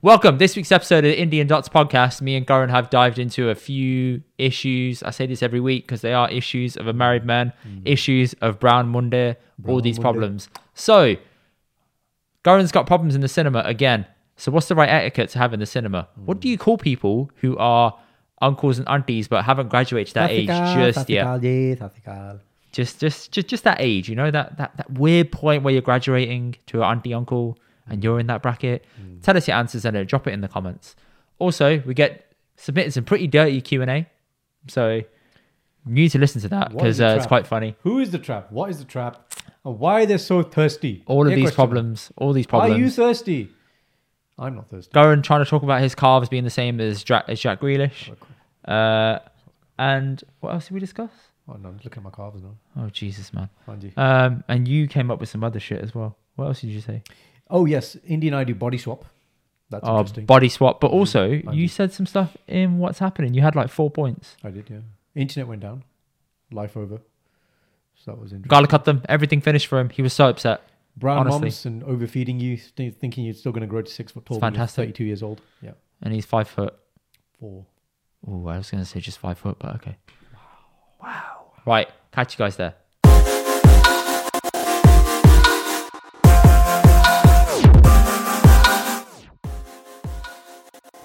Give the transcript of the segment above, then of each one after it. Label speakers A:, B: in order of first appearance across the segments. A: Welcome. This week's episode of the Indian Dots podcast, me and Goran have dived into a few issues. I say this every week because they are issues of a married man, issues of Brown Monday, all
B: Brown
A: these
B: Mundir.
A: problems. So, Goran's got problems in the cinema again. So, what's the right etiquette to have in the cinema? What do you call people who are uncles and aunties but haven't graduated that age
B: Tathikal,
A: just yet?
B: Tathikal, yeah, Tathikal.
A: just just just just that age you know that that, that weird point where you're graduating to an auntie uncle and you're in that bracket
B: Hmm.
A: tell us your answers and uh, drop it in the comments also we get submitted some pretty dirty q&a so you need to listen to that
B: What is
A: because
B: a
A: uh, it's
B: trap?
A: quite funny
B: Who is the trap? What is the trap? And why are they so thirsty?
A: all of
B: Yeah,
A: these
B: question.
A: problems all these problems
B: Are you thirsty? I'm not thirsty.
A: Goran trying to talk about his calves being the same as Jack, as Jack Grealish uh, and what else did we discuss
B: Oh no, I'm just looking at my calves now.
A: oh Jesus man
B: Mind you.
A: um, and you came up with some other shit as well what else did you say
B: Oh yes, Indian I do body swap. That's
A: Oh,
B: interesting.
A: body swap. But also,
B: I
A: you
B: do.
A: said some stuff in what's happening. You had like four points.
B: I did, yeah. Internet went down. Life over. So that was interesting.
A: Gala cut them. Everything finished for him. He was so upset.
B: Brown
A: honestly.
B: moms and overfeeding you, th- thinking you're still going to grow to six foot tall. when you're
A: fantastic.
B: 32 years old. Yeah.
A: And he's five foot.
B: Four.
A: Oh, I was going to say just five foot, but okay. Wow. Right. Catch you guys there.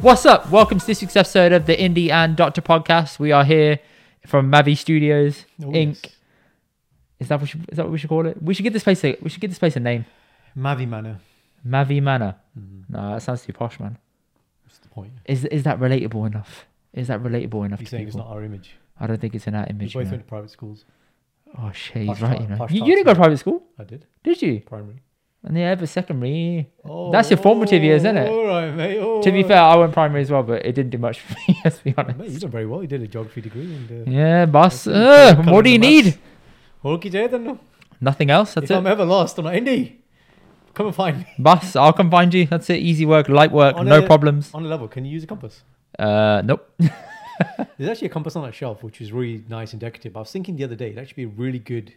A: What's up? Welcome to this week's episode of the Indie and Doctor podcast. We are here from Mavi Studios,
B: Oh,
A: Inc.
B: yes.
A: Is that, what we should, is that what we should call it? We should give this place a we should give this place a name.
B: Mavi Manor.
A: Mavi Manor. No, that sounds too posh, man.
B: That's the point.
A: Is is that relatable enough? Is that relatable enough
B: He's
A: to
B: saying it's
A: people?
B: not our image.
A: I don't think it's in that
B: We
A: image.
B: both
A: you know.
B: went to private schools.
A: Oh shit, he's
B: Posh
A: right.
B: tar-
A: You know,
B: posh
A: you,
B: tar-
A: you didn't go to private school,
B: I did.
A: did you?
B: Primary.
A: And they ever secondary.
B: Oh,
A: That's your formative years, isn't it?
B: All right, mate.
A: To be
B: alright.
A: fair, I went primary as well, but it didn't do much for me. Let's be honest.
B: Mate, you've done very well. You did a geography degree. and uh,
A: Yeah, boss.
B: Okay,
A: Uh,
B: colours
A: what do you
B: and
A: need?
B: maths. Okay, Jay, then. no.
A: Nothing else. That's
B: If I'm
A: it,
B: ever lost, I'm like, Indy, come and find me.
A: boss. I'll come find you. That's it. Easy work, light work,
B: On
A: no
B: a-
A: problems.
B: On a level, can you use a compass?
A: Uh, nope.
B: There's actually a compass on that shelf, which is really nice and decorative. I was thinking the other day, it'd actually be a really good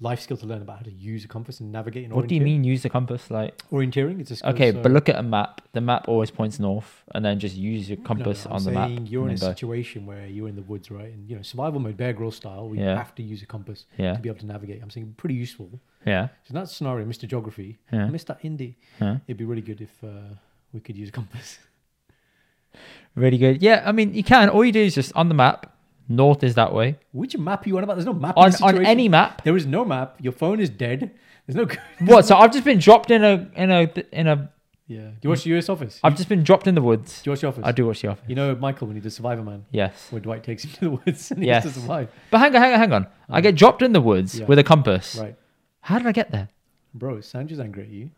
B: life skill to learn about how to use a compass and navigate. And
A: What do you mean? Use the compass, like.
B: Orienteering. It's uh, a skill,
A: Okay,
B: so-
A: but look at a map. The map always points north, and then just use your
B: No, no,
A: compass
B: I'm
A: on the map.
B: saying You're
A: and
B: in a
A: then go.
B: situation where you're in the woods, right? And you know, survival mode, Bear Grylls style. We
A: Yeah.
B: have to use a compass
A: Yeah,
B: to be able to navigate. I'm saying pretty useful.
A: yeah,
B: So in that scenario, Mr. Geography,
A: yeah.
B: Mr. Indy,
A: Yeah.
B: it'd be really good if uh, we could use a compass.
A: Really good. Yeah, I mean, you can. All you do is just on the map. North is that way.
B: Which map are you on about? There's no map. in
A: On
B: this
A: on
B: situation.
A: any map.
B: There is no map. Your phone is dead. There's no.
A: What? So I've just been dropped in a in a in a.
B: yeah. Do you watch the US Office?
A: I've just been dropped in the woods.
B: Do you watch the Office?
A: I do watch the office.
B: You know Michael when he does Survivor Man,
A: Yes,
B: where Dwight takes him to the woods and he has
A: Yes.
B: to survive.
A: but hang on, hang on, hang on. I get dropped in the woods
B: Yeah.
A: with a compass.
B: Right,
A: How did I get there?
B: bro. Sandra's angry at you.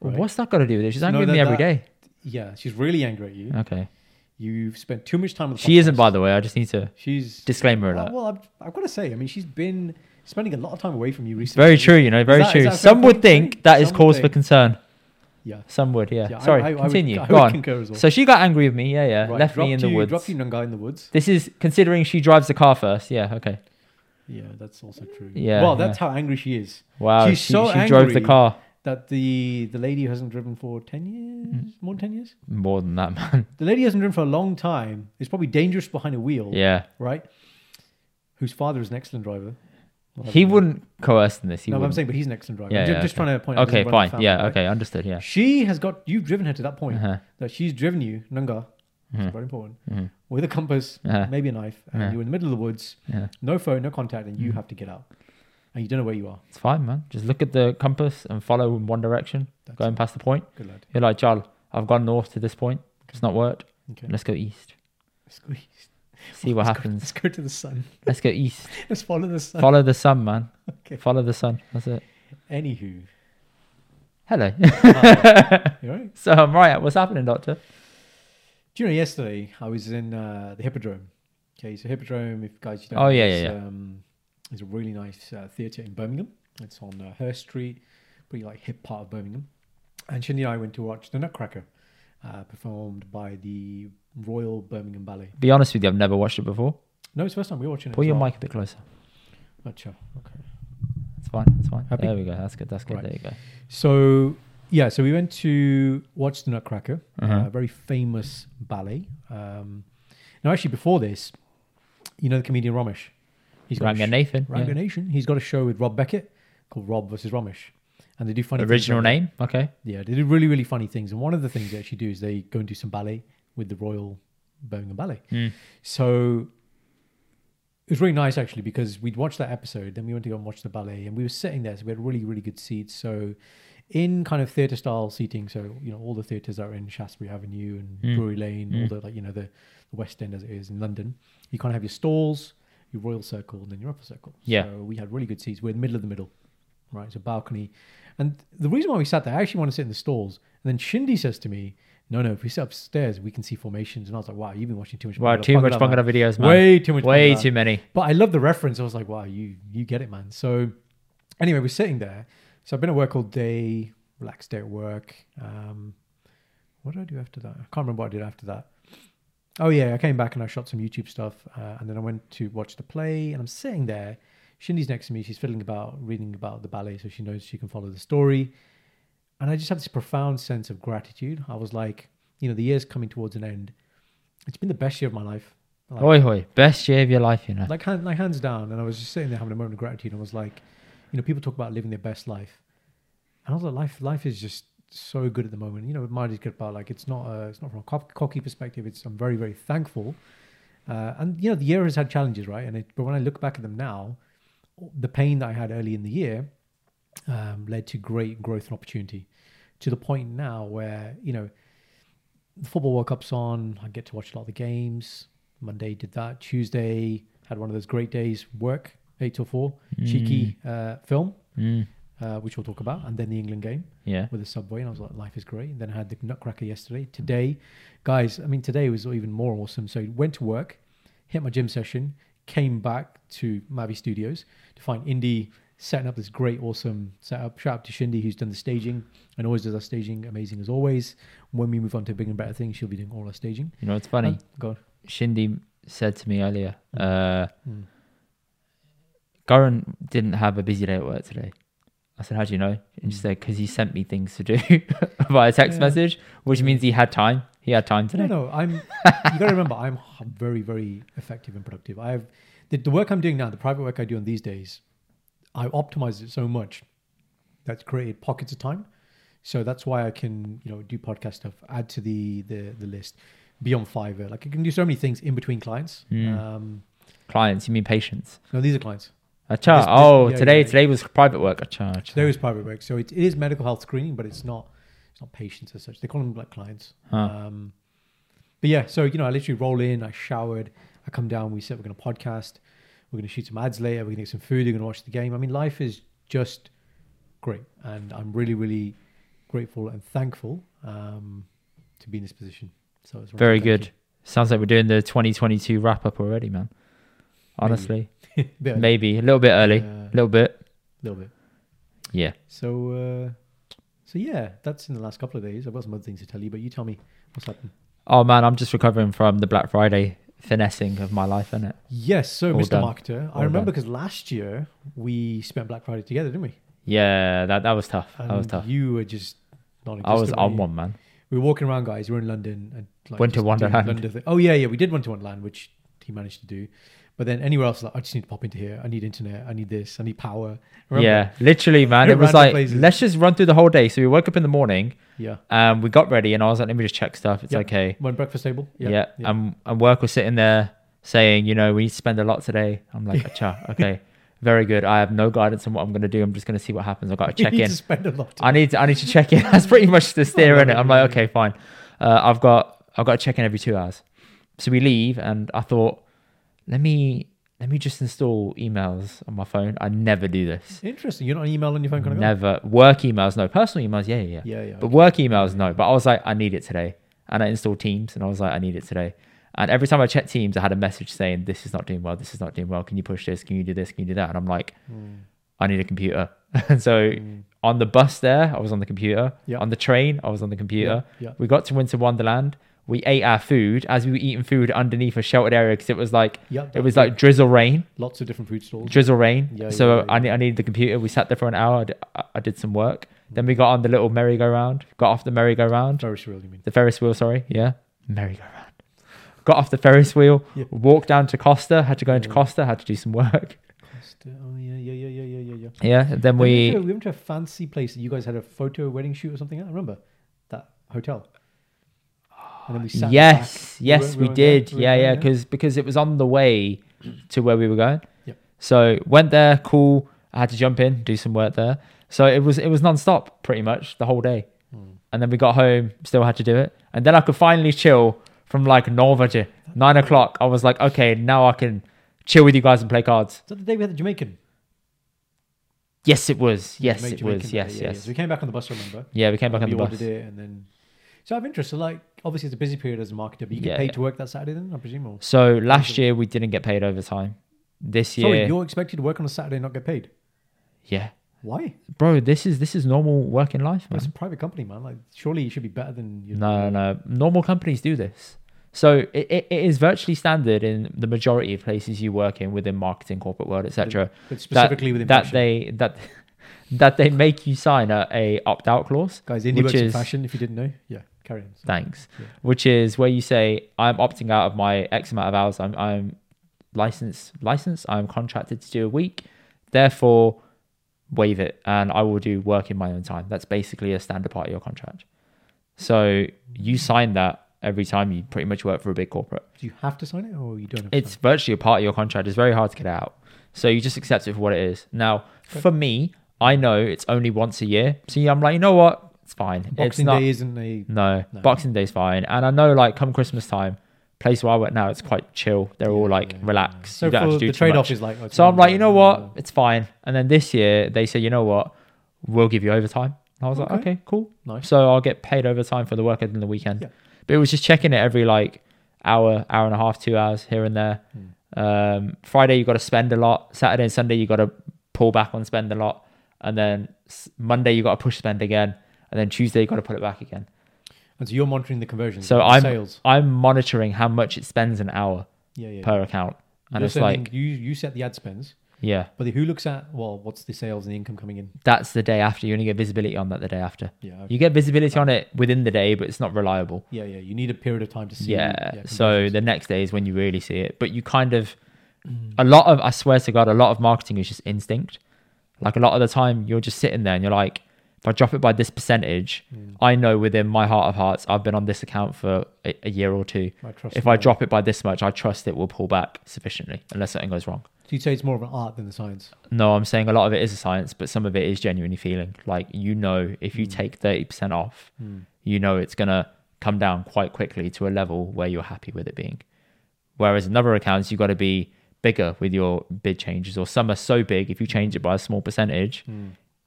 B: Right.
A: What's that got to do with it? She's
B: No,
A: angry with
B: that-
A: me every day.
B: that- Yeah, she's really angry at you.
A: Okay,
B: You've spent too much time with. The
A: she isn't,
B: podcast.
A: by the way. I just need to
B: She's.
A: disclaimer
B: Well,
A: that.
B: well, I've, I've got to say, I mean, she's been spending a lot of time away from you recently.
A: Very true, you know, very
B: that- is
A: true.
B: that a fair
A: Some would
B: point to
A: think
B: make?
A: that is
B: Some would
A: cause for
B: think.
A: concern.
B: Yeah.
A: Some would, yeah.
B: Yeah, I-
A: Sorry,
B: I- I would-
A: continue.
B: I would
A: Go on.
B: concur as well.
A: So she got angry with me. Yeah, yeah.
B: Right,
A: Left me
B: dropped
A: in the
B: you,
A: woods.
B: Dropped you, Nungai, in the woods.
A: This is considering she drives the car first. Yeah, okay.
B: Yeah, that's also true.
A: Yeah,
B: Well, that's how angry she is.
A: Wow.
B: She's
A: she
B: so
A: she drove the
B: angry.
A: car
B: That the the lady who hasn't driven for ten
A: Mm.
B: years, more than ten years.
A: more than that, man.
B: The lady who hasn't driven for a long time. is probably dangerous behind a wheel.
A: Yeah.
B: Right. Whose father is an excellent driver.
A: He
B: Well, that's-
A: wouldn't coerce in this. He
B: No, but I'm
A: wouldn't.
B: saying, but he's an excellent driver.
A: Yeah,
B: I'm ju-
A: yeah,
B: just
A: okay.
B: trying to point out.
A: okay,
B: he's a running
A: fine. Yeah,
B: family, right?
A: okay. Understood. Yeah.
B: She has got you've driven her to that point
A: Uh-huh.
B: that she's driven you, Nunga. It's very important.
A: Mhm.
B: With a compass,
A: Uh-huh.
B: maybe a knife, and
A: Yeah.
B: you're in the middle of the woods,
A: Yeah.
B: no phone, no contact,
A: Mm.
B: and you have to get out, and you don't know where you are.
A: It's fine, man. Just look at the compass and follow in one direction,
B: That's
A: going past the point.
B: Good lad.
A: You're like, Jarl, I've gone north to this point. It's not worked.
B: Okay.
A: Let's go east.
B: Squeeze.
A: See what
B: Let's go-
A: happens.
B: Let's go to the sun.
A: Let's go east.
B: Let's follow the sun.
A: Follow the sun, man.
B: Okay.
A: Follow the sun. That's it.
B: Anywho,
A: Hello.
B: you all right?
A: so I'm right. What's happening, Doctor?
B: Do you know yesterday I was in uh, the Hippodrome? Okay, so Hippodrome, if guys you don't
A: Oh,
B: know,
A: yeah,
B: it's,
A: yeah, yeah.
B: Um, it's a really nice uh, theatre in Birmingham. It's on uh, Hurst Street, pretty like hip part of Birmingham. And Shindy and I went to watch The Nutcracker, uh, performed by the Royal Birmingham Ballet.
A: Be honest with you, I've never watched it before.
B: No, it's the first time we we're watching it.
A: Pull
B: as
A: your
B: well.
A: mic a bit closer.
B: Not sure. Okay.
A: It's fine. It's fine.
B: Happy?
A: There we go. That's good. That's good.
B: Right.
A: There you go.
B: So Yeah, so we went to watch the Nutcracker,
A: Uh-huh.
B: a very famous ballet. Um, now, actually, before this, you know the comedian Romish. He's got a
A: Ranga
B: sh-
A: Nathan. yeah.
B: Ranga Nation. He's got a show with Rob Beckett called Rob versus Romish, and they do funny things
A: Original
B: on there.
A: name. Okay.
B: Yeah, they do really really funny things, and one of the things they actually do is they go and do some ballet with the Royal Birmingham Ballet.
A: Mm.
B: So it was really nice actually because we'd watched that episode, then we went to go and watch the ballet, and we were sitting there, so we had really, really good seats. So in kind of theatre style seating, so you know all the theatres that are in Shaftesbury Avenue and
A: Mm.
B: Brewery Lane,
A: Mm.
B: all the like you know the, the West End as it is in London, you kind of have your stalls, your Royal Circle, and then your Upper Circle.
A: Yeah.
B: So we had really good seats. We're in the middle of the middle, right? So balcony, and the reason why we sat there, I actually want to sit in the stalls, and then Shindy says to me. No, no. If we sit upstairs, we can see formations, and I was like, "Wow, you've been watching too much."
A: Wow, too much
B: Bangla, man."
A: Bangla videos, man.
B: Way too much.
A: Way
B: Bangla.
A: too many.
B: But I love the reference. I was like, wow, you you get it, man. So anyway, we're sitting there. So I've been at work all day, relaxed day at work. Um, what did I do after that? I can't remember what I did after that. Oh yeah, I came back and I shot some YouTube stuff, uh, and then I went to watch the play. And I'm sitting there. Shindy's next to me. She's fiddling about, reading about the ballet, so she knows she can follow the story. And I just have this profound sense of gratitude. I was like, you know, the year's coming towards an end. It's been the best year of my life. Like,
A: Hoi hoi. Best year of your life, you know.
B: like hand, like hands down. And I was just sitting there having a moment of gratitude. And I was like, you know, people talk about living their best life, and I was like, life, life is just so good at the moment. You know, mind is good about like it's not, uh, it's not from a cock- cocky perspective. It's I'm very, very thankful. Uh, and you know, the year has had challenges, right? And it, but when I look back at them now, the pain that I had early in the year um, led to great growth and opportunity. To the point now where you know, the football World Cup's on. I get to watch a lot of the games. Monday did that. Tuesday had one of those great days. Work eight till four. Cheeky uh, film,
A: Mm.
B: uh, which we'll talk about, and then the England game
A: Yeah.
B: with the subway, and I was like, life is great. And then I had the Nutcracker yesterday. Today, guys, I mean, today was even more awesome. So I went to work, hit my gym session, came back to Mavi Studios to find Indy setting up this great, awesome setup. Shout out to Shindy who's done the staging and always does our staging, amazing as always. When we move on to bigger and better things, she'll be doing all our staging.
A: You know, it's funny.
B: And- go on.
A: Shindy said to me earlier, uh,
B: Mm.
A: Goran didn't have a busy day at work today. I said, How do you know? And she said, Because he sent me things to do via text
B: Hmm. Yeah.
A: message, which means he had time. He had time
B: No,
A: today.
B: no, I'm. you got to remember, I'm h- very, very effective and productive. I have the, the work I'm doing now, the private work I do on these days. I optimize it so much that's created pockets of time. So that's why I can, you know, do podcast stuff, add to the the, the list, be on Fiverr. Like I can do so many things in between clients.
A: Mm.
B: Um,
A: Clients, you mean patients.
B: no, these are clients.
A: Acha.
B: This- this-
A: oh,
B: yeah,
A: today
B: yeah.
A: today was private work. Acha. acha.
B: There is private work, so it, it is medical health screening, but it's not it's not patients as such. They call them like clients.
A: Huh.
B: Um, but yeah, so you know, I literally roll in, I showered, I come down, we said we're going to podcast, we're going to shoot some ads later, we're going to get some food, we're going to watch the game. I mean, life is just great, and I'm really, really grateful and thankful um, to be in this position. So it's
A: Very good. Sounds like we're doing the 2022 wrap up already, man. Honestly,
B: Bit
A: maybe,
B: early.
A: a little bit early, a
B: Yeah,
A: little bit.
B: little bit.
A: Yeah.
B: So, uh, so yeah, that's in the last couple of days. I've got some other things to tell you, but you tell me what's happened.
A: Oh man, I'm just recovering from the Black Friday finessing of my life, innit?
B: Yes, so
A: All
B: Mr.
A: done.
B: Marketer,
A: All
B: I remember because last year we spent Black Friday together, didn't we?
A: Yeah, that that was tough. that was
B: And
A: tough.
B: You were just not.
A: I was on one, man.
B: We were walking around, guys. We were in London and like,
A: Winter
B: just doing
A: Wonderland.
B: London thing. Oh yeah, yeah. We did Winter Wonderland, which he managed to do. But then anywhere else, like I just need to pop into here. I need internet. I need this. I need power. Remember?
A: Yeah, literally, man.
B: We
A: It was
B: ran to
A: like
B: places.
A: let's just run through the whole day. So we woke up in the morning,
B: yeah.
A: um, we got ready, and I was like, let me just check stuff. It's
B: Yeah.
A: okay.
B: Went breakfast table.
A: Yeah. And and work was sitting there saying, you know, we need to spend a lot today. I'm like, Acha, okay, very good. I have no guidance on what I'm gonna do. I'm just gonna see what happens. I've got to
B: You
A: check
B: need
A: in.
B: to spend a lot.
A: I need to, I need to check in. That's pretty much the steer in it. I'm like, okay, fine. Uh, I've got I've got to check in every two hours. So we leave, and I thought, let me let me just install emails on my phone. I never do this.
B: Interesting. You're not an email on your phone kind of guy.
A: Never work emails, no personal emails. Yeah, yeah, yeah.
B: Yeah, yeah.
A: But work emails, no. But I was like, I need it today, and I installed Teams, and I was like, I need it today. And every time I checked Teams, I had a message saying, "This is not doing well. This is not doing well. Can you push this? Can you do this? Can you do that?" And I'm like,
B: Mm.
A: I need a computer. And so
B: Mm.
A: on the bus there, I was on the computer.
B: Yeah.
A: On the train, I was on the computer.
B: Yeah, yeah.
A: We got to Winter Wonderland. we ate our food as we were eating food underneath a sheltered area because it was like
B: Yep.
A: it was like drizzle rain,
B: lots of different food stalls.
A: drizzle rain.
B: Yeah,
A: so
B: yeah, yeah.
A: I, ne- I needed the computer. We sat there for an hour. I d- I- I did some work. Then we got on the little merry-go-round. Got off the merry-go-round,
B: Very surreal, you mean?
A: the Ferris wheel. Sorry, yeah, merry-go-round. Got off the Ferris wheel.
B: Yeah.
A: Walked down to Costa. Had to go into
B: Yeah.
A: Costa. Had to do some work.
B: Oh yeah, yeah, yeah, yeah, yeah, yeah, yeah.
A: Yeah. and Then
B: Then We
A: we
B: went, to, we went to a fancy place that you guys had a photo wedding shoot or something. at, I remember that hotel. And then we sat in the
A: yes
B: back.
A: yes
B: weren't-
A: we,
B: weren't there-
A: did
B: weren't
A: yeah
B: there,
A: yeah because because it was on the way to where we were going
B: Yep.
A: so went there cool i had to jump in do some work there so it was it was non-stop pretty much the whole day
B: Hmm.
A: and then we got home still had to do it and then i could finally chill from like norvege nine o'clock i was like okay now i can chill with you guys and play cards
B: Is that the day we had the Jamaican?
A: yes it was yes
B: Made
A: it
B: Jamaican
A: was
B: that
A: yes
B: day, yeah, yeah.
A: yes
B: So we came back on the bus, I remember.
A: yeah we came back on
B: we
A: the
B: ordered
A: bus
B: it and then. So I have interest. So like, obviously, it's a busy period as a marketer, but you get
A: Yeah,
B: paid
A: yeah.
B: to work that Saturday then, I presume. Or...
A: so last year we didn't get paid overtime this year
B: Sorry, you're expected to work on a Saturday and not get paid.
A: yeah
B: Why?
A: bro this is this is normal working life man
B: It's a private company, man. Like, surely it should be better than you.
A: Mm-hmm. No, no. Normal companies do this. So it, it, it is virtually standard in the majority of places you work in within marketing, corporate world, etc.
B: But
A: that,
B: specifically within
A: that
B: fashion.
A: they that that they make you sign a, a opt out clause.
B: guys, indie
A: which
B: works in
A: is-
B: fashion. If you didn't know, yeah, carry on. So-
A: Thanks. Which is where you say I'm opting out of my X amount of hours. I'm I'm licensed licensed. I'm contracted to do a week. Therefore, waive it, and I will do work in my own time. That's basically a standard part of your contract. So you sign that every time you pretty much work for a big corporate.
B: Do you have to sign it, or you don't? Have to
A: It's virtually a part of your contract. It's very hard to get out. So you just accept it for what it is. Now, for me, I know it's only once a year. So I'm like, you know what? It's fine. it's
B: Boxing
A: not,
B: Day isn't a
A: no,
B: No.
A: Boxing Day's fine. And I know, like, come Christmas time, place where I work now, it's quite chill. They're all like relaxed.
B: so
A: you don't have to
B: for
A: do
B: the
A: too
B: trade off
A: much.
B: is like. oh, it's
A: So I'm
B: one
A: like, you know
B: day,
A: what? It's fine. And then this year they say, you know what? We'll give you overtime. And I was like,
B: Okay.
A: okay, cool.
B: Nice.
A: So I'll get paid overtime for the work I did in the weekend.
B: Yeah.
A: But it was just checking it every like hour, hour and a half, two hours here and there.
B: Hmm.
A: Um, Friday you got to spend a lot. Saturday and Sunday you got to pull back on spend a lot, and then s- Monday you got to push spend again, and then Tuesday you got to put it back again.
B: And so you're monitoring the conversions.
A: So
B: the
A: I'm
B: sales.
A: I'm monitoring how much it spends an hour
B: Yeah, yeah.
A: per account, and
B: You're
A: it's
B: sending-
A: like
B: you you set the ad spends,
A: yeah,
B: but who looks at well, what's the sales and the income coming in?
A: that's the day after. You only get visibility on that the day after.
B: Yeah, okay.
A: You get visibility on it within the day, but it's not reliable.
B: yeah, yeah. You need a period of time to see.
A: yeah. So
B: conversions.
A: the next day is when you really see it. But you kind of,
B: Mm.
A: a lot of, I swear to God, a lot of marketing is just instinct. Like a lot of the time, you're just sitting there and you're like, if I drop it by this percentage,
B: Mm.
A: I know within my heart of hearts, I've been on this account for a, a year or two.
B: I trust
A: If
B: them
A: I
B: all.
A: drop it by this much, I trust it will pull back sufficiently unless something goes wrong.
B: So you'd say it's more of an art than the science.
A: No, I'm saying a lot of it is a science, but some of it is genuinely feeling. Like you know, if you take thirty percent off, you know it's gonna come down quite quickly to a level where you're happy with it being. Whereas in other accounts, you've got to be bigger with your bid changes, or some are so big if you change it by a small percentage,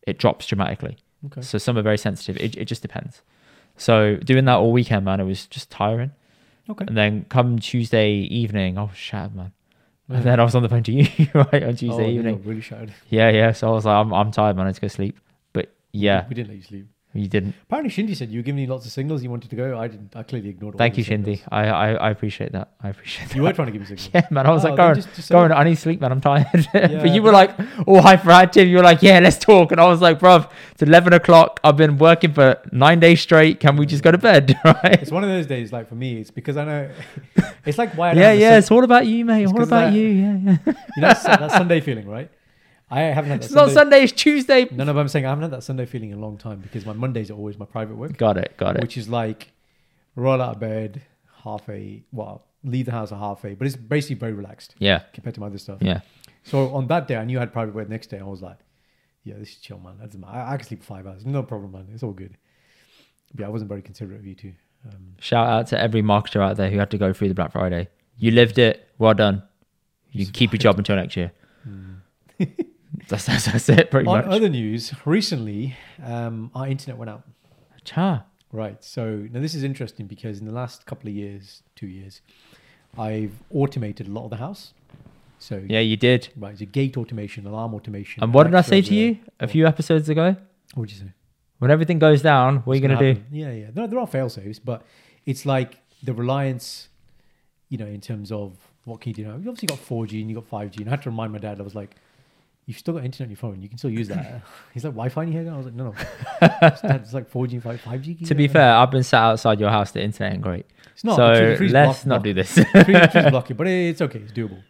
A: it drops dramatically.
B: Hmm. Okay.
A: So some are very sensitive. It, it just depends. So doing that all weekend, man, it was just tiring.
B: Okay.
A: And then come Tuesday evening, I was shattered, man. And then I was on the phone to you right on
B: Oh,
A: Tuesday
B: then you're
A: evening.
B: Really shattered.
A: Yeah, yeah. So I was like, I'm, I'm tired, man. I need to go sleep. But yeah,
B: We didn't let you sleep.
A: you didn't.
B: Apparently, Shindy said you were giving me lots of singles. You wanted to go. I didn't. I clearly ignored. all
A: Thank
B: the
A: you,
B: singles.
A: Shindy. I, I, I appreciate that. I appreciate that.
B: You were trying to give me signals.
A: Yeah, man. I was
B: Oh,
A: like,
B: then
A: Goran,
B: just- just say-
A: Goran, I need sleep, man. I'm tired.
B: Yeah.
A: but you were like all hyperactive. You were like, yeah, let's talk. And I was like, bruv, it's 11 o'clock. I've been working for nine days straight. Can we just go to bed? right?
B: It's one of those days. Like for me, it's because I know. It's like why. I don't
A: Yeah,
B: have the
A: yeah.
B: sun-
A: It's all about you, mate.
B: It's
A: All
B: 'cause
A: about
B: that-
A: you. Yeah, yeah.
B: You know that Sun- that Sunday feeling, right? I haven't had that.
A: It's not
B: Sunday-
A: Sunday. It's Tuesday.
B: No, no, but I'm saying I haven't had that Sunday feeling in a long time because my Mondays are always my private work,
A: Got it. Got it.
B: which is like roll out of bed half eight, well, leave the house at half eight, but it's basically very relaxed
A: Yeah.
B: compared to my other stuff.
A: Yeah.
B: So on that day, I knew I had private work. Next day, I was like, yeah, this is chill, man. That's my, I I can sleep for five hours, no problem, man. It's all good. Yeah, I wasn't very considerate of you two. Um,
A: Shout out to every marketer out there who had to go through the Black Friday. You lived it. Well done. You can keep your job until next year.
B: Hmm.
A: that's, that's, that's it, pretty
B: on
A: much.
B: other news, recently, um, our internet went out.
A: Cha.
B: Right. So now this is interesting because in the last couple of years, two years, I've automated a lot of the house. So
A: Yeah, you did.
B: right, it's a gate automation, alarm automation.
A: And what did I
B: Alexa
A: say
B: over
A: to you a few episodes ago?
B: What did you say?
A: When everything goes down, what are you
B: It's
A: going to do?
B: happen. Yeah, yeah. There, there are fail safes, but it's like the reliance, you know, in terms of what can you do now? You obviously got 4G and you got 5G. And I had to remind my dad, I was like, you've still got internet on your phone. You can still use that. He's like, Wi Fi in here? And I was like, no, no. It's like 4G, 5- 5G. you
A: To
B: know?
A: be fair, I've been sat outside your house. The internet ain't great.
B: it's not. the
A: so
B: tree- tree's
A: let's
B: blocked-
A: not
B: blocked.
A: do this.
B: Tree- tree's blocky, but it's okay. It's doable.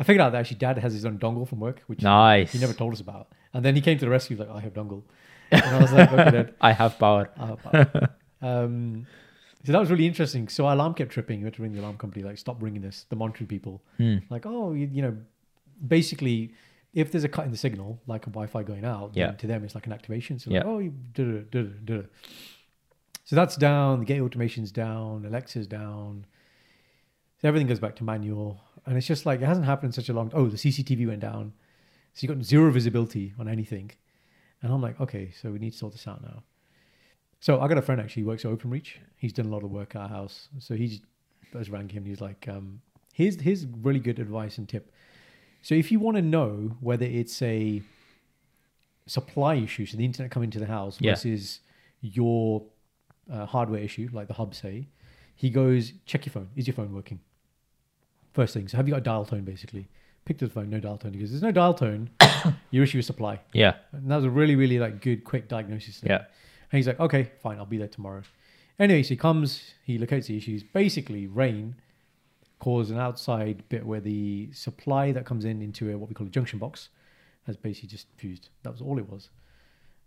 B: I figured out that actually dad has his own dongle from work, which
A: nice.
B: he never told us about. And then he came to the rescue, like, I have dongle. And I was like, okay, dad.
A: I have power.
B: I have power." Oh, um, so that was really interesting. So our alarm kept tripping. We had to ring the alarm company, like, stop ringing this, the monitoring people.
A: Hmm.
B: Like, oh, you, you know, basically, if there's a cut in the signal, like a Wi Fi going out,
A: Yeah.
B: then to them it's like an activation. So,
A: Yeah.
B: like, oh, you did it, did it, did it. So that's down, the gate automation's down, Alexa's down. So everything goes back to manual. And it's just like, it hasn't happened in such a long Oh, the CCTV went down. So you got zero visibility on anything. And I'm like, okay, so we need to sort this out now. So I got a friend actually who works at OpenReach. He's done a lot of work at our house. So he's, I was rang him. He's like, um, here's here's really good advice and tip. So if you want to know whether it's a supply issue, so the internet coming to the house
A: Yeah.
B: versus your uh, hardware issue, like the hub say, he goes check your phone. Is your phone working? First thing. So have you got a dial tone? Basically, picked up the phone, no dial tone. He goes, there's no dial tone. your issue is supply.
A: Yeah.
B: And that was a really, really like good, quick diagnosis. thing.
A: Yeah.
B: And he's like, okay, fine, I'll be there tomorrow. Anyway, so he comes, he locates the issues. Basically, rain caused an outside bit where the supply that comes in into a, what we call a junction box has basically just fused. That was all it was.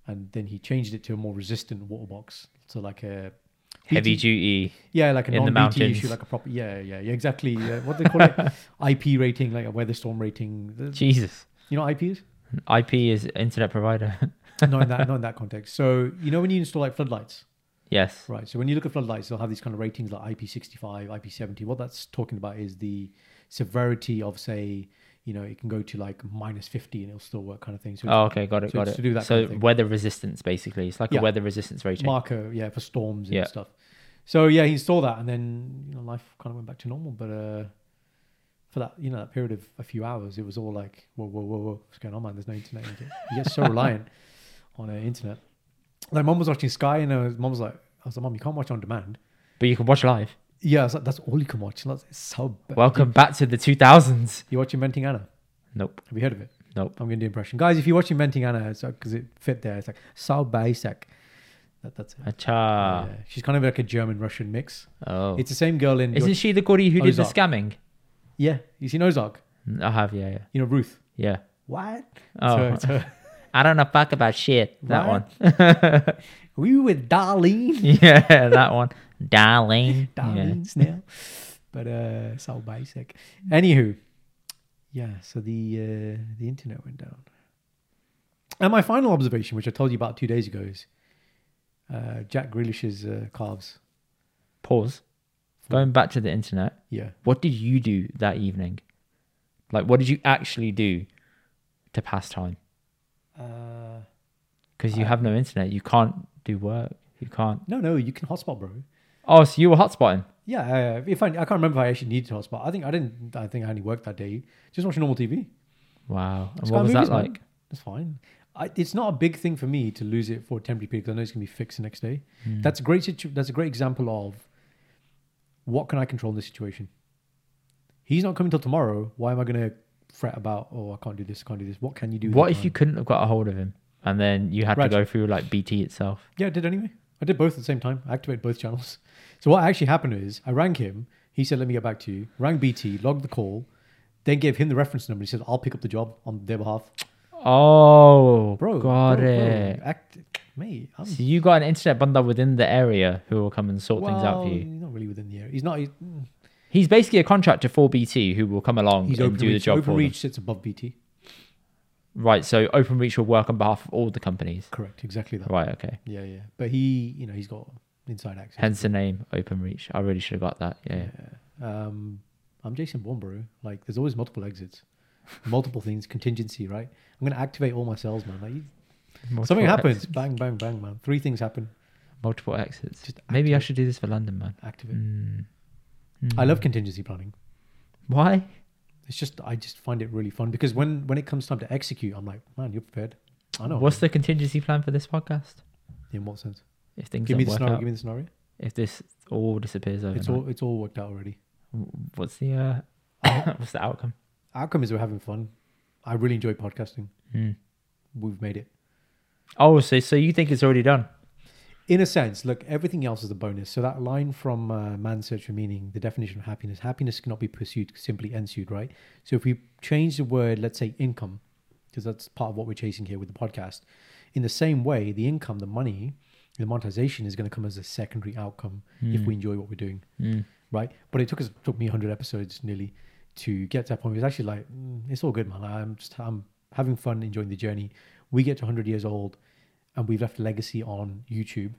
B: And then he changed it to a more resistant water box. So like a
A: Heavy duty.
B: yeah, like a
A: in the
B: non-BT
A: mountains.
B: issue, like a proper yeah, yeah, yeah, exactly. Uh, what do they call it? IP rating, like a weather storm rating. The-
A: Jesus.
B: You know, what IP is.
A: IP is internet provider.
B: not in that not in that context. So you know when you install like floodlights,
A: yes.
B: right? So when you look at floodlights, they'll have these kind of ratings like IP65, IP70. What that's talking about is the severity of say, you know, it can go to like minus 50 and it'll still work kind of thing. So
A: Oh, okay. Got it.
B: so
A: got
B: it's
A: it.
B: to do that
A: so
B: kind of thing.
A: weather resistance, basically. It's like
B: Yeah.
A: a weather resistance rating.
B: marker, yeah, for storms and
A: Yeah.
B: stuff. So yeah, he installed that, and then you know life kind of went back to normal. But uh, for that, you know, that period of a few hours, it was all like, whoa, whoa, whoa, whoa, what's going on, man? There's no internet. You get, you get so reliant on uh, internet. Like, mom was watching Sky, and uh, mom was like, I was like, mom, you can't watch on demand.
A: But you can watch live.
B: Yeah, I was like, that's all you can watch. And that's it's so bad.
A: Welcome back to the 2000s.
B: You watch Inventing Anna?
A: Nope.
B: Have you heard of it?
A: Nope.
B: I'm going to do impression, guys. If you're watching Inventing Anna, it's because it fit there. It's like so basic. That, that's it.
A: Acha.
B: Oh, Yeah. She's kind of like a German Russian mix.
A: Ah. Oh.
B: It's the same girl in.
A: Isn't she the goody who did the
B: Ozark.
A: scamming? Mm,
B: yeah, you seen Ozark?
A: I have, yeah, yeah.
B: You know Ruth.
A: Yeah.
B: What?
A: Oh.
B: So, so,
A: I don't know fuck about shit. That
B: Right.
A: one.
B: we were with Darlene.
A: yeah, that one. Darling.
B: Darlene Snell. But uh, so basic. Anywho, yeah. So the uh, the internet went down. And my final observation, which I told you about two days ago, is uh, Jack Grealish's uh, calves.
A: Pause. Going back to the internet.
B: Yeah.
A: What did you do that evening? Like, what did you actually do to pass time?
B: Uh,
A: Because you
B: I-
A: have no internet. You can't do work. You can't.
B: no, no, you can hotspot, bro.
A: Oh, so you were hotspotting.
B: Yeah, uh, if I, I can't remember if I actually needed to hotspot. I think I didn't. I think I only worked that day. Just watching normal TV.
A: Wow. And
B: Sky
A: what was that
B: Movies, man.
A: like?
B: That's fine. I, it's not a big thing for me to lose it for a temporary period because I know it's going to be fixed the next day.
A: Mm.
B: That's a great situ- That's a great example of what can I control in this situation. He's not coming till tomorrow. Why am I going to fret about? Oh, I can't do this. I can't do this. What can you do? with
A: What
B: that
A: if you
B: time?
A: couldn't have got a hold of him and then you had
B: Right.
A: to go through like BT itself?
B: Yeah, I did anyway. I did both at the same time. I activated both channels. So what actually happened is I rang him. He said, "Let me get back to you." Rang BT, logged the call, then gave him the reference number. He said, "I'll pick up the job on their behalf."
A: Oh,
B: Bro,
A: got
B: bro, bro,
A: it.
B: act, mate. I'm
A: So you got an internet bundle within the area who will come and sort things out for
B: Well,
A: you.
B: He's not really within the area. He's not. He's,
A: He's basically a contractor for BT who will come along
B: he's
A: and
B: open
A: do the
B: reach.
A: job
B: Open
A: for
B: reach sits above BT.
A: them. Right. So OpenReach will work on behalf of all the companies.
B: Correct. Exactly that.
A: Right. Okay.
B: Yeah, yeah. But he, you know, he's got inside access.
A: Hence the name OpenReach. I really should have got that. Yeah.
B: Um, I'm Jason Bourne, bro. Like, there's always multiple exits, multiple things, contingency, right? I'm gonna activate all my cells, man. Like, you-
A: Multiple
B: something
A: ex-
B: happens. Bang, bang, bang, man. Three things happen.
A: multiple exits.
B: Just
A: Maybe I
B: activate.
A: should do this for London, man.
B: Activate.
A: Mm.
B: I love contingency planning.
A: Hmm. Why?
B: It's just I just find it really fun because when when it comes time to execute, I'm like, man, you're prepared. I know.
A: What's the contingency plan for this podcast?
B: in what sense?
A: If things
B: Give me
A: don't
B: the
A: work
B: scenario.
A: out,
B: Give me the scenario.
A: if this all disappears overnight.
B: It's all it's all worked out already.
A: What's the uh, what's the outcome?
B: Outcome is we're having fun. I really enjoy podcasting.
A: Hmm.
B: We've made it.
A: Oh, so so you think it's already done?
B: In a sense, look, everything else is a bonus. So that line from uh, Man's Search for Meaning, the definition of happiness, happiness cannot be pursued, simply ensued, right? So if we change the word, let's say income, because that's part of what we're chasing here with the podcast, in the same way, the income, the money, the monetization is going to come as a secondary outcome
A: Hmm,
B: if we enjoy what we're doing,
A: Mm.
B: right? But it took us took me 100 episodes nearly to get to that point. It was actually like, "Mm, it's all good, man. I'm just I'm having fun, enjoying the journey. We get to 100 years old, and we've left a legacy on YouTube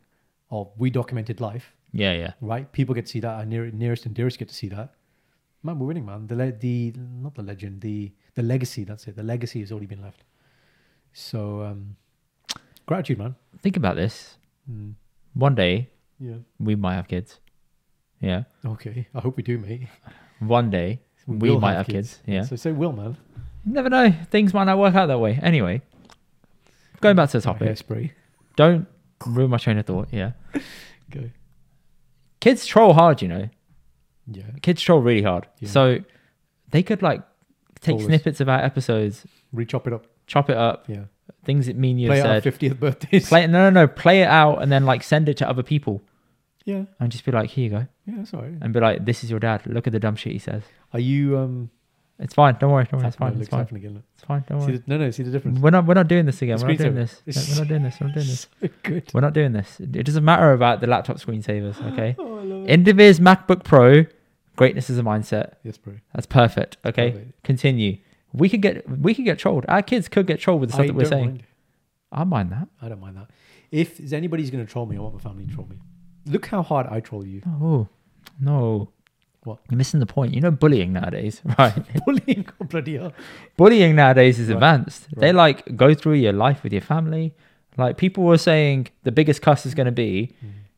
B: of we documented life,
A: Yeah, yeah.
B: right? People get to see that. Our near, nearest and dearest get to see that. Man, we're winning, man. The le- the not the legend, the the legacy. That's it. The legacy has already been left. So um, gratitude, man.
A: Think about this.
B: Mm,
A: One day
B: yeah.
A: we might have kids. Yeah.
B: Okay. I hope we do, mate.
A: One day we,
B: will
A: might have kids. Yeah.
B: So say will, man.
A: You never know. Things might not work out that way. Anyway, going back to the
B: Top
A: topic.
B: spray.
A: Don't ruin my train of thought. Yeah.
B: Go.
A: Kids troll hard, you know.
B: Yeah.
A: Kids troll really hard.
B: Yeah.
A: So they could like take
B: Always.
A: snippets of our episodes,
B: Re-chop it up.
A: chop it up,
B: Yeah.
A: things that mean you
B: Play our
A: said.
B: fiftieth birthdays.
A: Play it, no, no, no. Play it out and then like send it to other people
B: Yeah.
A: and just be like, here you go.
B: Yeah. That's all right.
A: And be like, this is your dad. Look at the dumb shit he says.
B: Are you um?
A: It's fine. Don't worry. Don't worry. It's
B: no,
A: fine.
B: it
A: It's
B: looks
A: fine.
B: happening again.
A: It's fine. Don't
B: See
A: worry.
B: the, no, no. See the difference.
A: We're not. We're not doing this again.
B: The
A: We're not doing
B: screensaver.
A: this. No, We're not doing this. We're not doing this.
B: So good.
A: We're not doing this. It doesn't matter about the laptop screensavers, okay?
B: Oh, I love it.
A: Indiviz MacBook Pro, greatness is a mindset.
B: yes, bro.
A: That's perfect. Okay.
B: Perfect.
A: Continue. We could get we could get trolled. Our kids could get trolled with the stuff
B: I
A: that we're
B: don't
A: saying.
B: mind.
A: I mind that.
B: I don't mind that. If is anybody's going to troll me, I want my family to troll me. Look how hard I troll you.
A: Oh no.
B: What?
A: You're missing the point. You know bullying nowadays, right?
B: Bullying, oh, bloody hell.
A: bullying nowadays is
B: Right.
A: advanced. They
B: Right.
A: like go through your life with your family. Like people were saying the biggest cuss is gonna be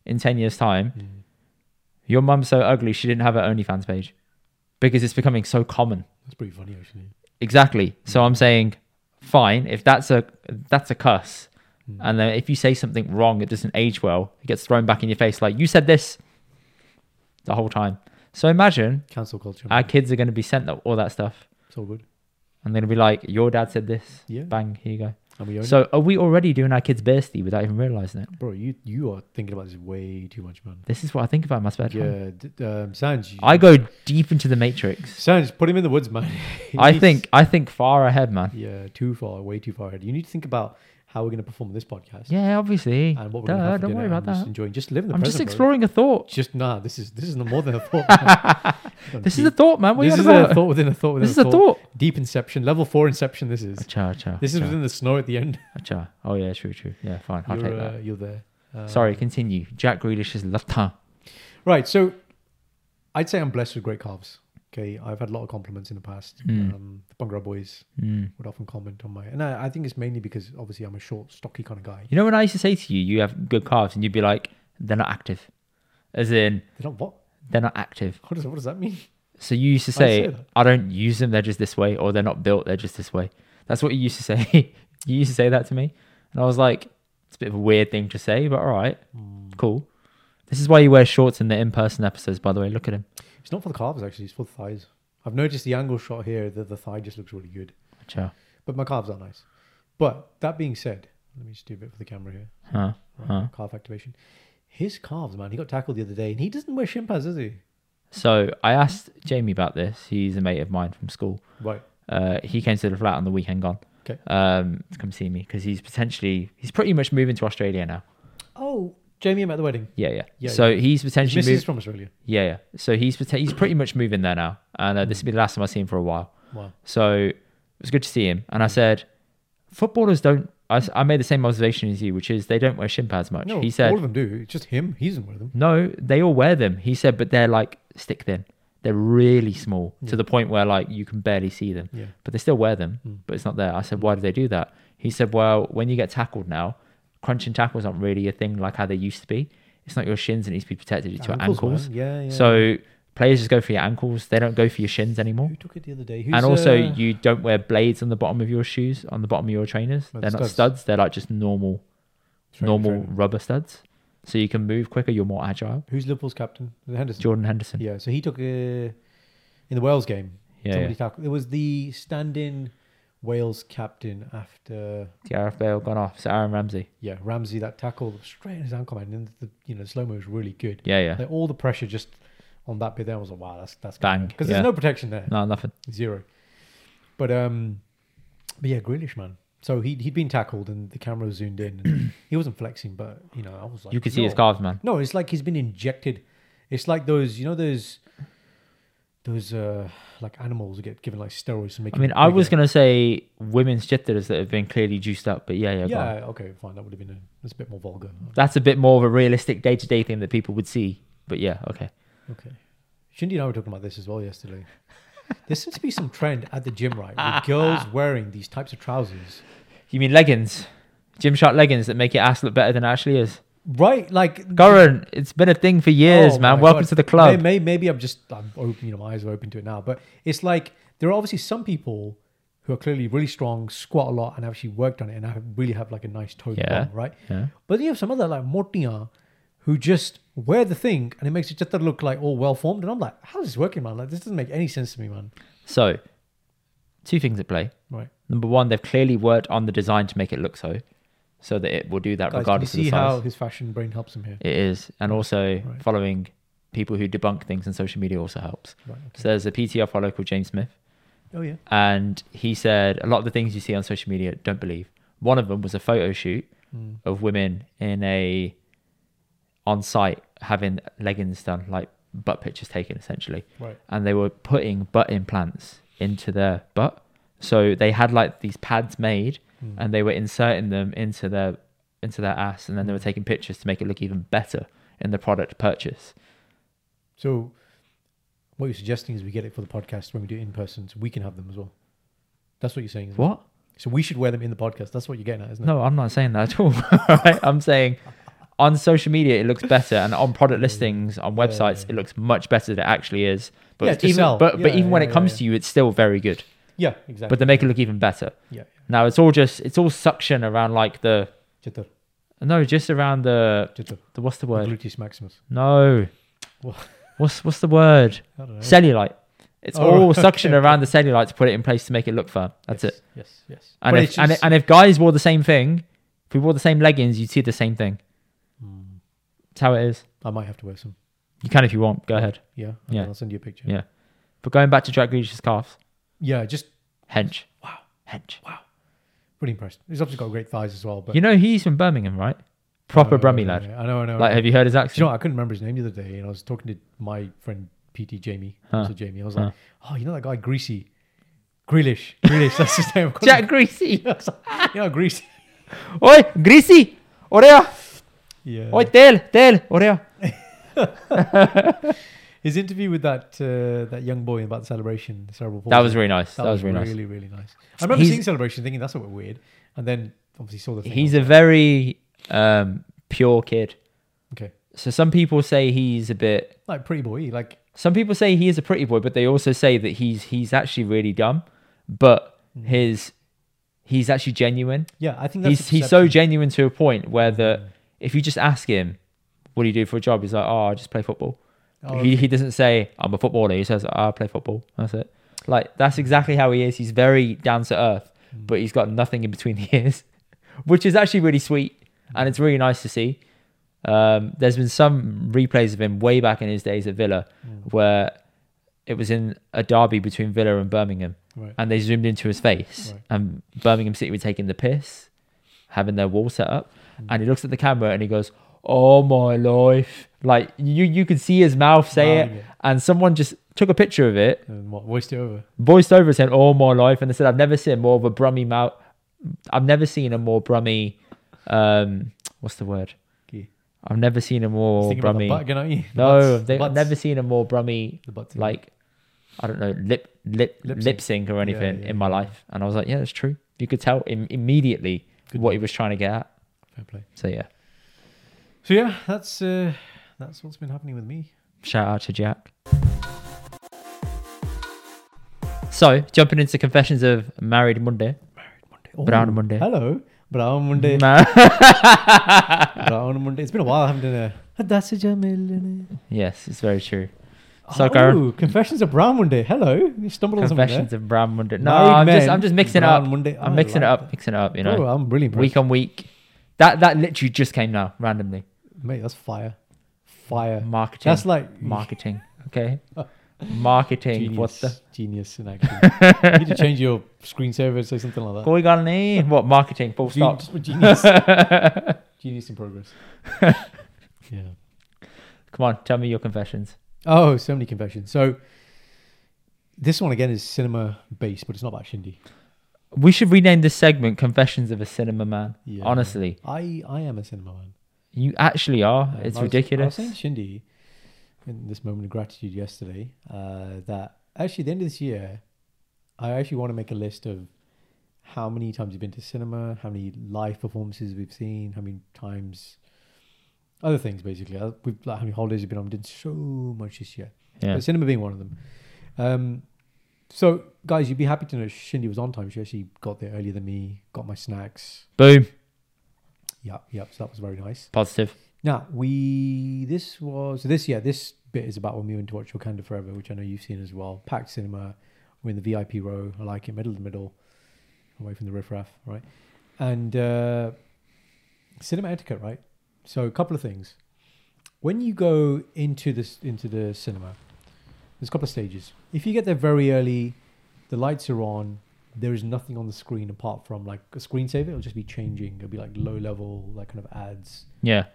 A: in ten years time,
B: Mm.
A: your mum's so ugly she didn't have her OnlyFans page. Because it's becoming so common.
B: That's pretty funny, actually.
A: Exactly. So I'm saying, fine. If that's a that's a cuss,
B: Mm.
A: and then if you say something wrong, it doesn't age well. It gets thrown back in your face like you said this the whole time. So imagine
B: Cancel culture.
A: our
B: Man.
A: kids are going to be sent that- all that stuff,
B: So good.
A: and they're going to be like, "Your dad said this."
B: Yeah.
A: Bang. Here you go.
B: And we own it.
A: So are we already doing our kids birthday without even realizing it?
B: bro, you you are thinking about this way too much, man.
A: This is what I think about in my spare time.
B: Yeah, d- um, Sanj. you-
A: I go deep into the matrix.
B: Sanj, put him in the woods, man.
A: I
B: He's-
A: think I think far ahead, man.
B: Yeah, too far, way too far ahead. You need to think about how we're going to perform this podcast.
A: Yeah, obviously.
B: And what we're going to
A: Duh,
B: have for
A: don't
B: dinner
A: worry about
B: and Just
A: that.
B: enjoying, just living the
A: I'm
B: present.
A: just
B: bro.
A: exploring a thought.
B: Just nah. This is this is more than a thought. man. Gone
A: This is a
B: deep.
A: thought, man. What
B: this
A: are
B: is
A: you on about?
B: a thought within a thought within
A: This is a thought.
B: Deep inception, level four inception. This is.
A: Acha, acha.
B: This is
A: acha,
B: within the snow at the end.
A: acha. Oh yeah, true, true. Yeah, fine. I'll take
B: You're,
A: that.
B: uh, you're there. Uh,
A: Sorry, continue. Jack Grealish is left hand.
B: Right. So I'd say I'm blessed with great calves. Okay. I've had a lot of compliments in the past.
A: Mm.
B: Um, the Bhangra boys
A: Mm.
B: would often comment on my, and I, I think it's mainly because obviously I'm a short, stocky kind of guy.
A: You know when I used to say to you, you have good calves, and you'd be like, they're not active, as in
B: They're not what?
A: they're not active.
B: What does, what does that mean?
A: So you used to
B: say
A: say, I,
B: that.
A: don't use them. They're just this way, or they're not built. They're just this way. That's what you used to say. you used to say that to me, and I was like, it's a bit of a weird thing to say, but all right, cool. This is why you wear shorts in the in-person episodes, by the way. Look at him.
B: It's not for the calves actually. It's for the thighs. I've noticed the angle shot here that the thigh just looks really good,
A: Acha.
B: but my calves are nice. But that being said, let me just do a bit for the camera here.
A: Huh.
B: Right,
A: Huh.
B: Calf activation. His calves, man. He got tackled the other day, and he doesn't wear shin pads, does he?
A: So I asked Jamie about this. He's a mate of mine from school.
B: Right.
A: Uh, he came to the flat on the weekend gone.
B: Okay.
A: Um, to come see me because he's potentially he's pretty much moving to Australia now.
B: Oh, Jamie, I'm at the wedding.
A: Yeah, yeah.
B: Yeah,
A: so he's
B: His
A: potentially
B: missus is
A: move-
B: from Australia.
A: yeah, yeah. So he's poten- he's pretty much moving there now, and uh, this will be the last time I see him for a while.
B: Wow.
A: So it was good to see him, and I said, footballers don't. I, s- I made the same observation as you, which is they don't wear shin pads much.
B: No,
A: he said,
B: all of them do. It's just him. He's in one of them.
A: No, they all wear them. He said, but they're like stick thin. They're really small
B: Yeah.
A: to the point where like you can barely see them.
B: Yeah.
A: But they still wear them,
B: Mm.
A: but it's not there. I said, why do they do that? He said, well, when you get tackled now, crunching tackles aren't really a thing like how they used to be. It's not your shins that needs to be protected. It's your ankles.
B: man. Yeah, yeah.
A: So players just go for your ankles. They don't go for your shins anymore.
B: who took it the other day? Who's,
A: and also,
B: uh,
A: you don't wear blades on the bottom of your shoes, on the bottom of your trainers.
B: Like
A: They're not
B: studs.
A: studs. They're like just normal,
B: Sorry,
A: normal
B: sorry.
A: rubber studs. so you can move quicker. You're more agile.
B: Who's Liverpool's captain? Was it Henderson.
A: Jordan Henderson.
B: Yeah, so he took a in the Wales game.
A: Yeah,
B: somebody
A: yeah.
B: tackled. It was the stand-in Wales captain after
A: TRF Bale gone off. So Aaron Ramsey.
B: yeah Ramsey that tackle straight in his ankle man. And the, the you know slow mo is really good.
A: Yeah, yeah.
B: Like all the pressure just on that bit there I was like wow that's that's
A: Bang,
B: because
A: yeah.
B: there's no protection there
A: No, nothing.
B: zero. But um, but yeah, Grealish man. So he he'd been tackled and the camera zoomed in. And he wasn't flexing, but you know I was like
A: You can see his
B: "Yo."
A: calves, man.
B: No, it's like he's been injected. It's like those, you know, those, those uh, like animals who get given like steroids to make.
A: I
B: it
A: mean, I was
B: bigger.
A: gonna say women's jitters that have been clearly juiced up, but yeah, yeah, go on.
B: Yeah, okay, fine. That would have been a, that's a bit more vulgar.
A: that's a bit more of a realistic day-to-day thing that people would see. But yeah, okay.
B: Okay. Shindy and I were talking about this as well yesterday. there seems to be some trend at the gym, right?
A: Ah.
B: With girls wearing these types of trousers,
A: You mean leggings, Gymshark leggings that make your ass look better than it actually is?
B: right? Like
A: Goran, it's been a thing for years,
B: Oh
A: man.
B: my
A: Welcome
B: God.
A: to the club.
B: May- may- maybe I'm just I'm open, you know, my eyes are open to it now. But it's like there are obviously some people who are clearly really strong, squat a lot, and actually worked on it, and have, really have like a nice toe
A: Yeah.
B: bump, right?
A: Yeah.
B: But then you have some other like Mortia who just wear the thing, and it makes it just look like all well formed. And I'm like, how's this working, man? Like this doesn't make any sense to me, man.
A: So, two things at play.
B: Right?
A: Number one, they've clearly worked on the design to make it look so, so that it will do that
B: Guys, can you
A: regardless of
B: see
A: the size.
B: how his fashion brain helps him here?
A: It is, and also
B: Right.
A: following people who debunk things on social media also helps.
B: Right. Okay.
A: So there's a PT I follow called James Smith,
B: Oh yeah.
A: and he said a lot of the things you see on social media don't believe. One of them was a photo shoot
B: Mm.
A: of women in a on site having leggings done, like butt pictures taken essentially.
B: Right.
A: And they were putting butt implants into their butt. So they had like these pads made
B: Mm.
A: and they were inserting them into their into their ass and then they were taking pictures to make it look even better in the product purchase.
B: So what you're suggesting is we get it for the podcast when we do it in person, so we can have them as well. That's what you're saying. Isn't it?
A: What?
B: So we should wear them in the podcast. That's what you're getting at, isn't it?
A: No, I'm not saying that at all. right? I'm saying on social media it looks better, and on product listings, on
B: Yeah,
A: websites,
B: yeah.
A: it looks much better than it actually is. But
B: Yeah,
A: it's
B: to
A: even
B: sell.
A: but but
B: Yeah,
A: even when
B: yeah,
A: it comes
B: yeah,
A: to you, it's still very good.
B: Yeah, exactly.
A: But they make it look even better.
B: yeah,
A: Now it's all just it's all suction around like the
B: yeah. Jitter,
A: no, just around the
B: jitter.
A: the what's the word?
B: Gluteus maximus.
A: No,
B: What?
A: what's what's the word?
B: I don't know.
A: Cellulite. It's
B: Oh,
A: all suction around the cellulite to put it in place to make it look firm. That's
B: yes,
A: it.
B: Yes, yes.
A: And
B: But
A: if,
B: it's
A: and,
B: just-
A: and if guys wore the same thing, if we wore the same leggings, you'd see the same thing.
B: Mm,
A: That's how it is.
B: I might have to wear some.
A: You can if you want. Go ahead.
B: Yeah, okay,
A: Yeah.
B: I'll send you a picture.
A: Yeah. But going back to Jack Grealish's calves,
B: yeah. Just
A: hench,
B: wow,
A: hench.
B: pretty impressed. He's obviously got great thighs as well. But
A: You know he's from Birmingham, right? Proper
B: Uh,
A: Brummie lad.
B: yeah, I know, I know.
A: Like, have you heard his accent?
B: Do you know, I couldn't remember his name the other day, and I was talking to my friend PT Jamie,
A: Huh.
B: also Jamie. I was
A: Huh.
B: like, oh, you know that guy Greasy, Grealish, Grealish. That's his name.
A: Jack Greasy.
B: I was like, yeah, Greasy.
A: Oi, Greasy. Orea.
B: Yeah.
A: Oi, Dale. Dale. Orea.
B: His interview with that uh, that young boy about the celebration, the cerebral palsy.
A: That was really nice. That, was really nice.
B: really, really nice. I remember
A: He's-
B: seeing celebration, thinking that's a bit weird, and then obviously saw the thing.
A: He's a very um, pure kid.
B: okay,
A: So some people say he's a bit
B: like pretty boy, like
A: some people say he is a pretty boy, but they also say that he's he's actually really dumb, but
B: Mm.
A: his he's actually genuine.
B: yeah. I think
A: He's
B: that's
A: he's so
B: perception.
A: genuine to a point where that if you just ask him, what do you do for a job? He's like, oh, I just play football.
B: Oh,
A: he, he doesn't say I'm a footballer. He says I play football. That's it. Like that's exactly how he is. He's very down to earth,
B: Hmm.
A: but he's got nothing in between the ears, which is actually really sweet and it's really nice to see. Um, there's been some replays of him way back in his days at Villa,
B: Hmm.
A: where it was in a derby between Villa and Birmingham,
B: right.
A: and they zoomed into his face,
B: Right.
A: and Birmingham City were taking the piss, having their wall set up,
B: Hmm.
A: and he looks at the camera and he goes, "Oh my life!" Like you, you could see his mouth say
B: Mouthing
A: it,
B: it.
A: and someone just took a picture of it,
B: And what voiced it over?
A: voiced over, it, saying, "Oh my life," and they said, "I've never seen more of a brummy mouth. I've never seen a more brummy. Um, what's the word?
B: Okay.
A: I've never seen a more
B: Thinking about
A: brummy.
B: the butt again, aren't you? The
A: Oh, No,
B: butts,
A: they,
B: the
A: I've
B: butts,
A: never seen a more brummy
B: the butt.
A: like I don't know lip lip
B: Lip
A: lip
B: sync.
A: sync, or anything
B: yeah,
A: in my
B: yeah.
A: life, and I was like, yeah, that's true. You could tell Im- immediately
B: Good
A: what
B: one.
A: he was trying to get at.
B: fair play.
A: So yeah,
B: So yeah, that's uh, that's what's been happening with me.
A: shout out to Jack. So jumping into confessions of married Monday,
B: Oh,
A: Brown Monday.
B: Hello, Brown Monday.
A: Ma-
B: Brown on a Monday. It's been a while. I haven't done a. Hadassah Jamil.
A: Yes, it's very true. So, Garen,
B: Oh, Confessions of Brown Monday. Hello. You stumbled on something
A: confessions
B: there.
A: of Brown Monday. No,
B: Married
A: I'm just,
B: men,
A: I'm just mixing it
B: Brown
A: up.
B: Monday.
A: I'm
B: I
A: mixing
B: like
A: it up,
B: that.
A: mixing it up. You know,
B: oh, I'm really impressed.
A: week on week. That that literally just came now randomly.
B: Mate, that's fire. Fire.
A: Marketing.
B: That's like
A: Mm. marketing. Okay, marketing.
B: Genius,
A: What the?
B: genius in action. you need to change your screensaver, say something like that.
A: Going on there? What marketing? Full
B: Gen-
A: stop.
B: Genius. genius in progress. yeah.
A: Come on, tell me your confessions.
B: Oh, so many confessions. So this one again is cinema based, but it's not about Shindy.
A: We should rename this segment "Confessions of a Cinema Man."
B: Yeah.
A: Honestly,
B: I I am a cinema man.
A: you actually are.
B: Um,
A: it's
B: I was-
A: ridiculous.
B: I was saying Shindy in this moment of gratitude yesterday uh, that actually at the end of this year, I actually want to make a list of how many times we've been to cinema, how many live performances we've seen, how many times other things basically. Uh, We've like, how many holidays we've been on. We did so much this year,
A: yeah.
B: but cinema being one of them. Um, so guys, you'd be happy to know Shindy was on time. She actually got there earlier than me, got my snacks.
A: Boom.
B: Yeah, yeah. So that was very nice.
A: Positive.
B: Now we this was this yeah this bit is about when we went to watch Wakanda Forever, which I know you've seen as well. Packed cinema, we're in the VIP row. I like it, middle of the middle, away from the riffraff, right? And uh, cinema etiquette, right? So a couple of things. When you go into this into the cinema, there's a couple of stages. If you get there very early, the lights are on. There is nothing on the screen apart from like a screensaver. It'll just be changing. It'll be like low level, like kind of ads
A: Yeah.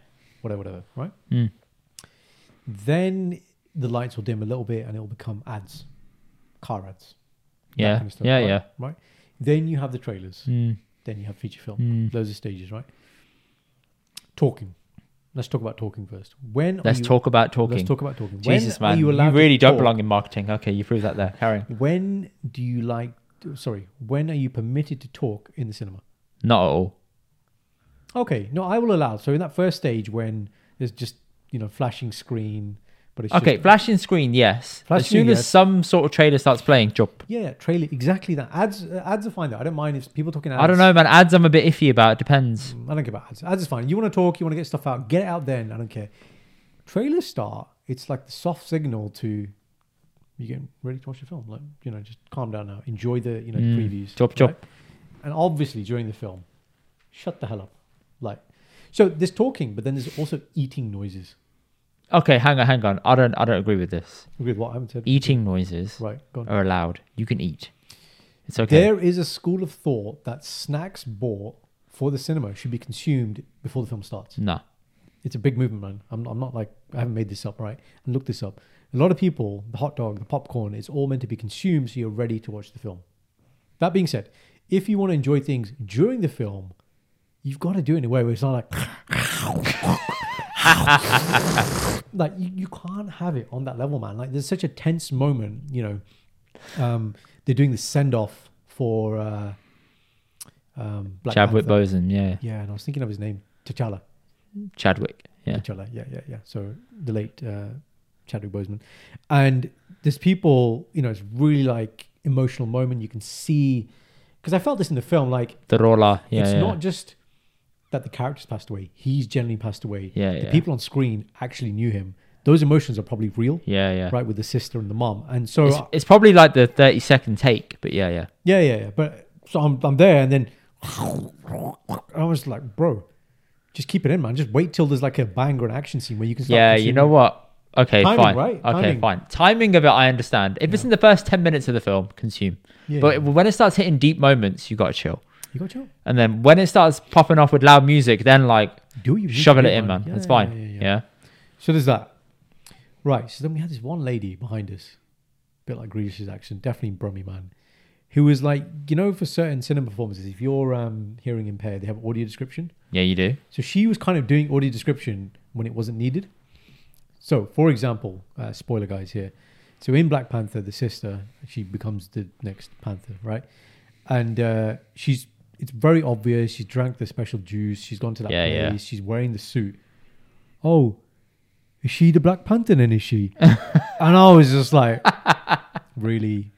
B: whatever, whatever, right?
A: Mm. Hmm.
B: Then the lights will dim a little bit and it'll become ads, car ads. that
A: Yeah.
B: kind of stuff,
A: yeah.
B: right?
A: Yeah.
B: Right? Then you have the trailers.
A: Mm.
B: Then you have feature film.
A: Mm.
B: Those are stages, right? Talking. Let's talk about talking first. When are
A: Let's
B: you-
A: talk about talking.
B: Let's talk about talking.
A: Jesus,
B: when
A: man,
B: Are you,
A: you,
B: allowed to
A: really don't
B: talk?
A: belong in marketing. Okay, you proved that there. Harry.
B: When do you like? Sorry. When are you permitted to talk in the cinema?
A: Not at all.
B: Okay. No, I will allow. So in that first stage, when there's just you know flashing screen, but it's
A: Okay,
B: just,
A: flashing screen, yes. as
B: Flashing,
A: soon as
B: yes.
A: some sort of trailer starts playing, jump.
B: Yeah, yeah, trailer exactly that. Ads, uh, ads are fine though. I don't mind if people talking ads.
A: I don't know, man. Ads, I'm a bit iffy about. It depends.
B: I don't care about ads. Ads is fine. You want to talk, you want to get stuff out, get it out then. I don't care. Trailers start. It's like the soft signal to you getting ready to watch the film. Like you know, just calm down now. Enjoy the you know
A: Mm,
B: the previews.
A: chop, chop.
B: And obviously during the film, shut the hell up. Like so, there's talking, but then there's also eating noises.
A: Okay, hang on, hang on. I don't, I don't agree with this.
B: Agree with what I haven't said.
A: Eating noises
B: Right, go on.
A: are allowed. You can eat. It's okay.
B: There is a school of thought that snacks bought for the cinema should be consumed before the film starts.
A: no.
B: It's a big movement, man. I'm, I'm not like, I haven't made this up, right? And look this up. A lot of people, the hot dog, the popcorn, it's all meant to be consumed so you're ready to watch the film. That being said, if you want to enjoy things during the film, you've got to do it in a way where it's not like, like you, you can't have it on that level, man. Like there's such a tense moment, you know. Um, they're doing the send off for uh, um, Black
A: Chadwick
B: Panther.
A: Boseman, yeah.
B: Yeah, and I was thinking of his name, T'Challa.
A: Chadwick, yeah.
B: T'Challa, yeah, yeah, yeah. So the late uh, Chadwick Boseman, and there's people, you know, it's really like emotional moment. You can see, because I felt this in the film, like
A: The roller, yeah.
B: it's
A: yeah.
B: not just that the character's passed away; he's generally passed away.
A: Yeah,
B: the
A: yeah.
B: people on screen actually knew him. Those emotions are probably real,
A: yeah, yeah.
B: right? With the sister and the mom, and so
A: It's, it's probably like the 30 second take, but yeah, yeah.
B: yeah, yeah, yeah. But so I'm, I'm there, and then I was like, bro, just keep it in, man. Just wait till there's like a bang or an action scene where you can. Start
A: Yeah, you
B: consuming
A: know what? Okay,
B: Timing,
A: fine.
B: right?
A: Okay,
B: Timing.
A: fine. Timing of it, I understand. If it's in the first 10 minutes of the film, consume.
B: Yeah.
A: But when it starts hitting deep moments, you got to chill.
B: You got your
A: And then when it starts popping off with loud music, then like
B: do what you need to
A: shovel
B: do,
A: it in, man.
B: Yeah,
A: That's
B: yeah,
A: fine.
B: yeah,
A: Yeah,
B: yeah. So there's that. Right. So then we had this one lady behind us, a bit like Grealish's accent, definitely Brummy man, who was like, you know, for certain cinema performances, if you're um, hearing impaired, they have audio description.
A: Yeah, you do.
B: So she was kind of doing audio description when it wasn't needed. So, for example, uh, spoiler guys here. So in Black Panther, the sister she becomes the next Panther, right? And uh, she's it's very obvious. She's drank the special juice. She's gone to that
A: Yeah, yeah.
B: place. She's wearing the suit. Oh, is she the Black Panther? Then is she? and I was just like, really?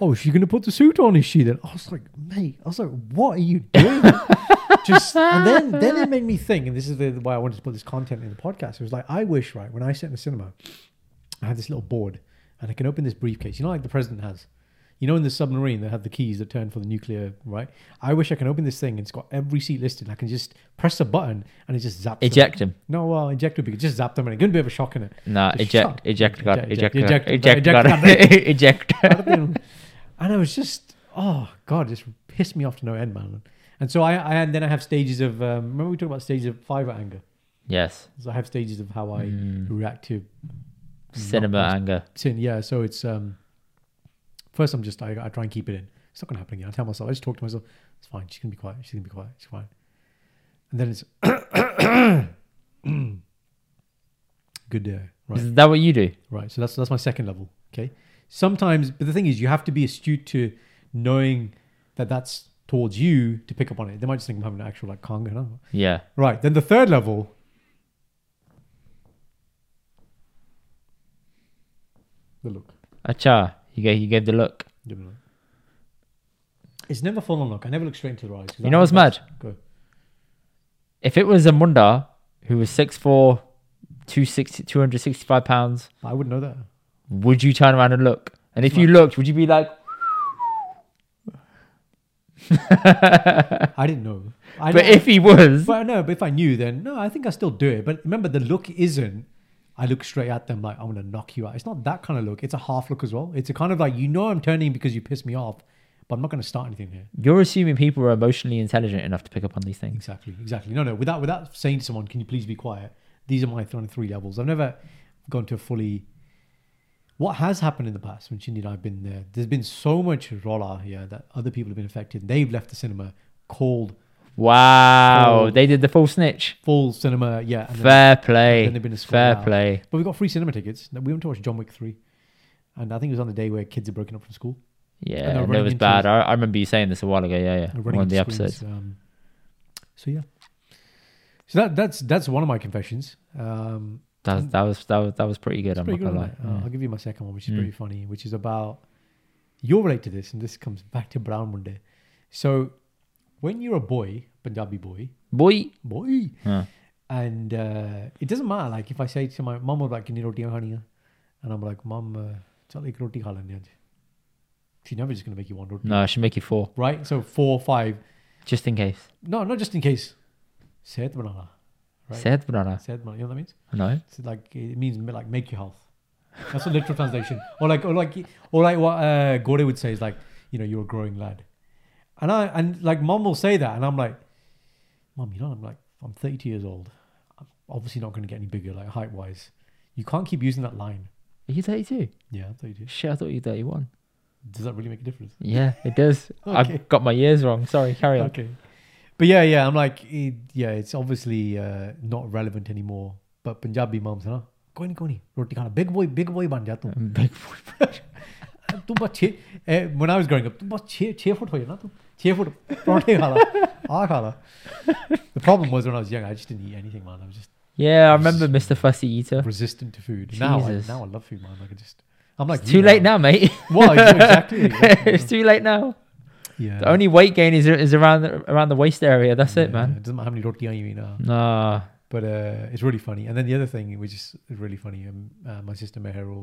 B: Oh, is she gonna put the suit on? Is she then? I was like, mate. I was like, what are you doing? just and then then it made me think, and this is the, why I wanted to put this content in the podcast. It was like I wish, right, when I sit in the cinema, I had this little board, and I can open this briefcase. You know, like the president has. You know, in the submarine, they have the keys that turn for the nuclear, right? I wish I can open this thing and it's got every seat listed. I can just press a button and it just zaps. them.
A: Eject him.
B: No, well, eject would be good. Just zap them and it couldn't be a bit of a shock in it.
A: No,
B: Just
A: eject,
B: shock.
A: eject, God, eject,
B: Eject,
A: God, eject,
B: eject,
A: God,
B: eject,
A: eject.
B: Rather than- and I was just, oh god, it just pissed me off to no end, man. And so I, I and then I have stages of. Um, remember we talked about stages of fiver anger.
A: Yes,
B: So I have stages of how I
A: Mm.
B: react to
A: cinema
B: Not-
A: anger.
B: sin. Yeah, so it's um, first I'm just I, I try and keep it in. It's not gonna happen again. I tell myself, I just talk to myself. It's fine. She's gonna be quiet. She's gonna be quiet. She's fine. And then it's good day. Right.
A: Is that what you do?
B: Right. So that's that's my second level. Okay. Sometimes, but the thing is, you have to be astute to knowing that that's towards you to pick up on it. They might just think I'm having an actual like conga. No.
A: Yeah.
B: Right. Then the third level. The look.
A: Acha, you gave you gave the look.
B: Give me a look. It's never full on look. I never look straight into their eyes. 'cause
A: You
B: I
A: know
B: think
A: what's mad?
B: that's- Go.
A: If it was a Munda who was 6'4", 260, 265 pounds,
B: I wouldn't know that.
A: would you turn around and look? And if you looked, would you be like,
B: I didn't know. I
A: but
B: don't-
A: if he was,
B: But no, but if I knew, then no, I think I still do it. But remember, the look isn't. I look straight at them like I'm gonna knock you out. It's not that kind of look. It's a half look as well. It's a kind of like you know I'm turning because you pissed me off, but I'm not gonna start anything here.
A: you're assuming people are emotionally intelligent enough to pick up on these things.
B: Exactly, exactly. No, no. Without without saying to someone, can you please be quiet? These are my th- three levels. I've never gone to a fully. What has happened in the past when Shindy and I've been there? There's been so much rolla here that other people have been affected. They've left the cinema cold,
A: Wow,
B: So-
A: they did the full snitch.
B: full cinema. Yeah, and then-
A: Fair play.
B: then they've been
A: Fair
B: escorted out.
A: play.
B: But we got free cinema tickets. No, We went to watch John Wick 3. And I think it was on the day where kids are broken up from school.
A: Yeah,
B: And they're
A: and it
B: running
A: was
B: into
A: bad.
B: his-
A: I, I remember you saying this a while ago. Yeah, yeah.
B: and
A: One of
B: into
A: the
B: screens.
A: episodes.
B: Um, so, yeah. So that, that's that's one of my confessions. Um,
A: That was, that was that was that was pretty good.
B: it's
A: I'm
B: pretty
A: not
B: good,
A: gonna lie.
B: wasn't it? Uh, I'll give you my second one, which is
A: Mm.
B: pretty funny, which is about you'll relate to this, and this comes back to Brown one day. So, when you're a boy, Punjabi boy,
A: Boy,
B: boy,
A: Yeah.
B: and uh, it doesn't matter. Like if I say to my mum, "Would like any roti khani hai?" and I'm like, "Mum, uh, chal ek roti kha lenge aaj." She's never just gonna make you one roti,
A: no, I should make you four
B: right? So four, five.
A: just in case.
B: No, not just in case. Sehat banana, right?
A: Said banana.
B: Sehat banana. You know what that means?
A: No,
B: It's like it means like make your health. That's a literal translation. Or like or like or like what uh, Gore would say is like, you know, you're a growing lad. And I and like mom will say that and I'm like, Mom, you know, I'm like I'm 32 years old. I'm obviously not gonna get any bigger, like height wise. You can't keep using that line.
A: are you 32?
B: Yeah, I'm 32.
A: Shit, I thought you were 31.
B: Does that really make a difference?
A: Yeah, it does. I
B: Okay.
A: got my years wrong. Sorry, carry on.
B: Okay. But yeah, yeah, I'm like, it, yeah, it's obviously uh, not relevant anymore. But Punjabi moms, huh? कोई नहीं कोई नहीं रोटी खाना big boy big boy बन जा तू
A: Big boy.
B: तू बस छः eh, when I was growing up तू बस छः छः फुट हो जाए ना तू छः फुट पराठे खा ला आ खा ला the problem was when I was young I just didn't eat anything man I was just
A: Yeah, I remember Mr. Fussy Eater.
B: resistant to food now I,
A: Jesus.
B: now I love food man like I just I'm like
A: It's
B: you
A: too late now, mate.
B: well exactly, exactly
A: it's too late now.
B: yeah
A: The only weight gain is is around around the waist area. That's it,
B: Yeah,
A: man.
B: it doesn't matter how many rotiyan you eat now
A: Nah.
B: But uh, it's really funny. And then the other thing, which is really funny, um, uh, my sister Meher will,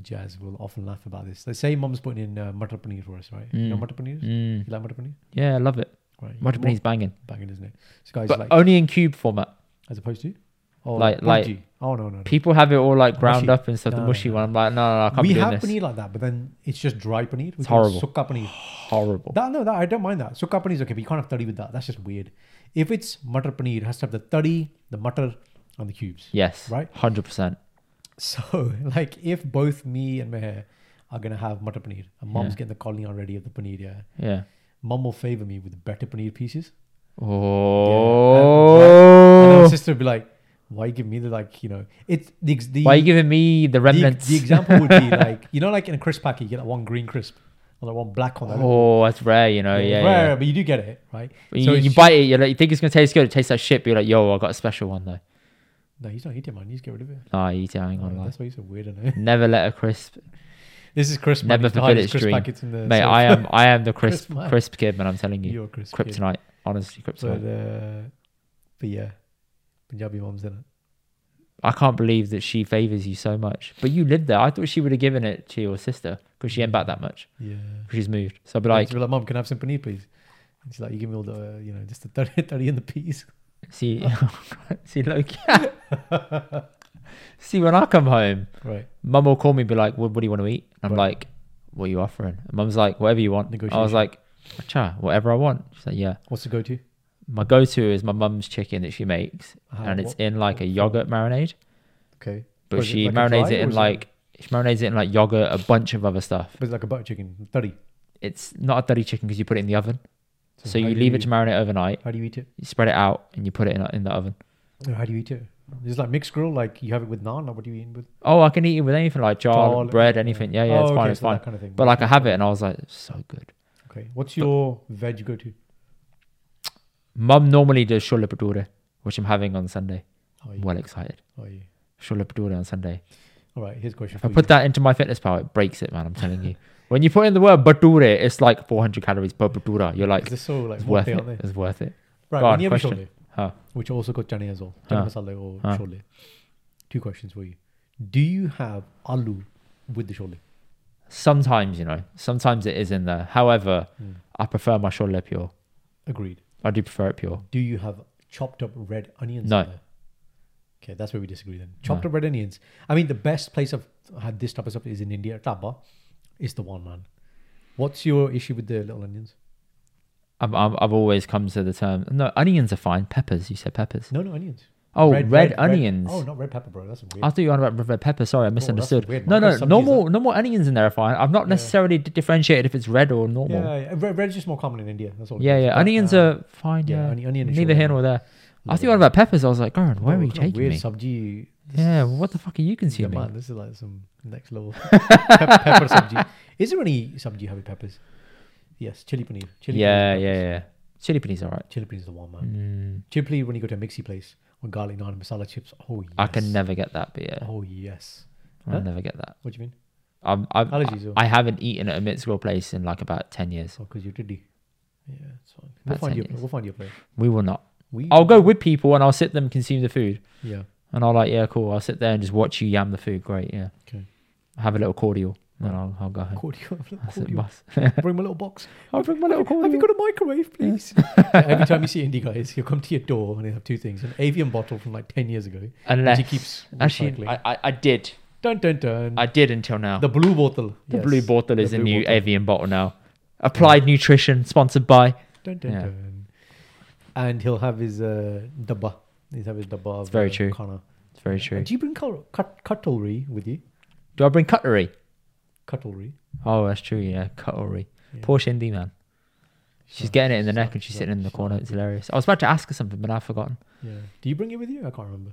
B: or Jazz will often laugh about this. They say mom's putting in uh, matar paneer for us, right? You know
A: Mm.
B: matar paneer?
A: Mm.
B: You like matar paneer?
A: Yeah, I love it.
B: Right.
A: Much
B: Mom-
A: Japanese banging,
B: Banging, isn't it? This guy's
A: but
B: like,
A: only in cube format.
B: as opposed to? Oh,
A: Like- like-
B: PUBG. Oh, no, no. no.
A: People have it all like ground
B: Mushy.
A: up and stuff. the
B: No,
A: mushy
B: no,
A: one. I'm like, no, no, no I can't
B: We
A: be doing
B: have
A: this.
B: paneer like that, but then it's just dry paneer. We
A: It's
B: call it
A: horrible.
B: Sukka paneer.
A: Horrible.
B: That, no, that, I don't mind that. Sukka paneer is okay, but you can't have tadi with that. That's just weird. If it's matar paneer, it has to have the tadi, the matar, and the cubes.
A: yes.
B: Right?
A: Hundred percent.
B: So, like, if both me and Meher are gonna have matar paneer, and mom's
A: Yeah.
B: getting the colony already of the paneer, yeah,
A: Yeah.
B: mom will favor me with better paneer pieces. And then
A: Oh.
B: my sister would be like, "Why give me the like, you know, it's the ex- the
A: Why are you giving me the
B: the,
A: remnants?
B: the example would be like, you know, like in a crisp packet, you get that one green crisp or that one black one. that-
A: oh, that's rare, you know.
B: it's
A: Yeah.
B: rare,
A: yeah.
B: but you do get it, right?
A: But you,
B: it's
A: you
B: ju-
A: bite it, you're like, you think it's gonna taste good. It tastes like shit. But you're like, yo, I got a special one though.
B: No, he's not eating man. You just get rid of it.
A: Nah, I eat it. I ain't
B: Oh,
A: gonna lie.
B: that's why you're so weird, I know.
A: Never let a crisp
B: This is Chris.
A: Never
B: Packett. Hi,
A: fulfill
B: this is
A: its
B: Chris
A: dream.
B: Packett's in there.
A: Mate,
B: so-
A: I am I am the crisp
B: Chris Mann.
A: crisp kid, man. I'm telling you,
B: You're Chris. Kid.
A: kryptonite. Honestly,
B: But,
A: kryptonite.
B: uh, but yeah, Punjabi mom's in it.
A: I can't believe that she favors you so much. But you lived there. I thought she would have given it to your sister because she ain't
B: Mm.
A: back that much.
B: Yeah.
A: 'cause She's moved. So, but like,
B: we're like, mom, can I have some paneer, please? And she's like, you give me all the, uh, you know, just the 30, 30 and the peas.
A: see,
B: Ah.
A: see, Loki. see, when I come home,
B: Right.
A: mum will call me and be like, what, what do you want to eat? And I'm
B: Right.
A: like, what are you offering? And mum's like, whatever you want. I was
B: Negotiation.
A: like, cha, whatever I want. She's like, yeah.
B: What's the go-to?
A: My go to is my mum's chicken that she makes,
B: Ah,
A: and it's
B: what-
A: in like a
B: what-
A: yogurt marinade.
B: Okay.
A: But
B: Was it
A: she
B: like a
A: marinates
B: dry
A: it
B: or
A: in
B: is it-
A: like, she marinates it in like yogurt, a bunch of other stuff.
B: But it's like a butter chicken, 30.
A: It's not a dirty chicken because you put it in the oven. So you leave it to marinate overnight,
B: How do you eat it?
A: you spread it out, and you put it in, in the oven.
B: Or How do you eat it? It's like mixed grill, like you have it with naan, or what do you eat with?
A: Oh, I can eat it with anything like jar,
B: Dal,
A: bread, anything. Yeah, yeah,
B: Oh,
A: it's fine,
B: okay,
A: it's
B: so that
A: fine.
B: kind of thing.
A: But like I have it, and I was like, so good.
B: okay, what's your veg go-to?
A: Mum normally does shola padure, which I'm having on Sunday.
B: How are
A: I'm
B: you?
A: well excited.
B: How are you?
A: Shola padure on Sunday.
B: Oh, All right, here's a question
A: If
B: for
A: I put that into my fitness power, it breaks it, man. I'm telling you. when you put in the word bature, it's like 400 calories per batura. You're
B: you.
A: like,
B: Is this so like
A: it's
B: what
A: worth
B: they
A: it.
B: aren't they?
A: It's worth it.
B: Right,
A: Go on,
B: when you have a
A: question. Ah.
B: chole,
A: Huh.
B: which also got chane as well, chane
A: Huh.
B: masala or
A: Huh.
B: chole. Two questions for you. Do you have aloo with the chole?
A: Sometimes, you know, sometimes it is in there. However, I prefer my shola pure.
B: Agreed.
A: I do prefer it pure.
B: Do you have chopped up red onions?
A: No.
B: in there? Okay, that's where we disagree then. Chopped up red onions. I mean, the best place I've had this type of stuff is in India. Tapa is the one, man. What's your issue with the little onions?
A: I'm, I'm, I've always come to the term. No, onions are fine. Peppers. You said peppers.
B: No, no onions.
A: Oh, red, onions.
B: Oh, not red pepper, bro. That's weird.
A: I thought you were on about red pepper. Sorry, I misunderstood.
B: Oh, weird,
A: no,
B: man.
A: no,
B: Because some
A: normal, normal onions in there are fine. I've not
B: Yeah.
A: necessarily d- differentiated if it's red or normal.
B: yeah, yeah. Red, red is just more common in India. That's all. it
A: Yeah,
B: is.
A: yeah.
B: But,
A: Onions
B: uh,
A: are fine.
B: yeah,
A: Yeah,
B: oni- onion is
A: neither
B: sure,
A: here
B: yeah.
A: nor there. I
B: Yeah.
A: thought you were on about peppers. I was like, Goran, where
B: Oh,
A: are you
B: what kind of
A: taking
B: weird
A: me?
B: Sabji. This
A: yeah,
B: is-
A: what the fuck are you
B: yeah,
A: consuming?
B: man, this is like some next level Pep- pepper sabji. Is there any sabji you have with peppers? Yes, chili paneer. Chili Oh,
A: yeah,
B: paneer with
A: yeah,
B: peppers.
A: yeah. Chili paneer's all right.
B: Chili paneer is the one, man.
A: Mm,
B: Chili paneer when you go to a mixie place with garlic naan and masala chips. Oh yes.
A: I can never get that, but yeah,
B: Oh yes. Huh?
A: I'll never get that.
B: What do you mean?
A: I'm, I've,
B: Allergies or?
A: I haven't eaten at a Mitsubishi place in like about ten years.
B: Oh, because you're diddy. Yeah, it's fine. We'll
A: About
B: find,
A: ten
B: your,
A: years.
B: we'll find your place.
A: We will not.
B: We,
A: I'll go with people and I'll sit them consume the food.
B: Yeah.
A: And I'll like, yeah, cool. I'll sit there and just watch you yam the food. Great, yeah.
B: Okay.
A: Have a little cordial, and I'll, I'll go home.
B: Cordial.
A: That's it,
B: cordial.
A: boss.
B: Bring my little box.
A: I'll bring my little
B: Have you- Have you
A: cordial.
B: got a microwave, please? Every time you see indie guys, he'll come to your door and he'll have two things: an avian bottle from like ten years ago, which
A: Unless
B: he keeps
A: actually,
B: recycling.
A: I, I, I did,
B: dun dun dun.
A: I did until now.
B: the blue bottle.
A: The
B: Yes.
A: blue bottle
B: The
A: is a
B: blue
A: new
B: bottle.
A: avian bottle now. Applied Nutrition, sponsored by.
B: Dun dun
A: Yeah.
B: dun. And he'll have his uh, dabba. He'll have his dabba. It's
A: very true.
B: Kana.
A: It's very true.
B: Do you bring cut, cut, cutlery with you?
A: Do I bring cutlery?
B: Cutlery.
A: Oh, that's true. Yeah, cutlery.
B: Yeah.
A: Poor Shindy man. She's
B: Shut-
A: getting it in the
B: shut-
A: neck and she's
B: shut-
A: sitting in the
B: shut
A: corner.
B: up.
A: It's hilarious. I was about to ask her something, but I've forgotten.
B: Yeah. Do you bring it with you? I can't remember.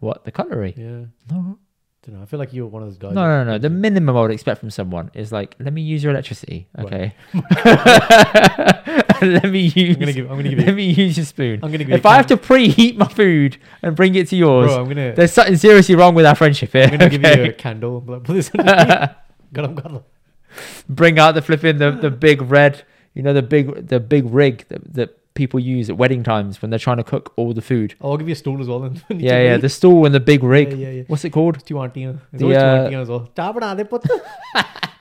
A: What the cutlery?
B: Yeah.
A: No,
B: Don't know. I feel like you're one of those guys.
A: no, no,
B: that-
A: no. The minimum I would expect from someone is like, let me use your electricity,
B: Right.
A: okay? let me use.
B: I'm gonna give. I'm gonna give
A: let
B: you.
A: me use your spoon.
B: I'm gonna give. you a
A: If I have
B: can-
A: to preheat my food and bring it to yours,
B: bro, I'm gonna.
A: there's something seriously wrong with our friendship here.
B: I'm gonna give you
A: okay?
B: a candle. I'm like, put this underneath. Garam garam.
A: bring out the flipping the, the big red you know the big the big rig that, that people use at wedding times when they're trying to cook all the food
B: Oh, I'll give you a stool as well. And
A: yeah yeah the stool and the big rig
B: Yeah, yeah, yeah.
A: what's it called
B: two aunties. There's
A: The,
B: always two
A: uh,
B: aunties as well. Cha bana de put.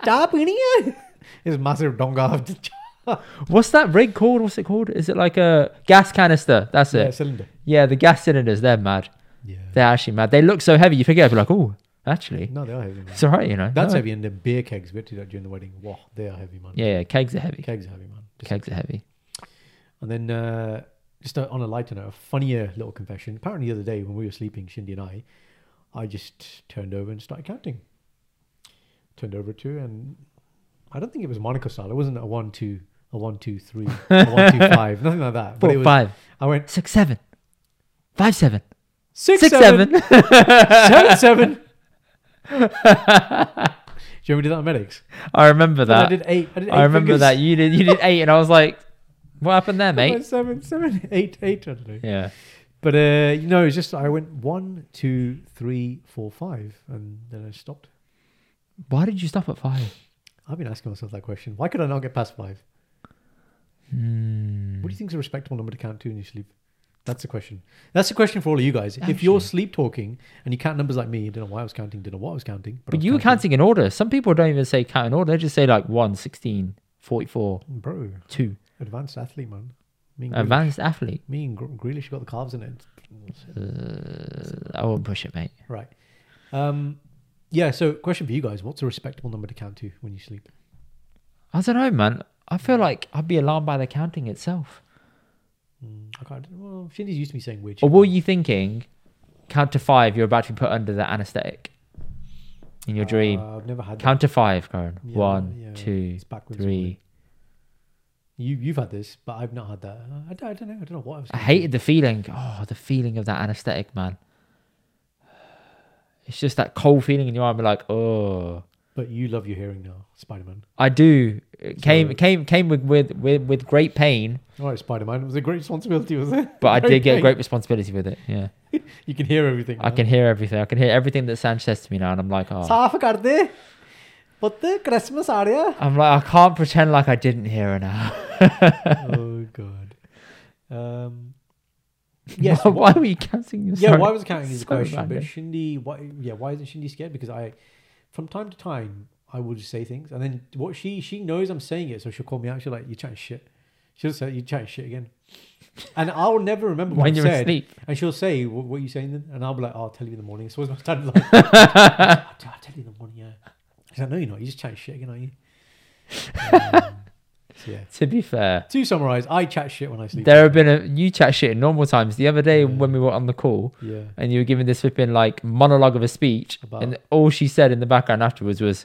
B: Cha peeni hai. His uh. massive donga of the cha.
A: what's that rig called what's it called is it like a gas canister that's
B: Yeah,
A: it
B: cylinder.
A: yeah the gas cylinders they're mad
B: Yeah.
A: they're actually mad they look so heavy you forget you're like oh actually
B: No, they are heavy, man.
A: it's all right you know
B: That's
A: No.
B: heavy. And the beer kegs we had to do that during the wedding. Wow, they are heavy, man.
A: yeah yeah kegs are heavy
B: Kegs are heavy, man. Just-
A: kegs are heavy
B: And then uh, just uh, on a lighter note, a funnier little confession. Apparently, the other day when we were sleeping, Shindy and I, I just turned over and started counting. Turned over to, and I don't think it was Monaco style. It wasn't a one, two, a one, two, three, a one, two, five, nothing like that.
A: Four,
B: it was,
A: five
B: I went
A: six seven five seven
B: six,
A: six
B: seven,
A: seven
B: seven, seven. Do you remember we did that on medics?
A: i remember
B: And I
A: that
B: did eight. I, did eight
A: I remember
B: fingers.
A: that you did you did eight, and I was like, "What happened there, mate?"
B: Seven, seven, eight, eight. I don't know.
A: Yeah,
B: But uh, you know, it's just I went one, two, three, four, five, and then I stopped.
A: Why did you stop at five?
B: I've been asking myself that question. Why could I not get past five?
A: Hmm.
B: Hmm. What do you think is a respectable number to count to in your sleep? That's the question. That's the question for all of you guys. If you're
A: Actually.
B: sleep talking and you count numbers like me, you don't know why I was counting, don't know what I was counting. I
A: But
B: was
A: you were counting in order. Some people don't even say count in order. They just say like 1, 16, 44,
B: Bro,
A: 2.
B: advanced athlete, man. Me and, Grealish,
A: Advanced athlete.
B: me and Gr- Grealish got the calves in it.
A: Uh, I won't push it, mate.
B: Right. Um, yeah, so question for you guys. What's a respectable number to count to when you sleep?
A: I don't know, man. I feel like I'd be alarmed by the counting itself.
B: Mm, I can't. Well, Shindy's used to me saying which.
A: Or were you thinking, count to five, you're about to be put under the anesthetic in your dream?
B: Uh, I've never had
A: Count to five, Corin.
B: Yeah, yeah,
A: One, two,
B: it's backwards,
A: three.
B: that. You, you've had this, but I've not had that. Uh, I, don't, I don't know. I don't know what I was
A: I
B: thinking.
A: hated the feeling. Oh, the feeling of that anesthetic, man. It's just that cold feeling in your arm, like, oh.
B: But you love your hearing now, Spider Man.
A: I do. It came
B: So-
A: came came with, with with with great pain,
B: All right, Spider Man. It was a great responsibility, was it?
A: but I did get
B: pain.
A: great responsibility with it. Yeah,
B: You can hear everything.
A: I
B: now.
A: can hear everything. I can hear everything that Sanj says to me now, and I'm like, oh,
B: ਸਾਫ਼ ਕਰ ਦੇ ਪੁੱਤ Christmas ਆ ਰਿਹਾ
A: I'm like, I can't pretend like I didn't hear her now.
B: oh god um yes
A: why, why were you counting your?
B: yeah
A: sorry?
B: why was counting is the
A: so
B: question
A: random.
B: but shindy why yeah why isn't shindy scared because i from time to time i will just say things and then what she she knows i'm saying it so she'll call me out she'll like you're chatting shit she'll say you're chatting shit again and i'll never remember what
A: when
B: you
A: you're
B: said
A: asleep?
B: and she'll say what, what are you saying then and i'll be like oh, i'll tell you in the morning so it's my standard like I'll, tell- I'll tell you in the morning yeah she's like no you're not you're just chatting shit again aren't you um, so yeah
A: To be fair,
B: to summarize, I chat shit when I sleep.
A: there have been a you chat shit in normal times. The other day
B: Yeah.
A: when we were on the call.
B: yeah.
A: And you were giving this flipping like monologue of a speech,
B: About-
A: and all she said in the background afterwards was,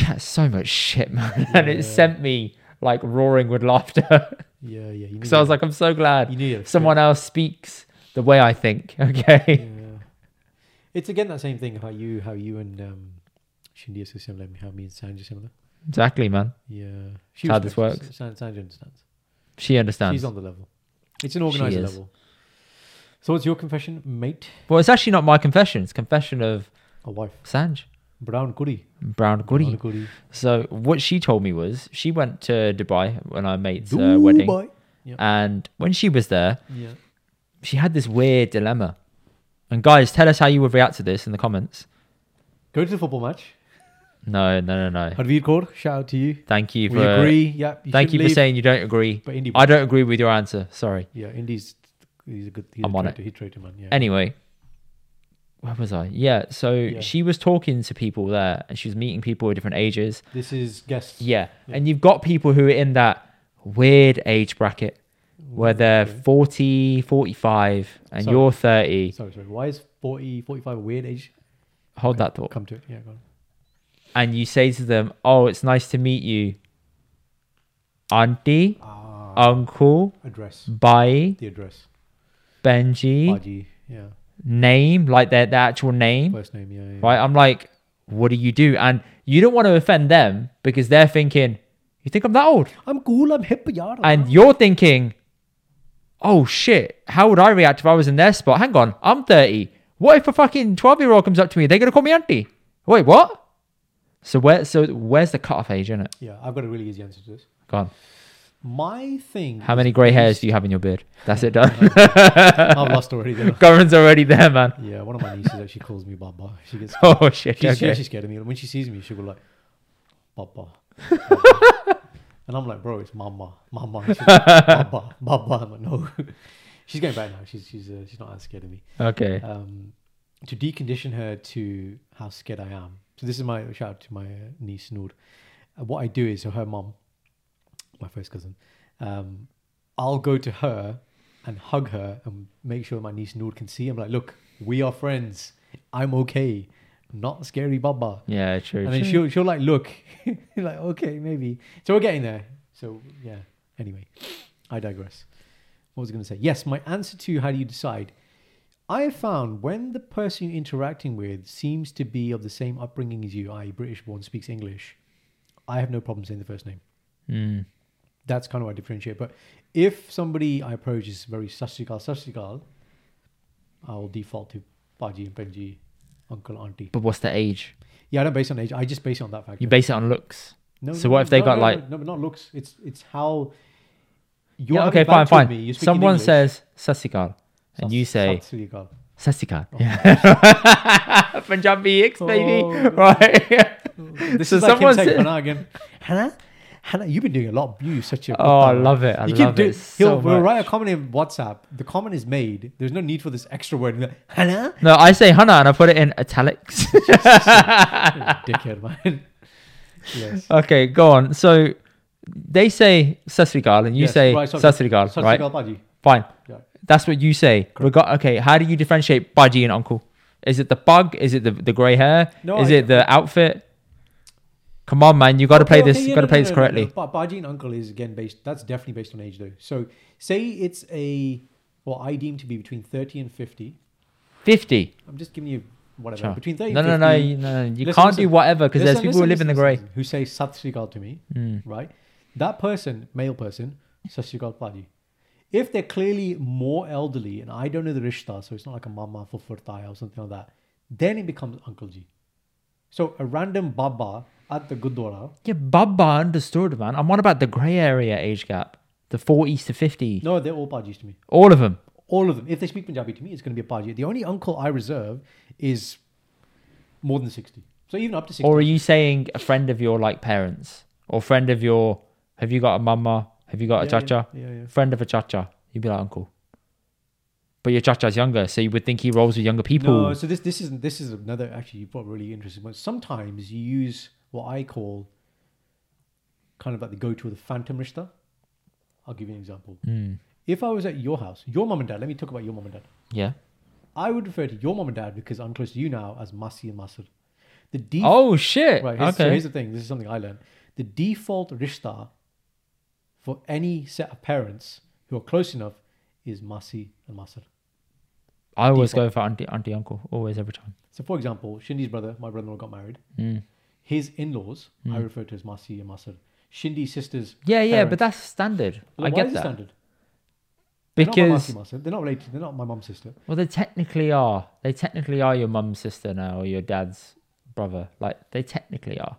A: "Chat so much shit, man," and
B: Yeah.
A: it sent me like roaring with laughter.
B: Yeah, yeah. You
A: Because I was like, I'm so glad
B: you need it.
A: someone else speaks the way I think.
B: Yeah.
A: Okay.
B: It's again that same thing how you how you and um, Shindy are so similar, and how me and Sanj are similar.
A: Exactly, man.
B: Yeah. She
A: It's how this
B: respects us. San, Sanj understands.
A: She
B: She's
A: understands.
B: on the level. It's an organizer
A: is.
B: level. So what's your confession, mate?
A: well, it's actually not my confession. It's confession of
B: A wife,
A: Sanj
B: brown curry.
A: Brown Goody.
B: Brown curry.
A: So what she told me was she went to Dubai when our mate's uh, wedding,
B: Dubai.
A: and when she was there,
B: Yeah.
A: she had this weird dilemma. And guys, tell us how you would react to this in the comments.
B: Go to the football match.
A: No, no, no, no.
B: Advid Kaur, shout out to you.
A: Thank you
B: We
A: for
B: agree. Yeah.
A: uh, thank you
B: shouldn't
A: for
B: leave,
A: saying you don't agree.
B: But Indy.
A: I don't agree with your answer. Sorry.
B: Yeah, Indy's. He's a good. He's
A: I'm
B: a
A: on
B: traitor, He's a traitor man. Yeah.
A: anyway where was i yeah so
B: Yeah.
A: she was talking to people there and she was meeting people at different ages
B: This is guests.
A: yeah, and you've got people who are in that weird age bracket where they're
B: Mm,
A: 40
B: Okay.
A: 45 and
B: Sorry.
A: you're 30
B: Sorry, sorry. Why is 40, 45 a weird age?
A: hold that thought
B: Come to it. Yeah, go on.
A: and you say to them oh it's nice to meet you auntie
B: Ah, Mm.
A: uncle
B: address.
A: bye
B: The address.
A: benji
B: RG. Yeah.
A: name like their, their actual name
B: First name. Yeah. yeah.
A: right? I'm like, what do you do? And you don't want to offend them because they're thinking, you think I'm that old?
B: I'm cool. I'm hip. Yeah.
A: And you're thinking, oh shit, how would I react if I was in their spot? Hang on, I'm 30. What if a fucking 12 year old comes up to me? They're going to call me auntie. Wait, what? So where? So where's the cutoff age in it?
B: yeah. I've got a really easy answer to this.
A: Go on.
B: My thing.
A: How
B: is
A: many grey hairs
B: based-
A: do you have in your beard? That's it done.
B: I've lost already. Then.
A: Goran's already there, man.
B: Yeah. One of my nieces actually calls me Baba. She gets.
A: Oh shit.
B: She's
A: okay.
B: actually scared of me. When she sees me, she'll go like, Baba. and I'm like, bro, it's Mama. Mama. She's like, Baba. Baba. I'm like, no. she's getting better now. She's she's uh, she's not as scared of me.
A: okay.
B: um, to decondition her to how scared I am. So this is my shout out to my uh, niece Noor. Uh, what I do is, so her mom, my first cousin, um, I'll go to her and hug her and make sure my niece Noor can see. I'm like, look, we are friends. I'm okay. Not scary, Baba.
A: Yeah, true.
B: And then
A: true.
B: she'll she'll like look, like okay maybe. So we're getting there. So yeah. Anyway, I digress. What was I going to say? Yes, my answer to how do you decide? I have found when the person you're interacting with seems to be of the same upbringing as you, i.e., British born, speaks English, I have no problem saying the first name.
A: Mm.
B: That's kind of how I differentiate. But if somebody I approach is very Sasigal, Sasigal, I'll default to Baji and Benji, uncle, auntie.
A: But what's the age?
B: Yeah, I don't base it on age. I just base it on that factor.
A: You base it on looks.
B: No,
A: so what if they
B: no,
A: got,
B: no,
A: like-
B: no, but not looks. It's it's how. You're
A: Yeah,
B: having
A: okay, fine,
B: banter with
A: fine.
B: me, you're speaking
A: Someone
B: English.
A: says Sasikal, and
B: Sat-
A: you say
B: Satsrikal.
A: Sasikal. Yeah. Punjabi X, baby.
B: Oh, God.
A: right.
B: This
A: So
B: is like him
A: someone
B: saying
A: said-
B: Hannah again. Hannah, Hannah, you've been doing a lot. Of, you such a.
A: Oh, I love it. I
B: you
A: love
B: do,
A: it so
B: he'll, We'll
A: much.
B: write a comment in WhatsApp. The comment is made. There's no need for this extra word. You're like, Hannah,
A: No, I say Hana and I put it in italics.
B: dickhead man. yes.
A: okay, go on. So they say Sasikal, and you
B: Yes,
A: say
B: right,
A: right,
B: so-
A: Sasikal, right?
B: Satsrikal, Paji.
A: Fine.
B: Yeah.
A: That's what you say. Rega- okay, how do you differentiate Baji and Uncle? Is it the bug? Is it the, the grey hair?
B: No,
A: Is
B: I-
A: it the outfit? Come on, man. You got to play
B: Okay,
A: this.
B: okay,
A: you
B: yeah,
A: got to
B: no,
A: play
B: no,
A: this
B: no, no,
A: correctly.
B: no. But Baji and Uncle is again based. That's definitely based on age though. So say it's a what I deem to be between thirty and fifty.
A: 50.
B: I'm just giving you whatever
A: Sure.
B: between
A: No,
B: thirty.
A: no,
B: and
A: no,
B: 50,
A: no, you- no, no. You
B: Listen,
A: can't do
B: listen.
A: whatever because there's
B: Listen,
A: people who
B: listen,
A: live in the
B: listen,
A: grey. Hmm.
B: listen, Who say Sat Sri Akal to me, right? That person, male person, Sat Sri Akal Padi. If they're clearly more elderly, and I don't know the rishta, so it's not like a mama for furtaya or something like that, then it becomes Uncle Ji. So a random baba at the gurdwara.
A: Yeah, Baba understood, man. I'm on about the grey area age gap, the 40s to 50.
B: No, they're all Pajis to me.
A: All of them.
B: All of them. If they speak Punjabi to me, it's going to be a Paji. The only uncle I reserve is more than 60. So even up to 60.
A: Or are you saying a friend of your like parents or friend of your? Have you got a mama? Have you got a
B: Yeah,
A: cha
B: yeah,
A: cha?
B: yeah, yeah.
A: Friend of a cha cha. You'd be like uncle. But your cha cha's younger, so you would think he rolls with younger people.
B: No, so this this isn't this is another actually you brought a really interesting one. Sometimes you use what I call kind of like the go to of the phantom rishta. I'll give you an example. If I was at your house, your mom and dad, let me talk about your mom and dad.
A: yeah.
B: I would refer to your mom and dad because I'm close to you now as Masi and Masud. The default
A: Oh shit.
B: Right. Here's,
A: okay.
B: So here's the thing. This is something I learned. The default rishta for any set of parents who are close enough is Masi and Masr.
A: I always go for auntie, auntie, uncle, always every time.
B: So, for example, Shindi's brother, my brother-in-law, got married.
A: Mm.
B: His in-laws, I
A: Hmm.
B: refer to as Masi and Masr. Shindi's sisters.
A: Yeah, yeah, but
B: parents.
A: that's standard.
B: Well,
A: I
B: why
A: get
B: is it
A: that
B: standard? They're not my
A: because
B: Masi and Masr. they're not related. They're not my mum's sister.
A: well, they technically are. They technically are your mum's sister now, or your dad's brother. Like they technically are.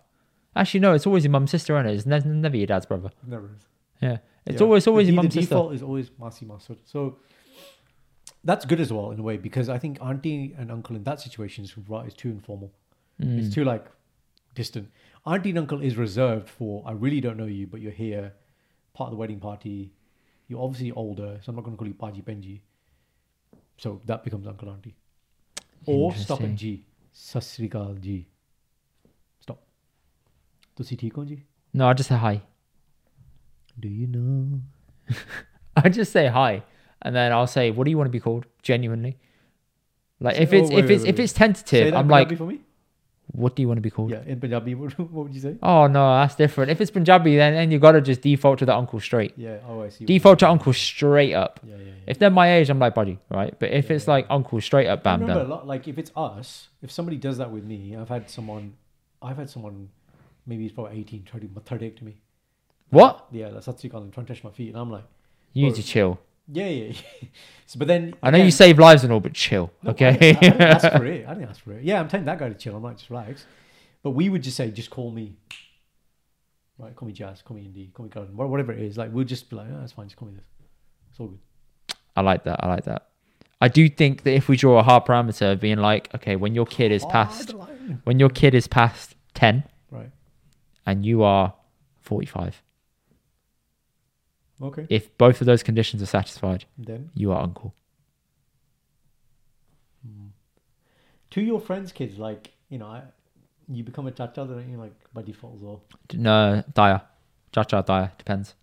A: Actually, no, it's always your mum's sister, and it? it's ne- never your dad's brother.
B: Never. is.
A: Yeah, it's
B: Yeah.
A: always always
B: the,
A: your
B: the
A: mum's sister.
B: default is always Masi Masud. So that's good as well in a way because I think auntie and uncle in that situation is right is too informal.
A: Mm.
B: It's too like distant. Auntie and uncle is reserved for I really don't know you, but you're here, part of the wedding party. You're obviously older, so I'm not going to call you Paji Benji. So that becomes uncle auntie. Or stop at
A: Interesting.
B: G. Sasrikal G. Stop. ਤੁਸੀਂ ਠੀਕ ਹੋ ਜੀ?
A: No, I just say hi.
B: Do you know?
A: I just say hi, and then I'll say, "What do you want to be called?" Genuinely, like
B: Say-
A: if it's
B: oh, wait,
A: if
B: wait,
A: it's
B: wait,
A: if
B: wait.
A: it's
B: Say
A: tentative,
B: that
A: I'm
B: in
A: like, Oh.
B: Punjabi for me?
A: "What do you want to be called?"
B: Yeah, in Punjabi, what, what would you say?
A: Oh no, that's different. If it's Punjabi, then then you gotta just default to the uncle straight.
B: Yeah, oh, I see.
A: Default to uncle straight up.
B: yeah, yeah, yeah.
A: If they're my age, I'm like buddy, right? But if it's like uncle straight up,
B: I
A: bam
B: remember
A: bam.
B: a lot, like if it's us, if somebody does that with me, I've had someone, I've had someone, maybe he's probably 18, try to do my third egg to me.
A: What?
B: Yeah, that's what you call him, trying to touch my feet. And I'm like,
A: You need to chill.
B: yeah, yeah. yeah. so, but then.
A: I know
B: again-
A: you save lives and all, but chill.
B: No, I
A: okay.
B: didn't- I didn't ask for it. I didn't ask for it. Yeah, I'm telling that guy to chill. I'm like, just relax. But we would just say, just call me. Right, call me Jazz, call me Indie, call me Garden, wha- whatever it is. Like, we'll just be like, oh, that's fine, just call me this. It's all good.
A: I like that. I like that. I do think that if we draw a hard parameter of being like, okay, when your kid is past,
B: Hard line.
A: when your kid is past ten
B: Right.
A: and you are forty-five,
B: Okay.
A: if both of those conditions are satisfied,
B: Then
A: you are uncle.
B: to your friends' kids, like you know, I, you become a chacha, then you like by default as well.
A: No, dire, cha cha dire depends.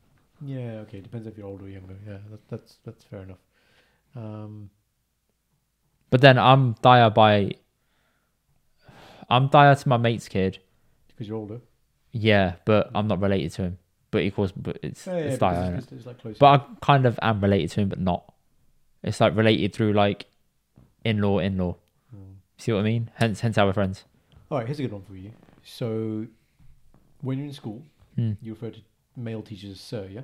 B: Yeah, okay, depends if you're older or younger. Yeah, that, that's that's fair enough. Um,
A: But then I'm dire by. I'm dire to my mate's kid.
B: because you're older.
A: Yeah, but I'm not related to him. But he calls, but it's
B: Yeah, yeah,
A: it's
B: because
A: dire.
B: it's,
A: innit?
B: just- it's like close.
A: But I kind of am related to him, but not. It's like related through like in law, in law.
B: Hmm.
A: See what I mean? Hence, hence our friends.
B: all right, here's a good one for you. So, when you're in school,
A: Hmm.
B: you refer to male teachers as sir, yeah.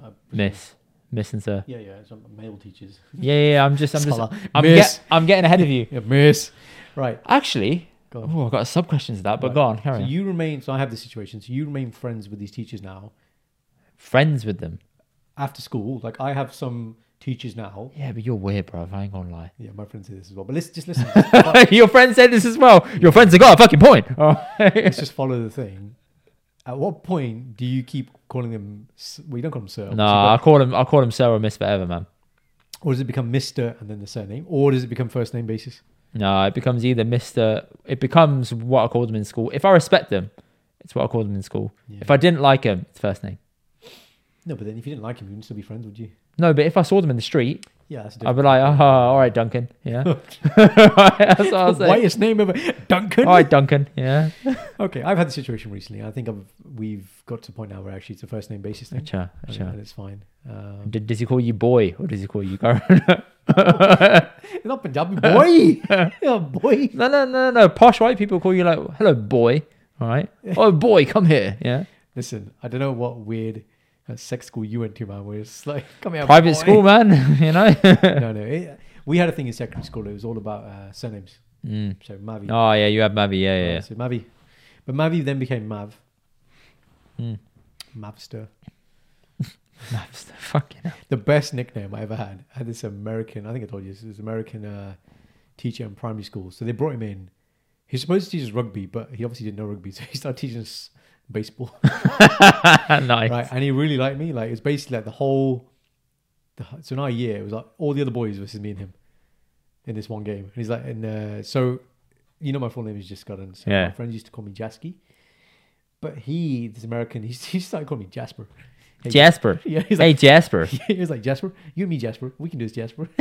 B: I presume-
A: Miss, Miss and Sir.
B: Yeah, yeah, some male teachers.
A: Yeah, yeah, yeah, I'm just, I'm just,
B: Scholar.
A: I'm,
B: Miss.
A: get, I'm getting ahead of you.
B: Yeah, miss. Right.
A: Actually,
B: Go on.
A: oh, I've got a sub question to that, but
B: Right.
A: go on, carry
B: So
A: on.
B: you remain. So I have this situation. So you remain friends with these teachers now
A: Friends with them.
B: after school. Like I have some teachers now.
A: Yeah, but you're weird, bro. I ain't gonna lie.
B: Yeah, my friends do this as well. But let's just listen.
A: Your friend said this as well. Your friends have got a fucking point.
B: Oh. let's just follow the thing. At what point do you keep calling them? s- Well, you don't call them sir.
A: no, I call him. I call him Sir or Miss forever, man.
B: Or does it become Mister and then the surname, or does it become first name basis?
A: No, it becomes either Mister. It becomes what I called them in school. If I respect them, it's what I called them in school.
B: Yeah.
A: If I didn't like them, it's first name.
B: No, but then if you didn't like him, you wouldn't still be friends, would you?
A: No, but if I saw them in the street,
B: Yeah, that's
A: I'd
B: different.
A: be like, oh, all right, Duncan. Yeah, that's what I'll
B: the
A: say. Oh,
B: whitest name ever, Duncan.
A: All right, Duncan. Yeah.
B: Okay, I've had the situation recently. I think I've we've got to a point now where actually it's a first name basis thing,
A: Sure,
B: and,
A: sure.
B: and it's fine. Um,
A: D- does he call you boy or does he call you Karen?
B: You're not Punjabi boy. yeah, boy.
A: no, no, no, no. Posh white people call you like, hello, boy. All right. Oh, boy, come here. Yeah.
B: Listen, I don't know what weird uh, sex school you went to, man. Where it's like, come here,
A: Private
B: boy.
A: school, man. you know.
B: no, no. It, we had a thing in secondary school. It was all about uh, surnames.
A: Mm.
B: So Mavi.
A: Oh yeah, you have Mavi. Yeah, yeah.
B: Right,
A: yeah.
B: So Mavi, but Mavi then became Mav.
A: Mm.
B: Mavster.
A: That's the fucking. hell.
B: The best nickname I ever had. I had this American. I think I told you this. This American uh, teacher in primary school. So they brought him in. He's supposed to teach us rugby, but he obviously didn't know rugby, so he started teaching us baseball.
A: nice.
B: right? And he really liked me. Like it's basically like the whole. The, so in our year, it was like all the other boys versus me and him, in this one game. And he's like, and uh, so, you know, my full name is Just Scudden. So
A: Yeah.
B: my friends used to call me Jasky, but he, this American, he, he started calling me Jasper. Hey,
A: Jasper.
B: Yeah, he's
A: hey
B: like,
A: Jasper.
B: he was like Jasper, you and me, Jasper, we can do this, Jasper.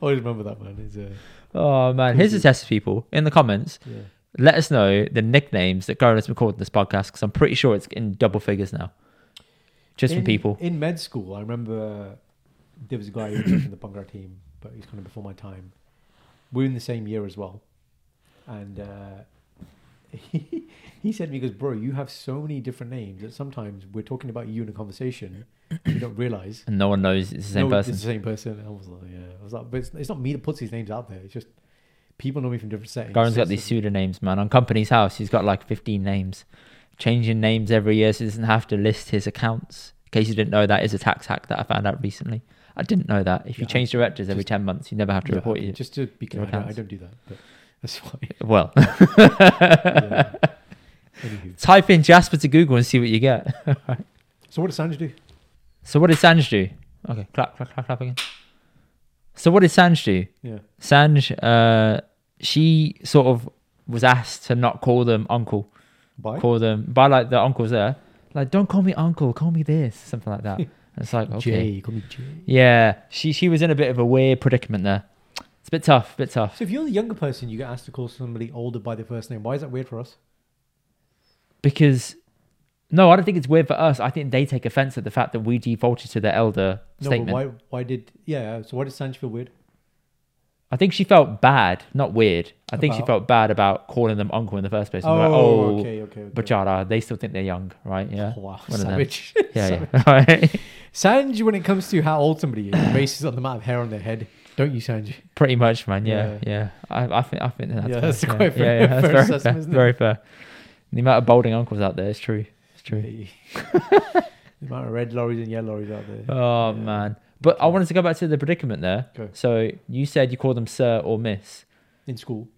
B: Always remember that man. It's, uh,
A: Oh man, here's a test, people. In the comments,
B: yeah.
A: let us know the nicknames that Goran has been called in this podcast because I'm pretty sure it's in double figures now. Just
B: in,
A: from people.
B: in med school. I remember there was a guy who was in the Bhangra team, but he's kind of before my time. We were in the same year as well, and uh, he, he said to me, "He goes, bro, you have so many different names that sometimes we're talking about you in a conversation, we don't realize."
A: And no one knows it's the same
B: no,
A: person.
B: It's the same person. I was like, yeah. I was like, but it's, it's not me that puts these names out there. It's just people know me from different settings.
A: Goran's
B: So
A: got these
B: it's-
A: pseudonyms, man. On company's house, he's got like 15 names, changing names every year, so he doesn't have to list his accounts. In case you didn't know, that is a tax hack that I found out recently. I didn't know that. If you
B: Yeah,
A: change directors every 10 months, you never have to
B: yeah,
A: report
B: okay,
A: you.
B: Just to be clear, I don't, I
A: accounts.
B: don't do that. But that's why.
A: Well,
B: yeah. Anywho.
A: type in Jasper to Google and see what you get.
B: So what does Sanj do?
A: So what did Sanj do? Okay, clap, clap, clap, clap again. So what did Sanj do?
B: Yeah.
A: Sanj, uh, she sort of was asked to not call them uncle.
B: Bye.
A: call them by like the uncles there. Like, don't call me uncle, call me this, something like that. And it's like, okay,
B: Jay, call me Jay.
A: yeah, she she was in a bit of a weird predicament there. It's a bit tough, bit tough,
B: So if you're the younger person, you get asked to call somebody older by their first name. Why is that weird for us?
A: because no, I don't think it's weird for us. I think they take offense at the fact that we defaulted to the elder
B: No,
A: statement.
B: but why? Why did? Yeah. So why did Sanj feel weird?
A: I think she felt bad, not weird. I think she
B: About-
A: felt bad about calling them uncle in the first place. Oh, like, oh
B: okay, okay, okay.
A: Bachara, they still think they're young, right? Yeah,
B: Oh, wow,
A: One of them.
B: savage.
A: yeah, yeah. Right?
B: Sanj, when it comes to how old somebody is, bases on the amount of hair on their head, don't you, Sanj?
A: Pretty much, man. Yeah,
B: Yeah.
A: yeah. I, I think I think that's
B: Yeah,
A: fair,
B: that's quite fair- fair
A: very
B: assessment, isn't it?
A: Very fair. The amount of balding uncles out there, it's true. It's true.
B: the amount of red lorries and yellow lorries out there.
A: Oh
B: Yeah.
A: man. But I wanted to go back to the predicament there.
B: Go.
A: So you said you call them sir or miss.
B: in school.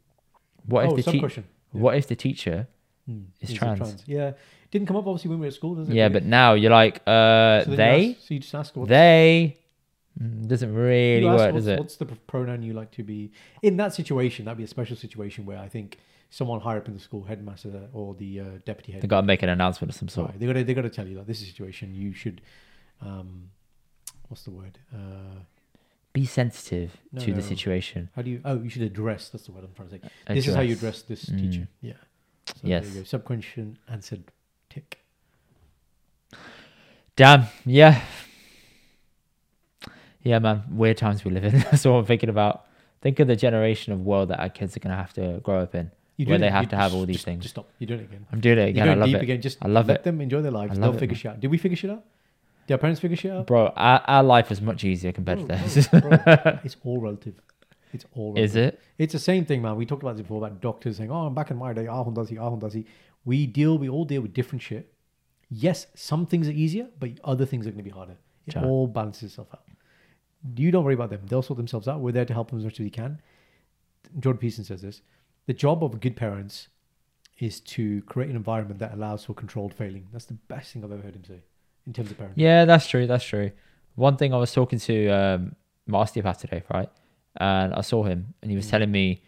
A: What
B: oh,
A: if the
B: sub
A: te-
B: question. yeah.
A: what if the teacher?
B: Hmm,
A: It's
B: is it
A: trans.
B: Yeah, didn't come up obviously when we were at school, does it?
A: Yeah, but now you're like uh
B: So then you
A: they
B: ask- so you just ask what
A: they Mm, doesn't really
B: You ask
A: work,
B: what's,
A: does it?
B: What's the pr- pronoun you like to be in that situation? That'd be a special situation where I think someone higher up in the school, headmaster or the uh, deputy
A: They
B: head,
A: gotta make an announcement of some sort.
B: right, they got to they got to tell you like this is a situation you should, um, what's the word? Uh,
A: Be sensitive
B: No,
A: to
B: no.
A: the situation.
B: how do you? Oh, you should address. That's the word I'm trying to say. This is how you address this
A: Mm.
B: teacher. Yeah. So
A: Yes.
B: There you go. Subquestion answered. Tick.
A: Damn. Yeah. Yeah, man. Weird times we live in. That's all I'm thinking about. Think of the generation of world that our kids are going to have to grow up in.
B: You
A: Where
B: doing
A: they
B: it-
A: have
B: you
A: to have
B: just-
A: all these
B: just-
A: things.
B: Just stop. You're doing it again.
A: I'm doing it
B: You're
A: again. I
B: going
A: love
B: deep
A: it.
B: again. Just
A: I love
B: let
A: it.
B: them enjoy their lives.
A: I
B: They'll
A: love it,
B: figure shit out. Did we figure shit out? Did our parents figure shit out?
A: Bro, our, our life is much easier compared
B: Bro,
A: to
B: bro,
A: theirs.
B: bro, Oh, it's all relative. It's all relative.
A: is it?
B: It's the same thing, man. We talked about this before about doctors saying, "Oh, back in my day, ah, does he, ah, does he." We deal, we all deal with different shit. Yes, some things are easier, but other things are going to be harder. It
A: Sure.
B: all balances itself out. You don't worry about them; they'll sort themselves out. We're there to help them as much as we can. Jordan Peterson says this: the job of good parents is to create an environment that allows for controlled failing. That's the best thing I've ever heard him say in terms of parenting.
A: Yeah, that's true. That's true. One thing I was talking to um, my osteopath today, right? And I saw him, and he
B: Mm.
A: was telling me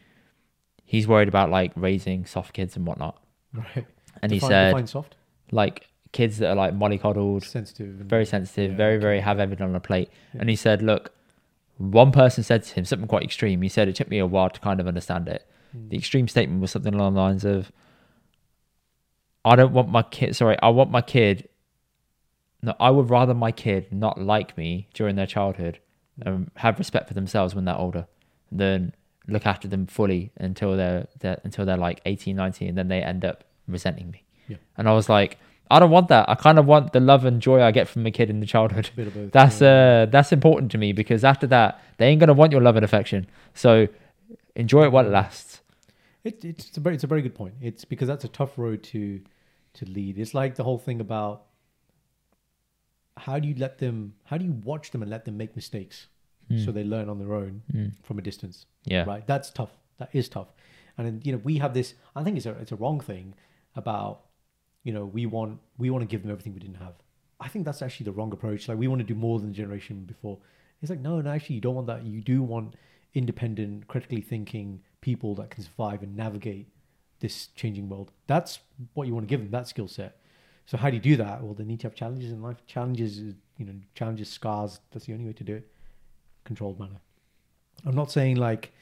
A: he's worried about like raising soft kids and whatnot.
B: Right?
A: And he
B: Define-
A: said
B: define soft,
A: like kids that are like mollycoddled,
B: sensitive, and
A: very sensitive,
B: Yeah,
A: very,
B: okay.
A: very have everything on a plate. And he said, Look, one person said to him something quite extreme. He said, It took me a while to kind of understand it. The extreme statement was something along the lines of, I don't want my kid, sorry, I want my kid, no, I would rather my kid not like me during their childhood and have respect for themselves when they're older than look after them fully until they're, they're until they're like 18, 19, and then they end up resenting me.
B: Yeah.
A: And I was like, I don't want that. I kind of want the love and joy I get from a kid in the childhood.
B: bit of both,
A: That's
B: yeah.
A: uh, that's important to me because after that, they ain't gonna want your love and affection. So enjoy it while it lasts.
B: It, it's it's a very it's a very good point. It's because that's a tough road to to lead. It's like the whole thing about how do you let them how do you watch them and let them make mistakes
A: Hmm.
B: so they learn on their own from a distance.
A: Yeah.
B: Right. That's tough. That is tough. And then, you know, we have this I think it's a it's a wrong thing about, you know, we want we want to give them everything we didn't have. I think that's actually the wrong approach. Like we want to do more than the generation before. It's like, no, no, actually you don't want that. You do want independent, critically thinking people that can survive and navigate this changing world. That's what you want to give them, that skill set. So how do you do that? Well, they need to have challenges in life. Challenges, is, you know, challenges, scars. That's the only way to do it. Controlled manner. I'm not saying like,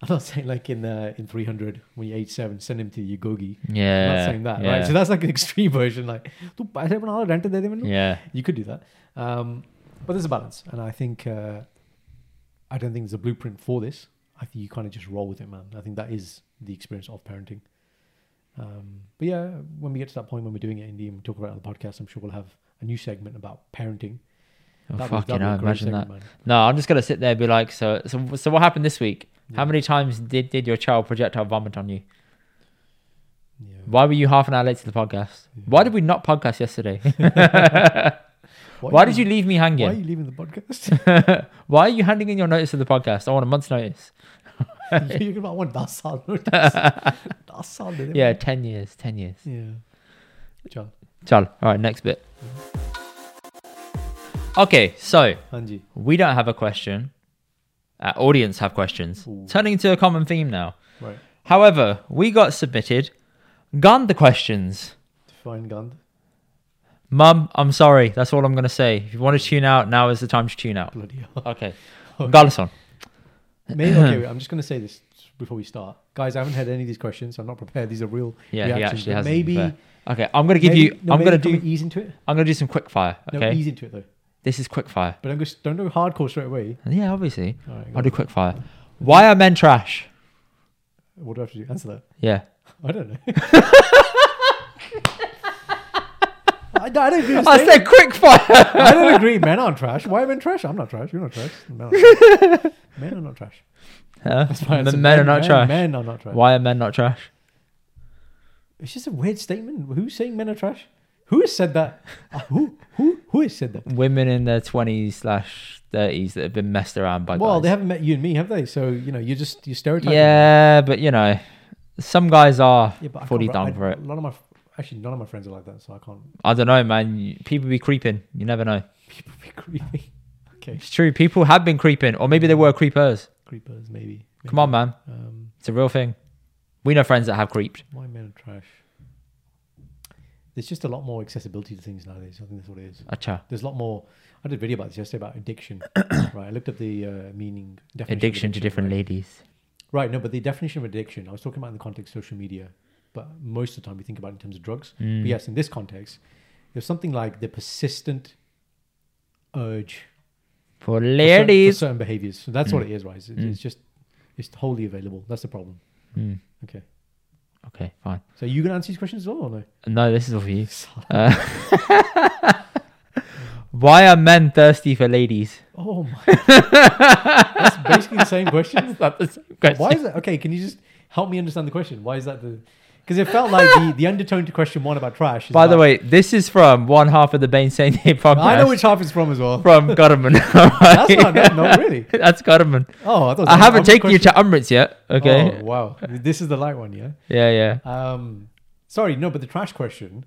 B: I'm not saying like in the in 300 when you're age seven, send him to Yugogi.
A: Yeah.
B: I'm not saying that,
A: yeah.
B: right? So that's like an extreme version. Like, "Tu paisa bana, rent de de mainu."
A: yeah.
B: you could do that. Um, but there's a balance, and I think uh, I don't think there's a blueprint for this. I think you kind of just roll with it, man. I think that is the experience of parenting. Um, but yeah, when we get to that point when we're doing it in the and we talk about it on the podcast, I'm sure we'll have a new segment about parenting.
A: Oh,
B: That'd be-
A: fucking
B: that'd be a
A: hell,
B: great
A: imagine that.
B: segment, man.
A: No, I'm just gonna sit there and be like, so so so what happened this week? How many times did, did your child projectile vomit on you?
B: Yeah.
A: Why were you half an hour late to the podcast? Why did we not podcast yesterday?
B: Why,
A: Why did you leave me
B: Why are
A: hanging?
B: you leaving the podcast?
A: Why are you handing in your notice of the podcast? I want a month's notice.
B: You're gonna want that sound. That sound.
A: Yeah, ten years, ten years.
B: Yeah. John,
A: Chal. All right, next bit. Okay, so
B: Anji.
A: we don't have a question. Our audience have questions. Turning to a common theme now.
B: Right.
A: However, we got submitted Gandhi questions.
B: Fine Gand.
A: Mum, I'm sorry. That's all I'm going to say. If you want to tune out, now is the time to tune out.
B: Bloody hell.
A: Okay. Garlison.
B: Maybe, okay, wait, I'm just going to say this before we start, guys. I haven't had any of these questions. I'm not prepared. These are real
A: Yeah, he
B: reactions.
A: actually
B: but
A: has.
B: maybe.
A: Okay, I'm going to give you.
B: maybe- no,
A: I'm
B: maybe
A: going
B: can
A: to
B: we
A: do.
B: ease into it.
A: I'm going to do some quick fire.
B: No,
A: Okay.
B: ease into it though.
A: This is quick fire.
B: But I'm just don't do hardcore straight away.
A: Yeah, obviously.
B: All right, go
A: I'll
B: on.
A: do quick fire. Why are men trash?
B: what do I have to do? Answer that.
A: Yeah.
B: I don't know. I, I don't agree. with
A: I
B: statement.
A: said quick fire.
B: I don't agree. Men aren't trash. Why are men trash? I'm not trash. You're not trash. Men aren't trash. men are not trash.
A: Huh?
B: That's my
A: Men,
B: answer.
A: men are not trash.
B: Men are not trash.
A: Why are men not trash?
B: It's just a weird statement. Who's saying men are trash? Who has said that? Uh, who who who has said that?
A: Women in their twenties slash thirties that have been messed around by
B: Well, they
A: guys.
B: haven't met you and me, have they? So you know, you're just you're stereotyping.
A: yeah, but you know, some guys are
B: yeah, but I
A: fully
B: can't-
A: down
B: I-
A: for it.
B: A lot of my actually none of my friends are like that, so I can't.
A: I don't know, man. You- People be creeping. You never know.
B: People be creepy. Okay,
A: It's true. People have been creeping, or maybe they were creepers.
B: creepers maybe.
A: Come on, man.
B: man. Um,
A: It's a real thing. We know friends that have creeped.
B: why men are trash? There's just a lot more accessibility to things nowadays. I think that's what it is.
A: Acha.
B: There's a lot more. I did a video about this yesterday about addiction. right, I looked up the uh, meaning definition of
A: Addiction to different
B: right?
A: ladies.
B: Right, no, but the definition of addiction, I was talking about in the context of social media, but most of the time we think about it in terms of drugs.
A: Mm.
B: But yes, in this context, there's something like the persistent urge
A: For
B: for cer- for
A: ladies.
B: certain behaviors. So that's what it is, right? It's, it's just, it's wholly available. That's the problem.
A: Mm.
B: Okay.
A: Okay, fine.
B: So are you going to answer these questions as well or no?
A: No, this is all for you.
B: Sorry.
A: Uh, Why are men thirsty for ladies?
B: Oh my! That's basically the same question.
A: It's not the same question.
B: Why is that? Uh, Okay, can you just help me understand the question? Why is that the? Because it felt like the, the undertone to question one about trash. Is
A: By the
B: like-
A: way, this is from one half of the Bane Saint Day podcast.
B: I know which half it's from as well.
A: from Godman.
B: That's not no, no, really.
A: That's Godman.
B: Oh, I thought.
A: I haven't
B: I'm
A: taken you
B: question-
A: to Umbrance yet. Okay.
B: Oh, wow, this is the light one, yeah.
A: Yeah, yeah.
B: Um, sorry, no, but the trash question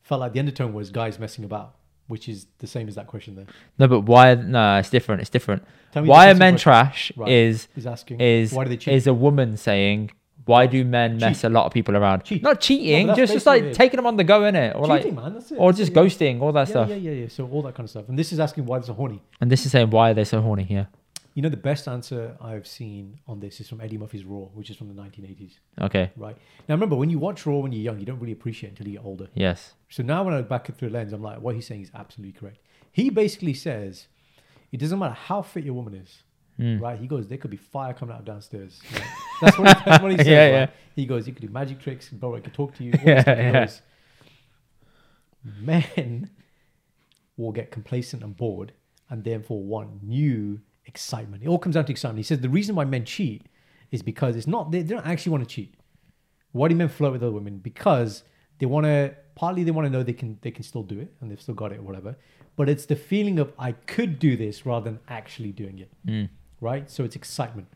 B: felt like the undertone was guys messing about, which is the same as that question there.
A: No, but why? No, it's different. It's different.
B: Tell me the
A: Why are
B: second
A: men
B: question.
A: trash?
B: Right.
A: Is
B: He's asking
A: is
B: why do they cheat?
A: is a woman saying? Why do men mess a lot of people around?
B: Cheat.
A: Not cheating,
B: No, but that's
A: just just
B: basically
A: like
B: it.
A: taking them on the go, innit? Or
B: cheating,
A: like,
B: man. That's it.
A: or
B: That's
A: just
B: it, yeah.
A: ghosting, all that
B: yeah,
A: stuff.
B: Yeah, yeah, yeah. So all that kind of stuff. And this is asking why there's a horny.
A: And this is saying why are they so horny? Yeah.
B: You know, the best answer I've seen on this is from Eddie Murphy's Raw, which is from the 1980s,
A: Okay.
B: right? Now, remember, when you watch Raw when you're young, you don't really appreciate it until you get older.
A: Yes.
B: So now when I look back through the lens, I'm like, what he's saying is absolutely correct. He basically says, it doesn't matter how fit your woman is,
A: Hmm.
B: right? He goes, there could be fire coming out of downstairs. Right? That's, what he, that's what he says.
A: Yeah,
B: right?
A: yeah.
B: He goes, you could do magic tricks, and Borat could talk to you. all this
A: Yeah,
B: stuff." He
A: yeah.
B: goes, Men will get complacent and bored and therefore want new excitement. It all comes down to excitement. He says the reason why men cheat is because it's not, they, they don't actually want to cheat. Why do men flirt with other women? Because they want to. Partly, they want to know they can they can still do it and they've still got it or whatever. But it's the feeling of I could do this rather than actually doing it,
A: Mm.
B: right? So it's excitement.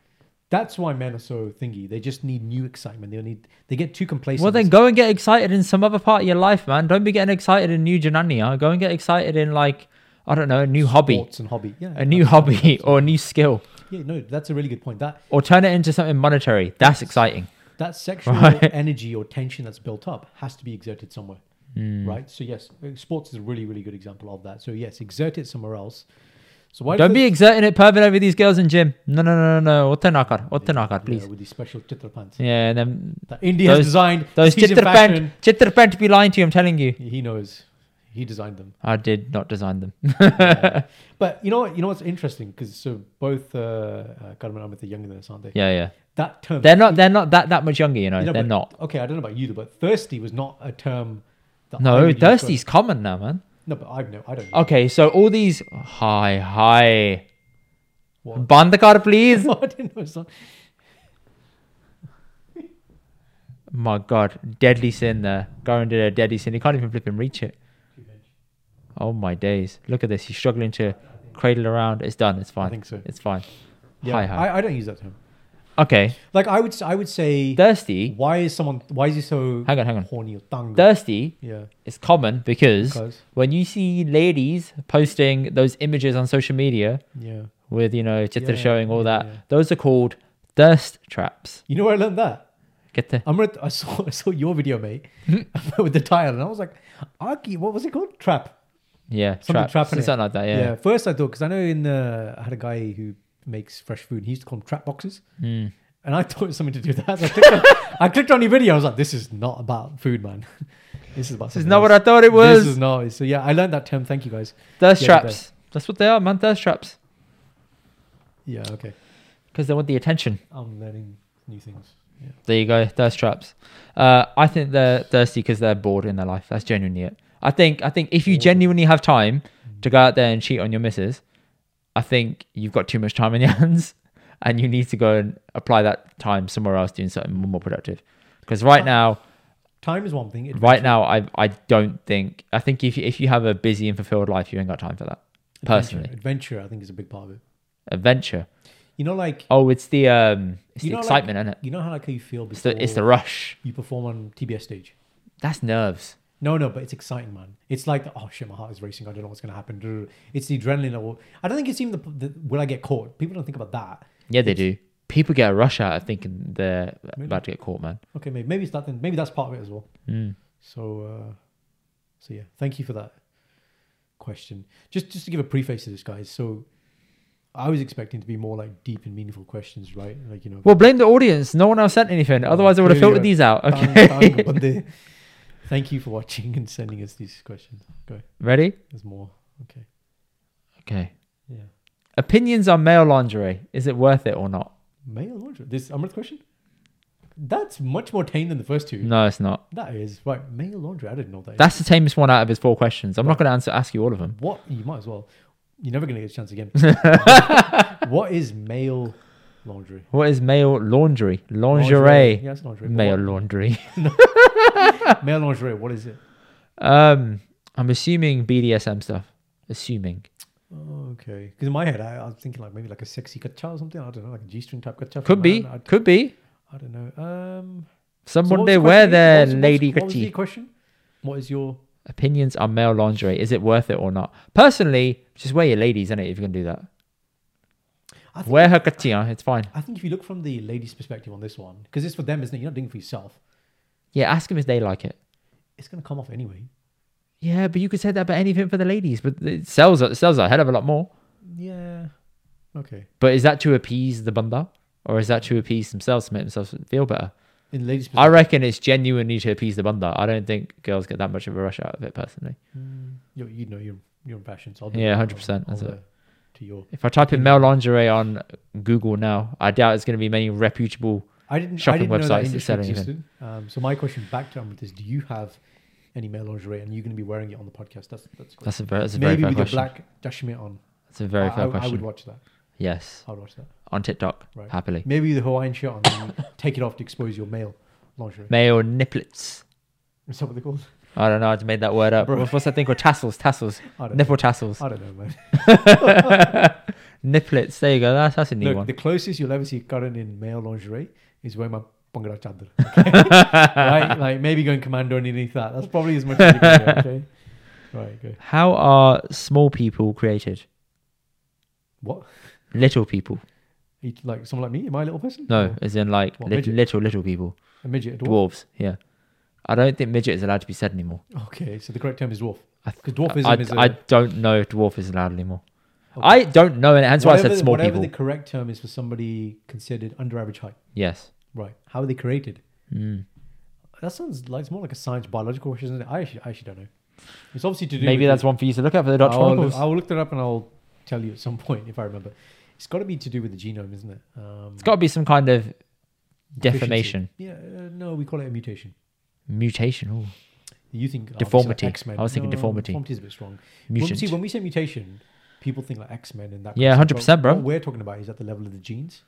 B: That's why men are so thingy. They just need new excitement. They need they get too complacent.
A: Well, then go and get excited in some other part of your life, man. Don't be getting excited in new Janania. Go and get excited in like I don't know, a new hobby,
B: sports and hobby. Yeah,
A: a new hobby, or a new skill,
B: Yeah, no, that's a really good point. That
A: or turn it into something monetary. That's exciting.
B: that sexual
A: Right.
B: energy or tension that's built up has to be exerted somewhere,
A: Hmm. Mm.
B: right? So yes, uh, sports is a really really good example of that. So yes, exert it somewhere else. So why do
A: Don't
B: they-
A: be exerting it pervert over these girls in gym. No, no, no, no, no. Otanakar, otanakar,
B: Yeah,
A: please.
B: with these special chitra pants
A: Yeah, and then
B: that India has
A: Those-
B: designed.
A: those
B: he's in
A: chitrapant,
B: fashion.
A: chitrapant be lying to you. I'm telling you,
B: He knows. He designed them.
A: I did not design them.
B: Uh, but you know what? You know what's interesting because so both uh, uh, Karim and Amit are younger than us, aren't they?
A: yeah, yeah.
B: That term.
A: They're not. They're not that that much younger. You know,
B: you know,
A: they're
B: but-
A: not.
B: Okay, I don't know about you, but thirsty was not a term. That I
A: No,
B: would use for-
A: thirsty's common now, man.
B: No, but I've no. I don't. know.
A: Okay, so all these hi hi.
B: What?
A: Ban the car, please.
B: I didn't know. It's not,
A: My God, deadly sin there. Goran did a deadly sin. He can't even flip and reach it. Oh my days! Look at this. He's struggling to cradle around. It's done. It's fine.
B: think so.
A: It's fine.
B: yeah,
A: hi hi.
B: I, I don't use that term.
A: okay,
B: Like I would. s- I would say.
A: thirsty.
B: why is someone? Why is he so
A: Hang on, hang on.
B: horny or tongue?
A: Thirsty
B: yeah.
A: is common because
B: Because-
A: when you see ladies posting those images on social media
B: Yeah.
A: with you know chitra
B: Yeah,
A: showing all
B: yeah,
A: that,
B: yeah.
A: those are called thirst traps.
B: You know where I learned that?
A: Get the
B: I'm at, I saw I saw your video, mate, with the title, and I was like, Aki, what was it called? Trap.
A: yeah
B: Something
A: trap,
B: trap in it.
A: something like that. Yeah.
B: First, I thought because I know in the I had a guy who makes fresh food. and He used to call them trap boxes,
A: Hmm.
B: and I thought it was something to do with that. So I, clicked on, I clicked on your video. I was like, this is not about food, man. this is about.
A: This is not what I thought it was.
B: This is not. So yeah, I learned that term. Thank you guys.
A: Thirst
B: Yeah,
A: traps. That's what they are, man. Thirst traps.
B: Yeah. Okay.
A: Because they want the attention.
B: I'm learning new things. Yeah.
A: There you go. Thirst traps. Uh, I think they're thirsty because they're bored in their life. That's genuinely it. I think. I think if you genuinely have time to go out there and cheat on your missus, I think you've got too much time in your hands, and you need to go and apply that time somewhere else, doing something more productive. Because right now,
B: Time is one thing. It,
A: right now, I I don't think. I think if you, if you have a busy and fulfilled life, you ain't got time for that. Personally,
B: adventure, I think, is a big part of it.
A: adventure.
B: You know, like
A: Oh, it's the um, it's
B: You
A: the
B: know, like-
A: excitement, isn't it?
B: you know how like how you feel
A: It's
B: before
A: the, it's the rush.
B: you perform on TBS stage.
A: That's nerves.
B: No, no, but it's exciting, man. It's like, the, oh shit, my heart is racing. I don't know what's gonna happen. It's the adrenaline. Or, I don't think it's even the, the will I get caught. People don't think about that.
A: Yeah, they do. People get a rush out of thinking they're about to get caught, man.
B: Okay, maybe maybe it's that. Then maybe that's part of it as well. So, uh, so yeah, thank you for that question. Just just to give a preface to this, guys. So, I was expecting to be more like deep and meaningful questions, right? Like you know,
A: Well, blame the audience. No one else sent anything. Otherwise, I would have
B: Clearly,
A: filtered
B: uh,
A: these out.
B: bang,
A: Okay.
B: bang, Bundy. Thank you for watching and sending us these questions. Go,
A: Ready?
B: there's more. Okay,
A: Okay.
B: yeah.
A: Opinions on male lingerie. Is it worth it or not?
B: Male lingerie. This Amrit question? That's much more tame than the first two.
A: No, it's not.
B: That is right. Mail laundry. I didn't know that.
A: That's the tamest one out of his four questions. I'm not going to answer ask you all of them.
B: what you might as well. You're never gonna get a chance again. what is mail laundry?
A: What is male laundry?
B: Lingerie.
A: Lingerie.
B: Yeah, it's laundry. but
A: Male laundry.
B: What, mail lingerie. What is it?
A: Um, I'm assuming BDSM stuff. Assuming.
B: Okay. Because in my head, I, I was thinking like maybe like a sexy kacha or something. I don't know, like a G-string type kacha. for a
A: Could be.
B: Oh, man. I,
A: Could be.
B: I don't know. Um. so
A: Someone
B: what was
A: they
B: the
A: wear
B: question?
A: their
B: What was- what was-
A: lady
B: What was the
A: gachi.
B: question? What is your?
A: Opinions on male lingerie. Is it worth it or not? Personally, just wear your ladies, innit, if you're going to do that.
B: I think-
A: Wear her katia. It's fine.
B: I think if you look from the lady's perspective on this one, because it's for them, isn't it? You're not doing it for yourself.
A: Yeah, ask them if they like it.
B: It's gonna come off anyway.
A: Yeah, but you could say that about anything for the ladies, but it sells it sells a hell of a lot more.
B: Yeah. Okay.
A: But is that to appease the bunda, or is that to appease themselves to make themselves feel better?
B: In the lady's
A: I
B: perspective,
A: reckon it's genuinely to appease the bunda. I don't think girls get that much of a rush out of it personally.
B: you, you know your your impressions. I'll
A: Yeah,
B: that.
A: 100%,
B: I'll-
A: that's
B: I'll,
A: it.
B: uh, To your.
A: If I type in male lingerie on Google now, I doubt it's going to be many reputable.
B: I didn't.
A: Shopping
B: I
A: websites
B: didn't know that
A: that
B: industry
A: sell anything.
B: existed. Um, so my question back to Amrit is: Do you have any male lingerie, and you're going to be wearing it on the podcast? That's that's. Cool.
A: That's a very, that's a very
B: Maybe
A: fair
B: with your
A: question.
B: black dashmir on.
A: that's a very
B: I,
A: fair
B: I, I
A: question.
B: would watch that.
A: yes,
B: I would watch that.
A: on TikTok,
B: Right.
A: happily.
B: Maybe the Hawaiian shirt on. and you take it off to expose your male lingerie.
A: Male nipplets.
B: Is that what they call? it?
A: I don't know. I just made that word up.
B: Bro.
A: What's that thing called? Tassels. Tassels.
B: I don't.
A: Nipple tassels.
B: know. I don't know, man.
A: Nipplets. There you go. That's, that's a new
B: Look,
A: one.
B: the closest you'll ever see Karan in male lingerie is wearing my Bhangra chadar. right? Like maybe going commando underneath that. That's probably as much as you can do, okay? Right, okay.
A: How are small people created?
B: What?
A: Little people.
B: Are you like someone like me? Am I a little person?
A: No,
B: Or
A: as in like
B: What,
A: little,
B: midget?
A: little, little people.
B: A midget, a dwarf?
A: Dwarves. Yeah. I don't think midget is allowed to be said anymore.
B: Okay, so the correct term is dwarf.
A: I th-
B: Because dwarfism
A: I,
B: is a
A: I don't know if dwarf is allowed anymore.
B: Okay.
A: I don't know, and hence why I
B: Whatever
A: said
B: the-
A: small
B: whatever
A: people.
B: the correct term is for somebody considered under average height.
A: Yes.
B: Right. How are they created?
A: Mm.
B: That sounds like it's more like a science biological question, isn't it? I actually, I actually don't know. It's obviously to do
A: Maybe
B: with
A: that's
B: the-
A: one for you to look at for the Dutch
B: I'll,
A: Chronicles.
B: I'll look that up and I'll tell you at some point if I remember. It's got to be to do with the genome, isn't it? Um,
A: It's got to be some kind of
B: deficiency.
A: deformation,
B: Yeah, uh, no, we call it a mutation.
A: mutation. Ooh,
B: You think oh, it's like
A: Deformity.
B: X-Men.
A: I was thinking
B: No,
A: deformity.
B: Deformity is a bit strong. When,
A: mutant.
B: see, when we say mutation, people think like X Men and that.
A: Yeah,
B: kind of stuff,
A: 100%,
B: but
A: bro.
B: What we're talking about is at the level of the genes.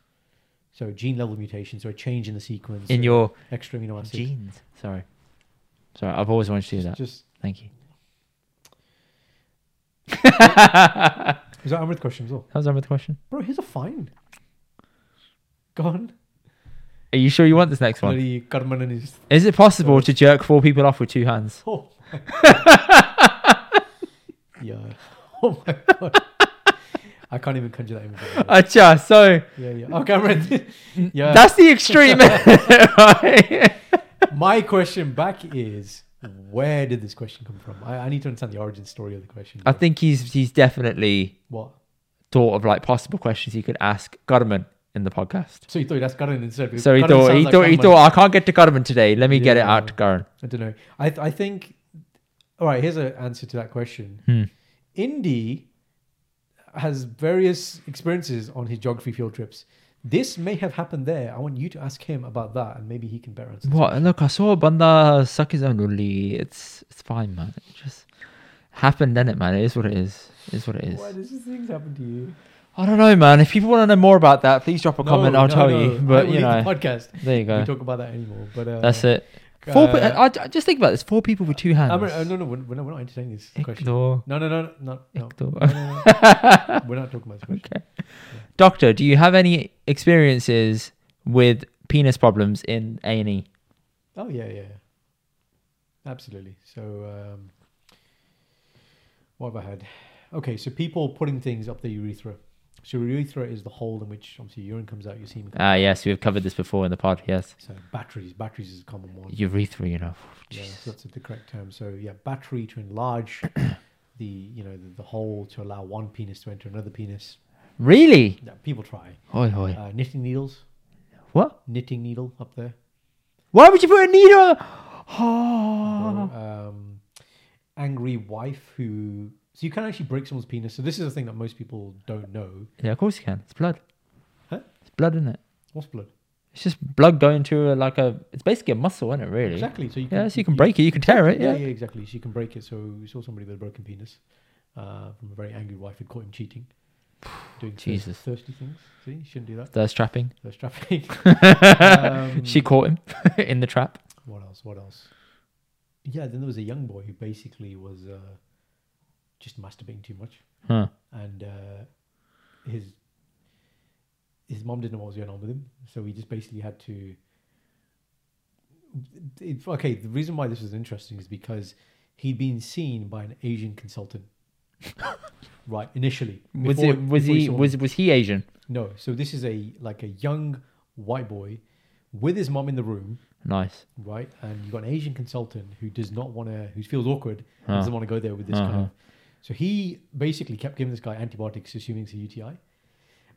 B: So gene level mutations, so a change in the sequence
A: In
B: of
A: your
B: extra amino acid.
A: genes. Sorry. Sorry, I've always wanted to do that.
B: Just
A: Thank you.
B: is that Amrit question as well,
A: That was over the question.
B: bro? Here's a fine. Gone.
A: Are you sure you want this next one?
B: Bloody Karman and his.
A: Is it possible to jerk four people off with two hands?
B: Oh. my- yeah. Oh my god. I can't even conjure that image. up.
A: Acha, so
B: Yeah, yeah. Okay, Amrit. yeah.
A: that's the extreme. right?
B: My question back is where did this question come from? I, I need to understand the origin story of the question.
A: I think he's he's definitely
B: What?
A: thought of like possible questions he could ask Gutterman in the podcast.
B: So he thought that's Karan instead. because
A: So he
B: Karan
A: thought
B: sounds
A: he
B: like
A: thought he
B: Karan.
A: thought I can't get to Gutterman today. Let me get it
B: Yeah.
A: out to Gutterman.
B: I don't know. I th- I think. All right. Here's an answer to that question.
A: Hmm.
B: Indy has various experiences on his geography field trips. This may have happened there. I want you to ask him about that, and maybe he can better answer.
A: What? Look, I saw Banda suck his own lully. It's it's fine, man. It just happened, didn't it, man? It is what it is. It is what it is.
B: Why does these things happen to you?
A: I don't know, man. If people want to know more about that, please drop a comment. I'll tell you. But you know,
B: podcast.
A: there you
B: We
A: go.
B: talk about that anymore. But uh,
A: That's it. Four. pe-
B: uh,
A: I, I just think about this. Four people with two hands.
B: I'm, uh, no, no, we're, we're not, we're not entertaining this question.
A: Ignore.
B: No, no, no, no, no. no,
A: Ignore.
B: no, no, no. we're not talking about this question.
A: Doctor, do you have any experiences with penis problems in A and E?
B: Oh yeah, yeah, yeah. absolutely. So, um, what have I had? Okay, so people putting things up the urethra. So urethra is the hole in which obviously urine comes out. You see,
A: Ah, yes, we've covered this before in the pod. Yes,
B: so batteries. Batteries is a common one.
A: urethra. You know.
B: Yeah,
A: Jesus.
B: so that's the correct term. So yeah, battery to enlarge the you know the, the hole to allow one penis to enter another penis.
A: Really?
B: Yeah, people try
A: Oi, oi.
B: uh, knitting needles.
A: What?
B: Knitting needle up there.
A: Why would you put a needle? Oh.
B: um, angry wife who. So you can actually break someone's penis. So this is a thing that most people don't know.
A: Yeah, of course you can. It's blood.
B: Huh?
A: It's blood, isn't it?
B: What's blood?
A: It's just blood going to a, like a. It's basically a muscle, isn't it? Really.
B: Exactly. So you can,
A: Yeah. So you can break it. You can tear it.
B: Yeah,
A: Yeah.
B: yeah, exactly. So you can break it. So we saw somebody with a broken penis uh, from a very angry wife who caught him cheating, doing thir-
A: Jesus.
B: thirsty things. See, you shouldn't do that.
A: Thirst trapping.
B: Thirst trafficking. um,
A: She caught him in the trap.
B: What else? What else? Yeah, then there was a young boy who basically was uh, just masturbating too much,
A: Huh.
B: and uh, his his mom didn't know what was going on with him, so he just basically had to. It, okay, the reason why this was interesting is because he'd been seen by an Asian consultant, right? Initially,
A: Was
B: before-
A: it? Was
B: before
A: he?
B: saw
A: Was
B: him.
A: was he Asian?
B: no? So this is a like a young white boy with his mom in the room
A: Nice.
B: right? And you've got an Asian consultant who does not want to, who feels awkward,
A: Huh.
B: and doesn't want to go there with this kind
A: Uh-huh.
B: of. So he basically kept giving this guy antibiotics, assuming it's a UTI.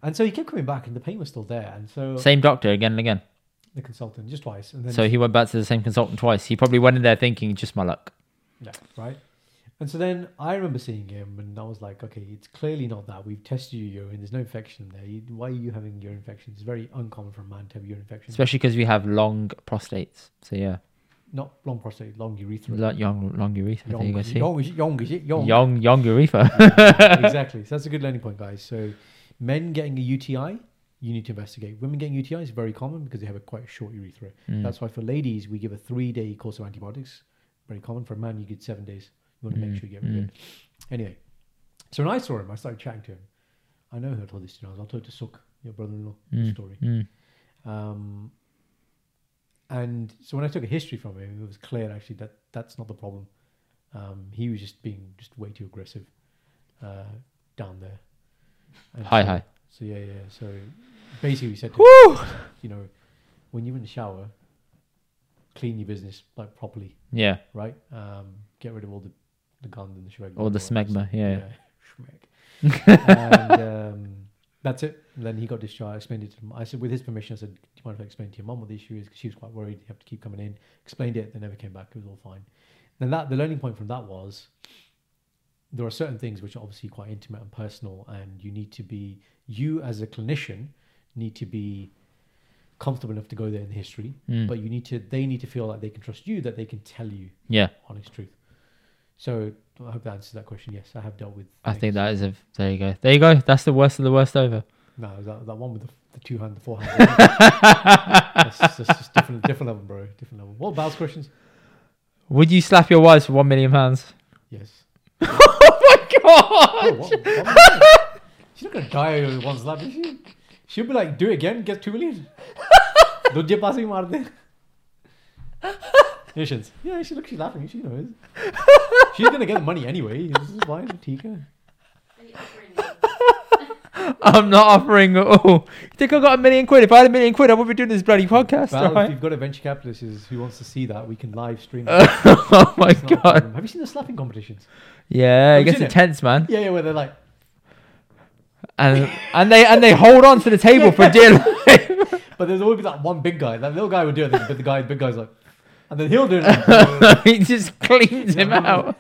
B: And so he kept coming back, and the pain was still there. And so
A: Same doctor again and again.
B: the consultant just twice, and then
A: So he went back to the same consultant twice. He probably went in there thinking, just my luck.
B: Yeah, right. And so then I remember seeing him, and I was like, okay, it's clearly not that. We've tested your urine. There's no infection there. You, why are you having urine infections? It's very uncommon for a man to have urine infections.
A: Especially because we have long prostates. So yeah,
B: not long prostate, long urethra.
A: Lo- long, long urethra. There you go.
B: Young,
A: See,
B: young, young, is it? young,
A: young, young urethra.
B: exactly. So that's a good learning point, guys. So, men getting a UTI, you need to investigate. Women getting UTI is very common because they have a quite short urethra.
A: Mm.
B: That's why for ladies, we give a three day course of antibiotics. Very common. For a man, you get seven days. You want to
A: Mm.
B: make sure you get rid of it. Anyway, so when I saw him, I started chatting to him. I know who I told this to now. I told it to Suk, your brother in law,
A: Mm.
B: story.
A: Mm.
B: Um, and so when I took a history from him, it was clear actually that that's not the problem. Um, he was just being just way too aggressive uh, down there. And
A: Hi,
B: so,
A: hi.
B: So yeah, yeah. So basically, we said, to him,
A: Woo!
B: you know, when you're in the shower, clean your business like properly,
A: Yeah,
B: right? Um, get rid of all the the gund and the schmeg.
A: or the smegma. Yeah, yeah.
B: Schmeg. and um, that's it. And then he got discharged. I explained it to him. I said, with his permission, I said, do you mind if I explain to your mum what the issue is? Because she was quite worried. You have to keep coming in. Explained it. They never came back. It was all fine. Then that the learning point from that was there are certain things which are obviously quite intimate and personal, and you need to be you as a clinician need to be comfortable enough to go there in the history,
A: Mm.
B: but you need to they need to feel like they can trust you that they can tell you
A: yeah.
B: honest truth. So I hope that answers that question. Yes, I have dealt with.
A: I think
B: things.
A: that is a. There you go. There you go. That's the worst of the worst over.
B: no, that, that one with the, the two hand, the four hand. that's, that's just different, different level, bro. Different level. What about questions?
A: Would you slap your wives for one million pounds?
B: Yes.
A: God!
B: Oh, what, what- she's not gonna die with one slap, is she? She'll be like, do it again, get two million. दूजे पास ही मार दे Nations. Yeah, she looks, she's laughing. She knows. She's gonna get the money anyway. This is fine. ठीक है.
A: I'm not offering at all. You think I got a million quid? If I had a million quid, I wouldn't be doing this bloody podcast,
B: Val, if
A: right?
B: you've got a venture capitalist who's- who wants to see that, we can live stream. it.
A: oh my
B: It's not a
A: god.
B: problem. Have you seen the slapping competitions?
A: Yeah,
B: Have
A: it
B: you
A: gets
B: seen it?
A: intense, man.
B: Yeah, yeah, where they're like,
A: And and they and they hold on to the table for dear life.
B: but there's always that one big guy. That little guy would do it, but the guy, big guy's like, and then he'll do it.
A: he just cleans him
B: Yeah.
A: out.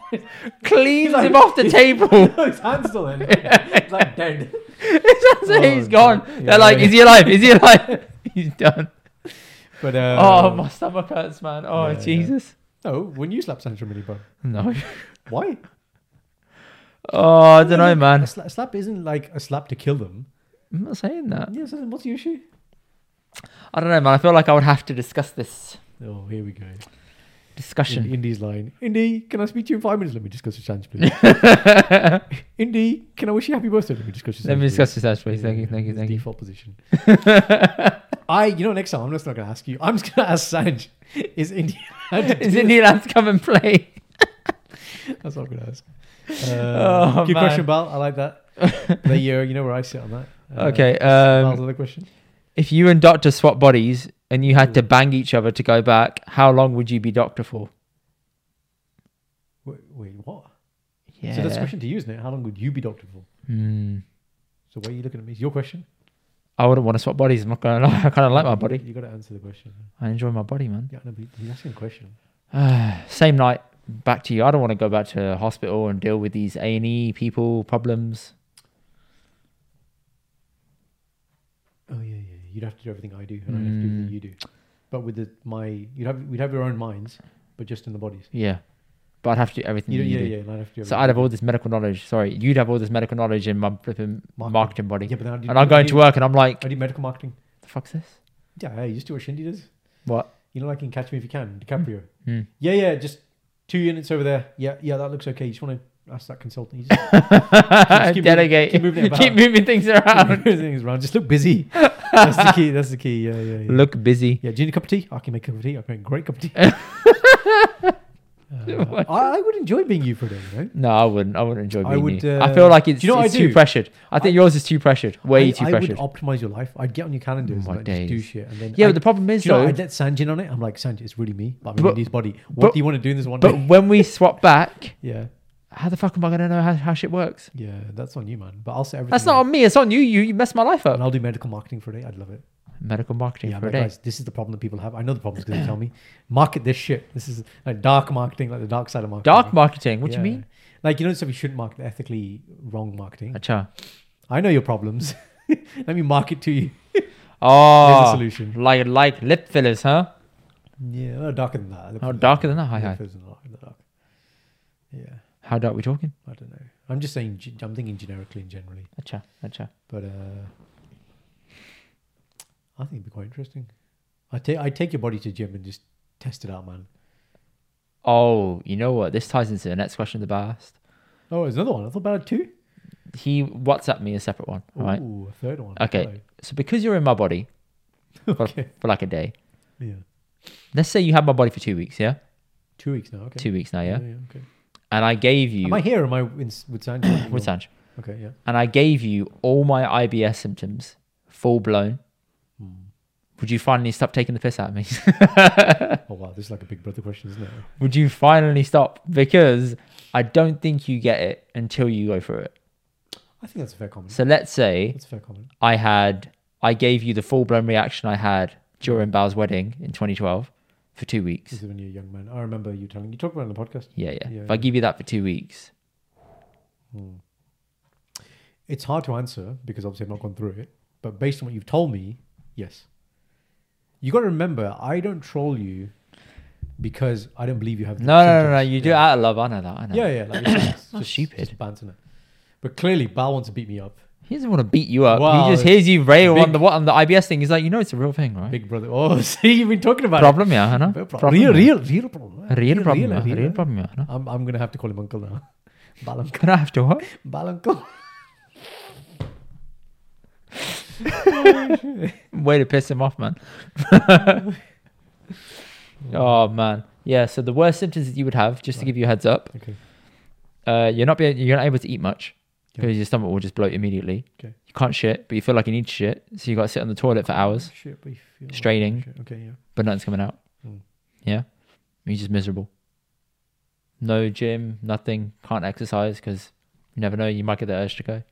A: cleans
B: like-
A: him off the table.
B: His hand's still in. He's like dead.
A: It's as if
B: Oh,
A: he's gone.
B: God. Yeah.
A: They're like, is he alive? Is he alive? he's done.
B: But uh,
A: Oh, my stomach hurts, man. Oh,
B: Yeah, yeah.
A: Jesus.
B: no, when you slap Sandra Mini, bro,
A: No.
B: why?
A: Oh, I don't know,
B: A,
A: man.
B: sla- a slap isn't like a slap to kill them.
A: I'm not saying that.
B: Yeah, so then what's the issue?
A: I don't know, man. I feel like I would have to discuss this
B: Oh, here we go.
A: discussion.
B: In, Indy's line. Indy, can I speak to you in five minutes? Let me discuss your chance, please. Indy, can I wish you happy birthday? Let me discuss your
A: Let me
B: chance, please.
A: discuss this out, please. Thank you,
B: Yeah,
A: thank you,
B: it's
A: thank you.
B: Default position. I, you know, next time I'm just not going to ask you. I'm just going to ask Sanj. Is India?
A: Is it Neil Lance come and play?
B: That's what I'm going to ask.
A: Oh,
B: Uh, good
A: man.
B: question, Bal. I like that. there you, are. you know where I sit on that. Uh,
A: Okay.
B: Bal's
A: Um,
B: other question.
A: if you and Doctor swap bodies and you had to bang each other to go back, how long would you be Doctor for?
B: Wait, wait what?
A: Yeah.
B: So that's a question to you, isn't it? How long would you be doctor for?
A: Hmm.
B: So why are you looking at me? It's your question.
A: I wouldn't want to swap bodies. I'm not gonna lie. I kind of like my body.
B: You got to answer the question.
A: I enjoy my body, man.
B: Yeah, no, but he's asking a question.
A: Same night, back to you. I don't want to go back to hospital and deal with these A and E people problems.
B: Oh yeah, yeah. you'd have to do everything I do, and I'd have to do
A: Mm.
B: everything you do. But with the, my, you'd have we'd have your own minds, but just in the bodies.
A: Yeah. But I'd have to do everything
B: You,
A: that
B: know,
A: Mm, you
B: yeah,
A: do.
B: yeah, and I'd have to. Do
A: So
B: everything.
A: I'd have all this medical knowledge. Sorry, you'd have all this medical knowledge in my flipping
B: Marketing.
A: marketing, body.
B: Yeah, but then I do,
A: and I'm going to work and I'm like,
B: I do medical marketing.
A: the fuck's this?
B: Yeah, hey, you just do what Shindy does.
A: What?
B: You know, like in Catch Me If You Can, DiCaprio.
A: Hmm.
B: Yeah, yeah, just two units over there. Yeah, yeah, that looks okay. You just want to ask that consultant. You just keep moving-
A: Delegate.
B: keep moving it about.
A: Keep moving things around.
B: everything's around. Just look busy. That's the key. That's the key. Yeah, yeah, yeah.
A: Look busy.
B: Yeah, do you need a cup of tea? I can make a cup of tea. I can make a great cup of tea. Uh, I, I would enjoy being you for a day, you know?
A: No, I wouldn't. I wouldn't enjoy
B: I
A: being
B: would,
A: you.
B: uh,
A: I feel like it's,
B: do you know what
A: it's
B: I
A: too
B: do?
A: pressured. I think yours is too pressured. Way
B: I,
A: too
B: I
A: pressured.
B: would optimize your life. I'd get on your calendar and
A: My
B: like, just do
A: days.
B: shit. And then
A: yeah,
B: I,
A: but the problem is
B: do you know,
A: though.
B: I'd let Sanjin on it. I'm like, Sanjin, it's really me, but I'm
A: But-
B: in his body. What
A: but-
B: do you want to do in this one
A: but
B: day?
A: when we swap back,
B: Yeah,
A: how the fuck am I gonna know how, how shit works?
B: yeah, that's on you, man. But I'll say everything.
A: That's not
B: else.
A: on me. It's on you. You you messed my life
B: And
A: up.
B: I'll do medical marketing for a day. I'd love it.
A: Medical marketing
B: Yeah,
A: for
B: but
A: a day.
B: guys, this is the problem that people have. I know the problems because they tell me, market this shit. This is like dark marketing, like the dark side of marketing.
A: Dark marketing. What do you
B: Yeah.
A: mean?
B: Like you know, stuff you shouldn't market ethically wrong marketing.
A: Acha.
B: I know your problems. Let me market to you. There's a
A: Oh,
B: solution.
A: like like lip fillers, huh?
B: Yeah, no, darker than that.
A: Oh, darker than that. Hi
B: Yeah,
A: hi.
B: frozen dark, in the dark. Yeah,
A: How dark we talking?
B: I don't know. I'm just saying. ge- I'm thinking generically and generally,
A: Acha acha.
B: but uh, I think it'd be quite interesting. I take I take your body to the gym and just test it out, man.
A: Oh, you know what? This ties into the next question. The best.
B: Oh, there's another one. I thought about it too.
A: He WhatsApp me a separate one. All right.
B: Ooh, a third one.
A: Okay. So because you're in my body
B: Hello.
A: for,
B: okay.
A: for like a day,
B: Yeah.
A: let's say you had my body for two weeks, yeah,
B: Two weeks now. Okay.
A: two weeks now, yeah,
B: okay.
A: and I gave you
B: Am I here? Or am I in, s- with Sanjay?
A: with Sanj,
B: Okay. Yeah.
A: and I gave you all my IBS symptoms, full blown.
B: Hmm.
A: Would you finally stop taking the piss out of me?
B: Oh wow, this is like a Big Brother question, isn't it?
A: Would you finally stop? Because I don't think you get it until you go through it.
B: I think that's a fair comment.
A: So let's say
B: That's a fair comment.
A: I had, I gave you the full blown reaction I had during Bao's wedding in 2012 for two weeks.
B: This is when you're a young man. I remember you telling you talked about it on the podcast.
A: Yeah, yeah.
B: Mm-hmm. Yeah,
A: if
B: yeah.
A: I give you that for two weeks,
B: It's hard to answer because obviously I've not gone through it. But based on what you've told me, yes. You got to remember, I don't troll you because I don't believe you have. the
A: no, no, no, no,
B: symptoms.
A: you do it
B: Yeah,
A: out of love. I know that. I know.
B: yeah, yeah. Like, it's just,
A: Not
B: just-
A: stupid.
B: Just bantering it. But clearly, Bal wants to beat me up.
A: He doesn't want to beat you up.
B: Wow,
A: he just hears you rail
B: big-
A: on the what on the IBS thing. He's like, you know, it's a real thing, right?
B: Big brother. Oh, see, you've been talking about
A: problem, yeah, I know.
B: it.
A: Problem,
B: real,
A: yeah.
B: real, real problem. eh?
A: Real problem, yeah.
B: eh?
A: Real, problem, yeah. I know.
B: I'm, I'm gonna have to call him uncle now. Bal uncle.
A: Can I have to what?
B: Bal uncle.
A: Way to piss him off, man. oh man, yeah. So the worst symptoms that you would have, just to give you a heads up,
B: Okay.
A: uh, you're not being, you're not able to eat much
B: Okay.
A: because your stomach will just bloat immediately.
B: Okay.
A: You can't shit, but you feel like you need to shit, so you got to sit on the toilet for hours,
B: Oh, Shit, but you feel like-
A: Straining.
B: Shit, Okay, yeah.
A: but nothing's coming out.
B: Mm.
A: Yeah, you're just miserable. No gym, nothing. Can't exercise because you never know. You might get the urge to go.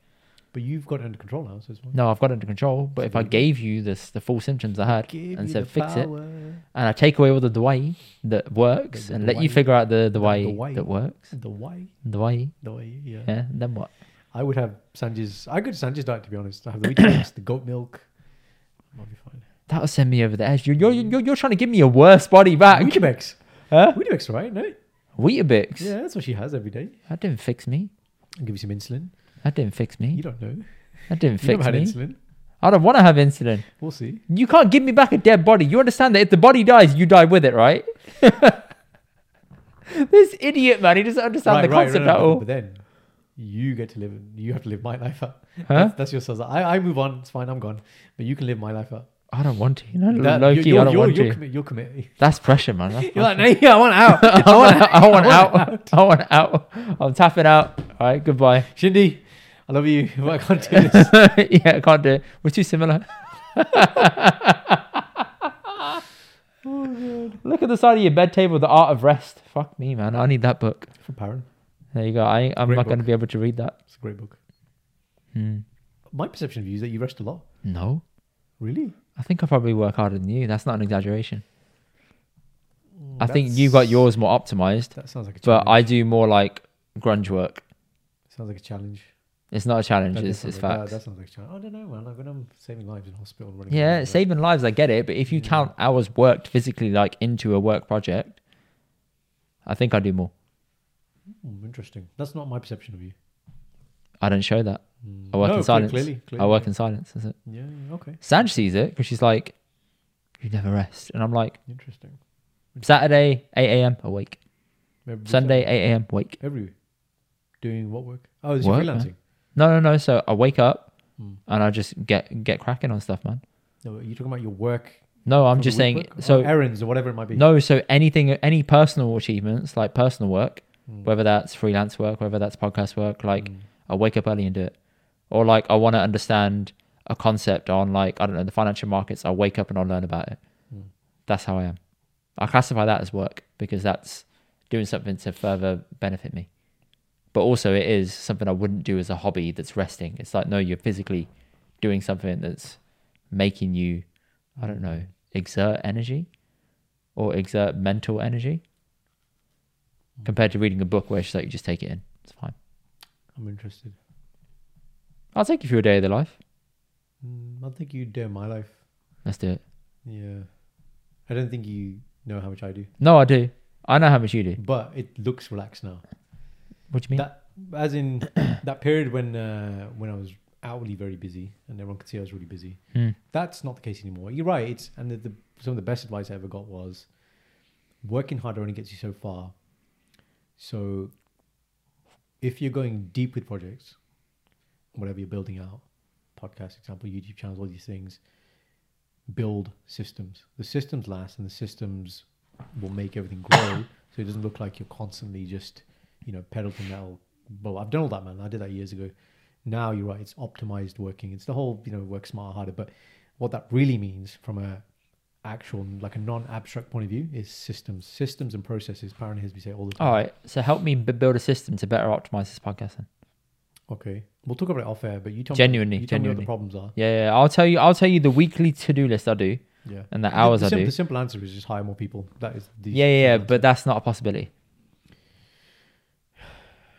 B: But you've got it under control now, so it's fine.
A: No, I've got it under control. But if I gave you this, the full symptoms I had,
B: Give
A: and
B: you
A: said
B: the
A: fix it,
B: power.
A: and I take away all the Dwayne that works
B: The- the
A: and let you
B: Dwayne.
A: figure out the the
B: The
A: way
B: Dwayne.
A: that works.
B: The why?
A: Dwayne.
B: The why? Yeah.
A: Yeah, and then what?
B: I would have Sanjay's. I could Sanjay's diet to be honest. I have the wheat flakes, the goat milk. I'll be fine.
A: That'll send me over the edge. You're, you're, you're, you're trying to give me a worse body back.
B: Weetabix.
A: Ah, Huh?
B: Weetabix, right? No.
A: Weetabix.
B: Yeah, that's what she has every day.
A: That didn't fix me.
B: I'll give you some insulin.
A: That didn't fix
B: You
A: me.
B: don't know.
A: That didn't
B: You've never
A: fix
B: had
A: me.
B: insulin.
A: I don't want to have insulin.
B: We'll see.
A: You can't give me back a dead body. You understand that if the body dies, you die with it, right? this idiot, man. He doesn't understand the concept
B: no,
A: at
B: no,
A: all.
B: But then you get to live. You have to live my life out.
A: Huh?
B: That's, that's your source. I, I move on. It's fine. I'm gone. But you can live my life out.
A: I don't want to. You know,
B: That-
A: low
B: you're-
A: key,
B: you're,
A: I don't
B: you're,
A: want
B: you're
A: to.
B: Commi- you're committed.
A: That's pressure, man. That's
B: You're like, no, yeah, I want out.
A: I want out. I want out. I want out. I'm tapping out. All right, goodbye.
B: Shindy, I love you. but I can't do this.
A: yeah, I can't do it. We're too similar. Look at the side of your bed table, The Art of Rest. Fuck me, man. I need that book.
B: From Parent.
A: There you go. I, I'm
B: Great
A: not going to
B: book.
A: be able to read that.
B: It's a great book.
A: Hmm.
B: My perception of you is that you rest a lot.
A: No.
B: Really?
A: I think I probably work harder than you. That's not an exaggeration. I think you got yours more optimized,
B: That sounds like a
A: but
B: challenge.
A: I do more like grunge work.
B: Sounds like a challenge.
A: It's not a challenge.
B: That
A: It's,
B: is
A: it's
B: something- that-
A: facts.
B: that's not like I don't know, man. Like when I'm saving lives in hospital, and running
A: Yeah,
B: around, like,
A: saving lives, I get it. But if you
B: Yeah.
A: count hours worked physically, like into a work project, I think I do more.
B: hmm, interesting. That's not my perception of you.
A: I don't show that.
B: Hmm.
A: I work
B: No,
A: in
B: cle-
A: silence.
B: Clearly, clearly,
A: I work
B: yeah.
A: in silence. Is it?
B: Yeah, yeah, okay,
A: Sanj sees it because she's like, "You never rest," and I'm like,
B: interesting.
A: "Saturday, 8 a.m. awake.
B: Every
A: Sunday, 8 a.m. awake."
B: every doing what work? Oh, is
A: Work,
B: you
A: man.
B: freelancing?
A: No, no, no. So I wake up
B: Hmm.
A: and I just get get cracking on stuff, man.
B: No, you're talking about your work.
A: No, I'm
B: from
A: just
B: the
A: saying.
B: weekbook? Or
A: So
B: errands or whatever it might be.
A: no, so anything, any personal achievements, like personal work,
B: Hmm.
A: whether that's freelance work, whether that's podcast work, like
B: Mm.
A: I'll wake up early and do it. Or like I want to understand a concept on like I don't know the financial markets. I'll wake up and I'll learn about it.
B: Mm.
A: That's how I am. I classify that as work because that's doing something to further benefit me. But also it is something I wouldn't do as a hobby that's resting. It's like no, you're physically doing something that's making you I don't know, exert energy or exert mental energy compared to reading a book where it's just like you just take it in. It's fine.
B: I'm interested.
A: I'll take you through a day of the life.
B: Mm, I don't think you dare my life.
A: Let's do it.
B: Yeah, I don't think you know how much I do,
A: No, I do. I know how much you do.
B: but it looks relaxed now.
A: What do you mean?
B: That as in that period when uh, when I was outwardly very busy and everyone could see I was really busy.
A: Hmm.
B: That's not the case anymore. You're right. It's, and the, the, some of the best advice I ever got was working harder only gets you so far. So if you're going deep with projects, whatever you're building out, podcast example, YouTube channels, all these things, build systems. The systems last, and the systems will make everything grow. so it doesn't look like you're constantly just, you know, pedal to metal. Well, I've done all that, man. I did that years ago. Now you're right. It's optimized working. It's the whole, you know, work smarter, harder. But what that really means from a actual, like a non-abstract point of view, is systems, systems and processes. Parent hears me say all the time.
A: All right. So help me b- build a system to better optimize this podcast. Then.
B: Okay, we'll talk about it off air. But you tell
A: Genuinely,
B: me, you tell me what
A: genuinely.
B: the problems are.
A: Yeah, yeah. I'll tell you. I'll tell you the weekly to-do list I do
B: Yeah.
A: and the hours
B: the,
A: I
B: sim-
A: do.
B: The simple answer is just hire more people. That is the
A: Yeah, yeah, yeah.
B: simple
A: But that's not a possibility.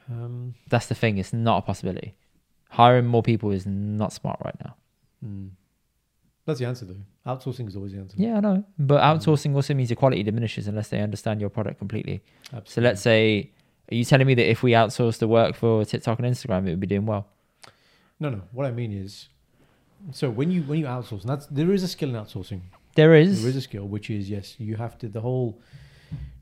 B: answer. um,
A: That's the thing. It's not a possibility. Hiring more people is not smart right now.
B: hmm. that's the answer though. Outsourcing is always the answer.
A: Yeah, I know. But outsourcing also means your quality diminishes unless they understand your product completely.
B: Absolutely.
A: So let's say, are you telling me that if we outsourced the work for TikTok and Instagram, it would be doing well?
B: No, no. What I mean is, so when you when you outsource, and that's there is a skill in outsourcing.
A: There is.
B: There is a skill which is yes, you have to the whole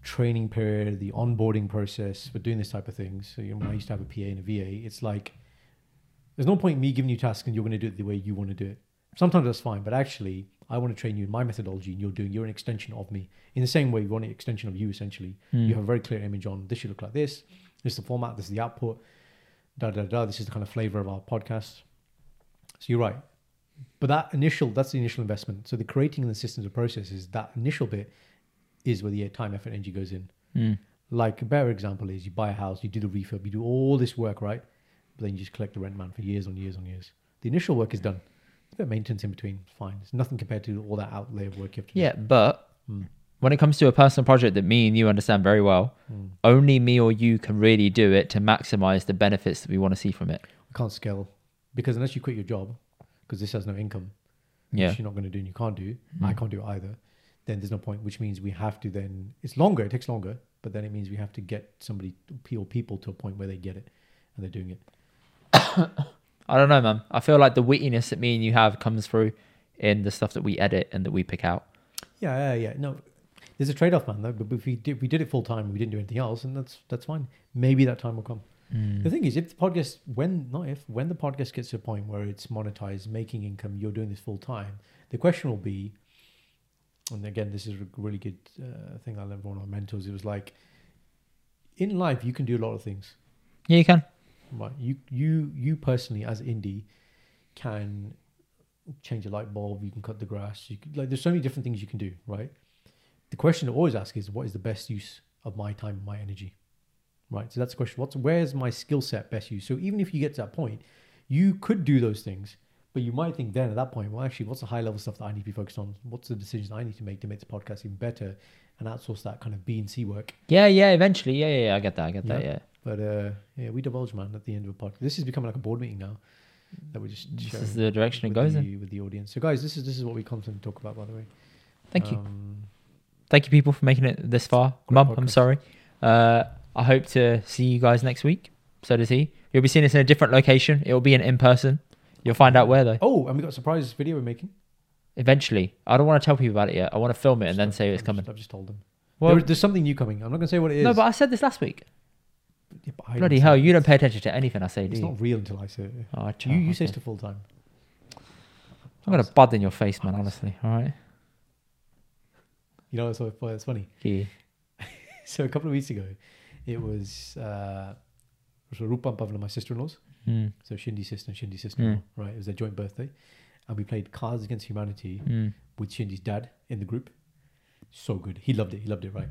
B: training period, the onboarding process for doing this type of thing. So you know, when I used to have a PA and a VA, it's like there's no point in me giving you tasks and you're going to do it the way you want to do it. Sometimes that's fine, but actually, I want to train you in my methodology, and you're doing you're an extension of me. In the same way, you want an extension of you essentially.
A: Hmm.
B: You have a very clear image on this should look like this. This is the format. This is the output. Da da da. This is the kind of flavor of our podcast. So you're right, but that initial that's the initial investment. So the creating the systems and processes that initial bit is where the time, effort, energy goes in.
A: Mm.
B: Like a better example is you buy a house, you do the refurb, you do all this work, right? But then you just collect the rent man for years on years on years. The initial work is done. There's a bit of maintenance in between, it's fine. It's nothing compared to all that outlay of work you have to do.
A: Yeah, but
B: Mm.
A: when it comes to a personal project that me and you understand very well,
B: Mm.
A: only me or you can really do it to maximize the benefits that we want to see from it.
B: You can't scale because unless you quit your job, because this has no income,
A: Yeah.
B: which you're not going to do and you can't do, I can't do it either, then there's no point, which means we have to then, it's longer, it takes longer, but then it means we have to get somebody or people to a point where they get it and they're doing it.
A: I don't know, man. I feel like the wittiness that me and you have comes through in the stuff that we edit and that we pick out.
B: Yeah, yeah, yeah. No, there's a trade off, man. Though, but if we did, we did it full time and we didn't do anything else, and that's that's fine. Maybe that time will come. The thing is, if the podcast, when not if, when the podcast gets to a point where it's monetized, making income, you're doing this full time. The question will be, and again, this is a really good uh, thing I learned from one of my mentors. It was like, in life, you can do a lot of things.
A: Yeah, you can.
B: Right. You you you personally as indie can change a light bulb, you can cut the grass, you can, like there's so many different things you can do, right? The question to always ask is what is the best use of my time and my energy? Right. So that's the question. What's where's my skill set best used? So even if you get to that point, you could do those things, but you might think then at that point, well actually what's the high level stuff that I need to be focused on? What's the decisions I need to make to make the podcast even better and outsource that kind of B and C work?
A: Yeah, yeah, eventually. Yeah, yeah, yeah. I get that. I get that. Yeah.
B: But uh, yeah, we divulge, man, at the end of a podcast. This is becoming like a board meeting now that we're just
A: This
B: sharing
A: is the direction it
B: with
A: goes
B: the,
A: in.
B: with the audience. So, guys, this is this is what we constantly talk about, by the way.
A: Thank you.
B: Um,
A: Thank you, people, for making it this far. Mum, I'm
B: podcast.
A: sorry. Uh, I hope to see you guys next week. So does he. You'll be seeing us in a different location. It'll be an in person. You'll find out where, though.
B: Oh, and we got a surprise video we're making.
A: Eventually. I don't want to tell people about it yet. I want to film it and then
B: I've-
A: say it's
B: I've
A: coming.
B: Just, I've just told them.
A: Well,
B: There- there's something new coming. I'm not gonna say what it is.
A: no, but I said this last week.
B: Yeah, but I didn't
A: Bloody
B: say
A: hell,
B: it.
A: you don't pay attention to anything I say, do
B: It's
A: you?
B: not real until I say it.
A: Oh,
B: You you say
A: okay.
B: stuff full time.
A: I'm going to bud in your face, man, honestly. All right?
B: You know, so it's funny.
A: Yeah.
B: So a couple of weeks ago, it was uh, so Rupa and Pavla, my sister-in-laws.
A: Mm,
B: So Shindy's sister and Shindy's sister-in-law,
A: Hmm.
B: right? It was their joint birthday, and we played Cards Against Humanity
A: mm.
B: with Shindy's dad in the group. So good. He loved it. He loved it. Right.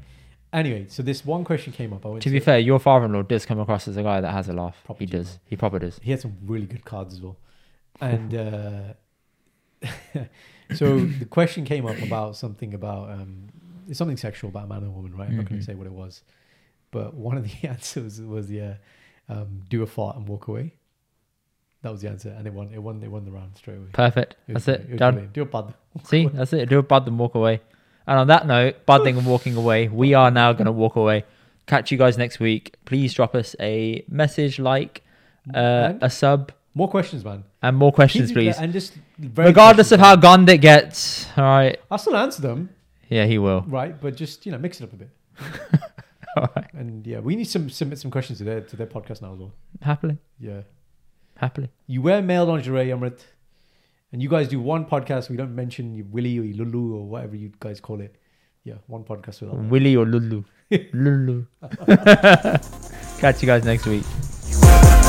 B: Anyway, so this one question came up. I went
A: To be fair, your father in law does come across as a guy that has a laugh.
B: Proper
A: He does. He probably does.
B: he had some really good cards as well. And uh, so the question came up about something about um, it's something sexual about a man and a woman, right? I'm not going
A: Mhm.
B: to say what it was, but one of the answers was yeah, um, do a fart and walk away. That was the answer, and they won. It won. They won the round straight away.
A: Perfect.
B: It was
A: That's it.
B: brilliant. was
A: Done.
B: brilliant. Do a bud.
A: See, that's it. Do a bad and walk away. And on that note, bad thing and walking away, we are now going to walk away. Catch you guys next week. Please drop us a message, like, uh,
B: And?
A: a sub,
B: More questions, man.
A: and more questions,
B: Keep-
A: please.
B: And just very
A: Regardless of
B: questions,
A: how
B: man.
A: gone it gets. All right.
B: I'll still answer them,
A: Yeah, he will.
B: right? But just you know, mix it up a bit.
A: All right.
B: And yeah, we need to submit some questions to their to their podcast now as well.
A: Happily.
B: Yeah.
A: Happily.
B: you wear male lingerie, Amrit, and you guys do one podcast. We don't mention your Willy or your Lulu or whatever you guys call it. Yeah, one podcast
A: Mm.
B: without that.
A: Willy or Lulu. Lulu. Catch you guys next week.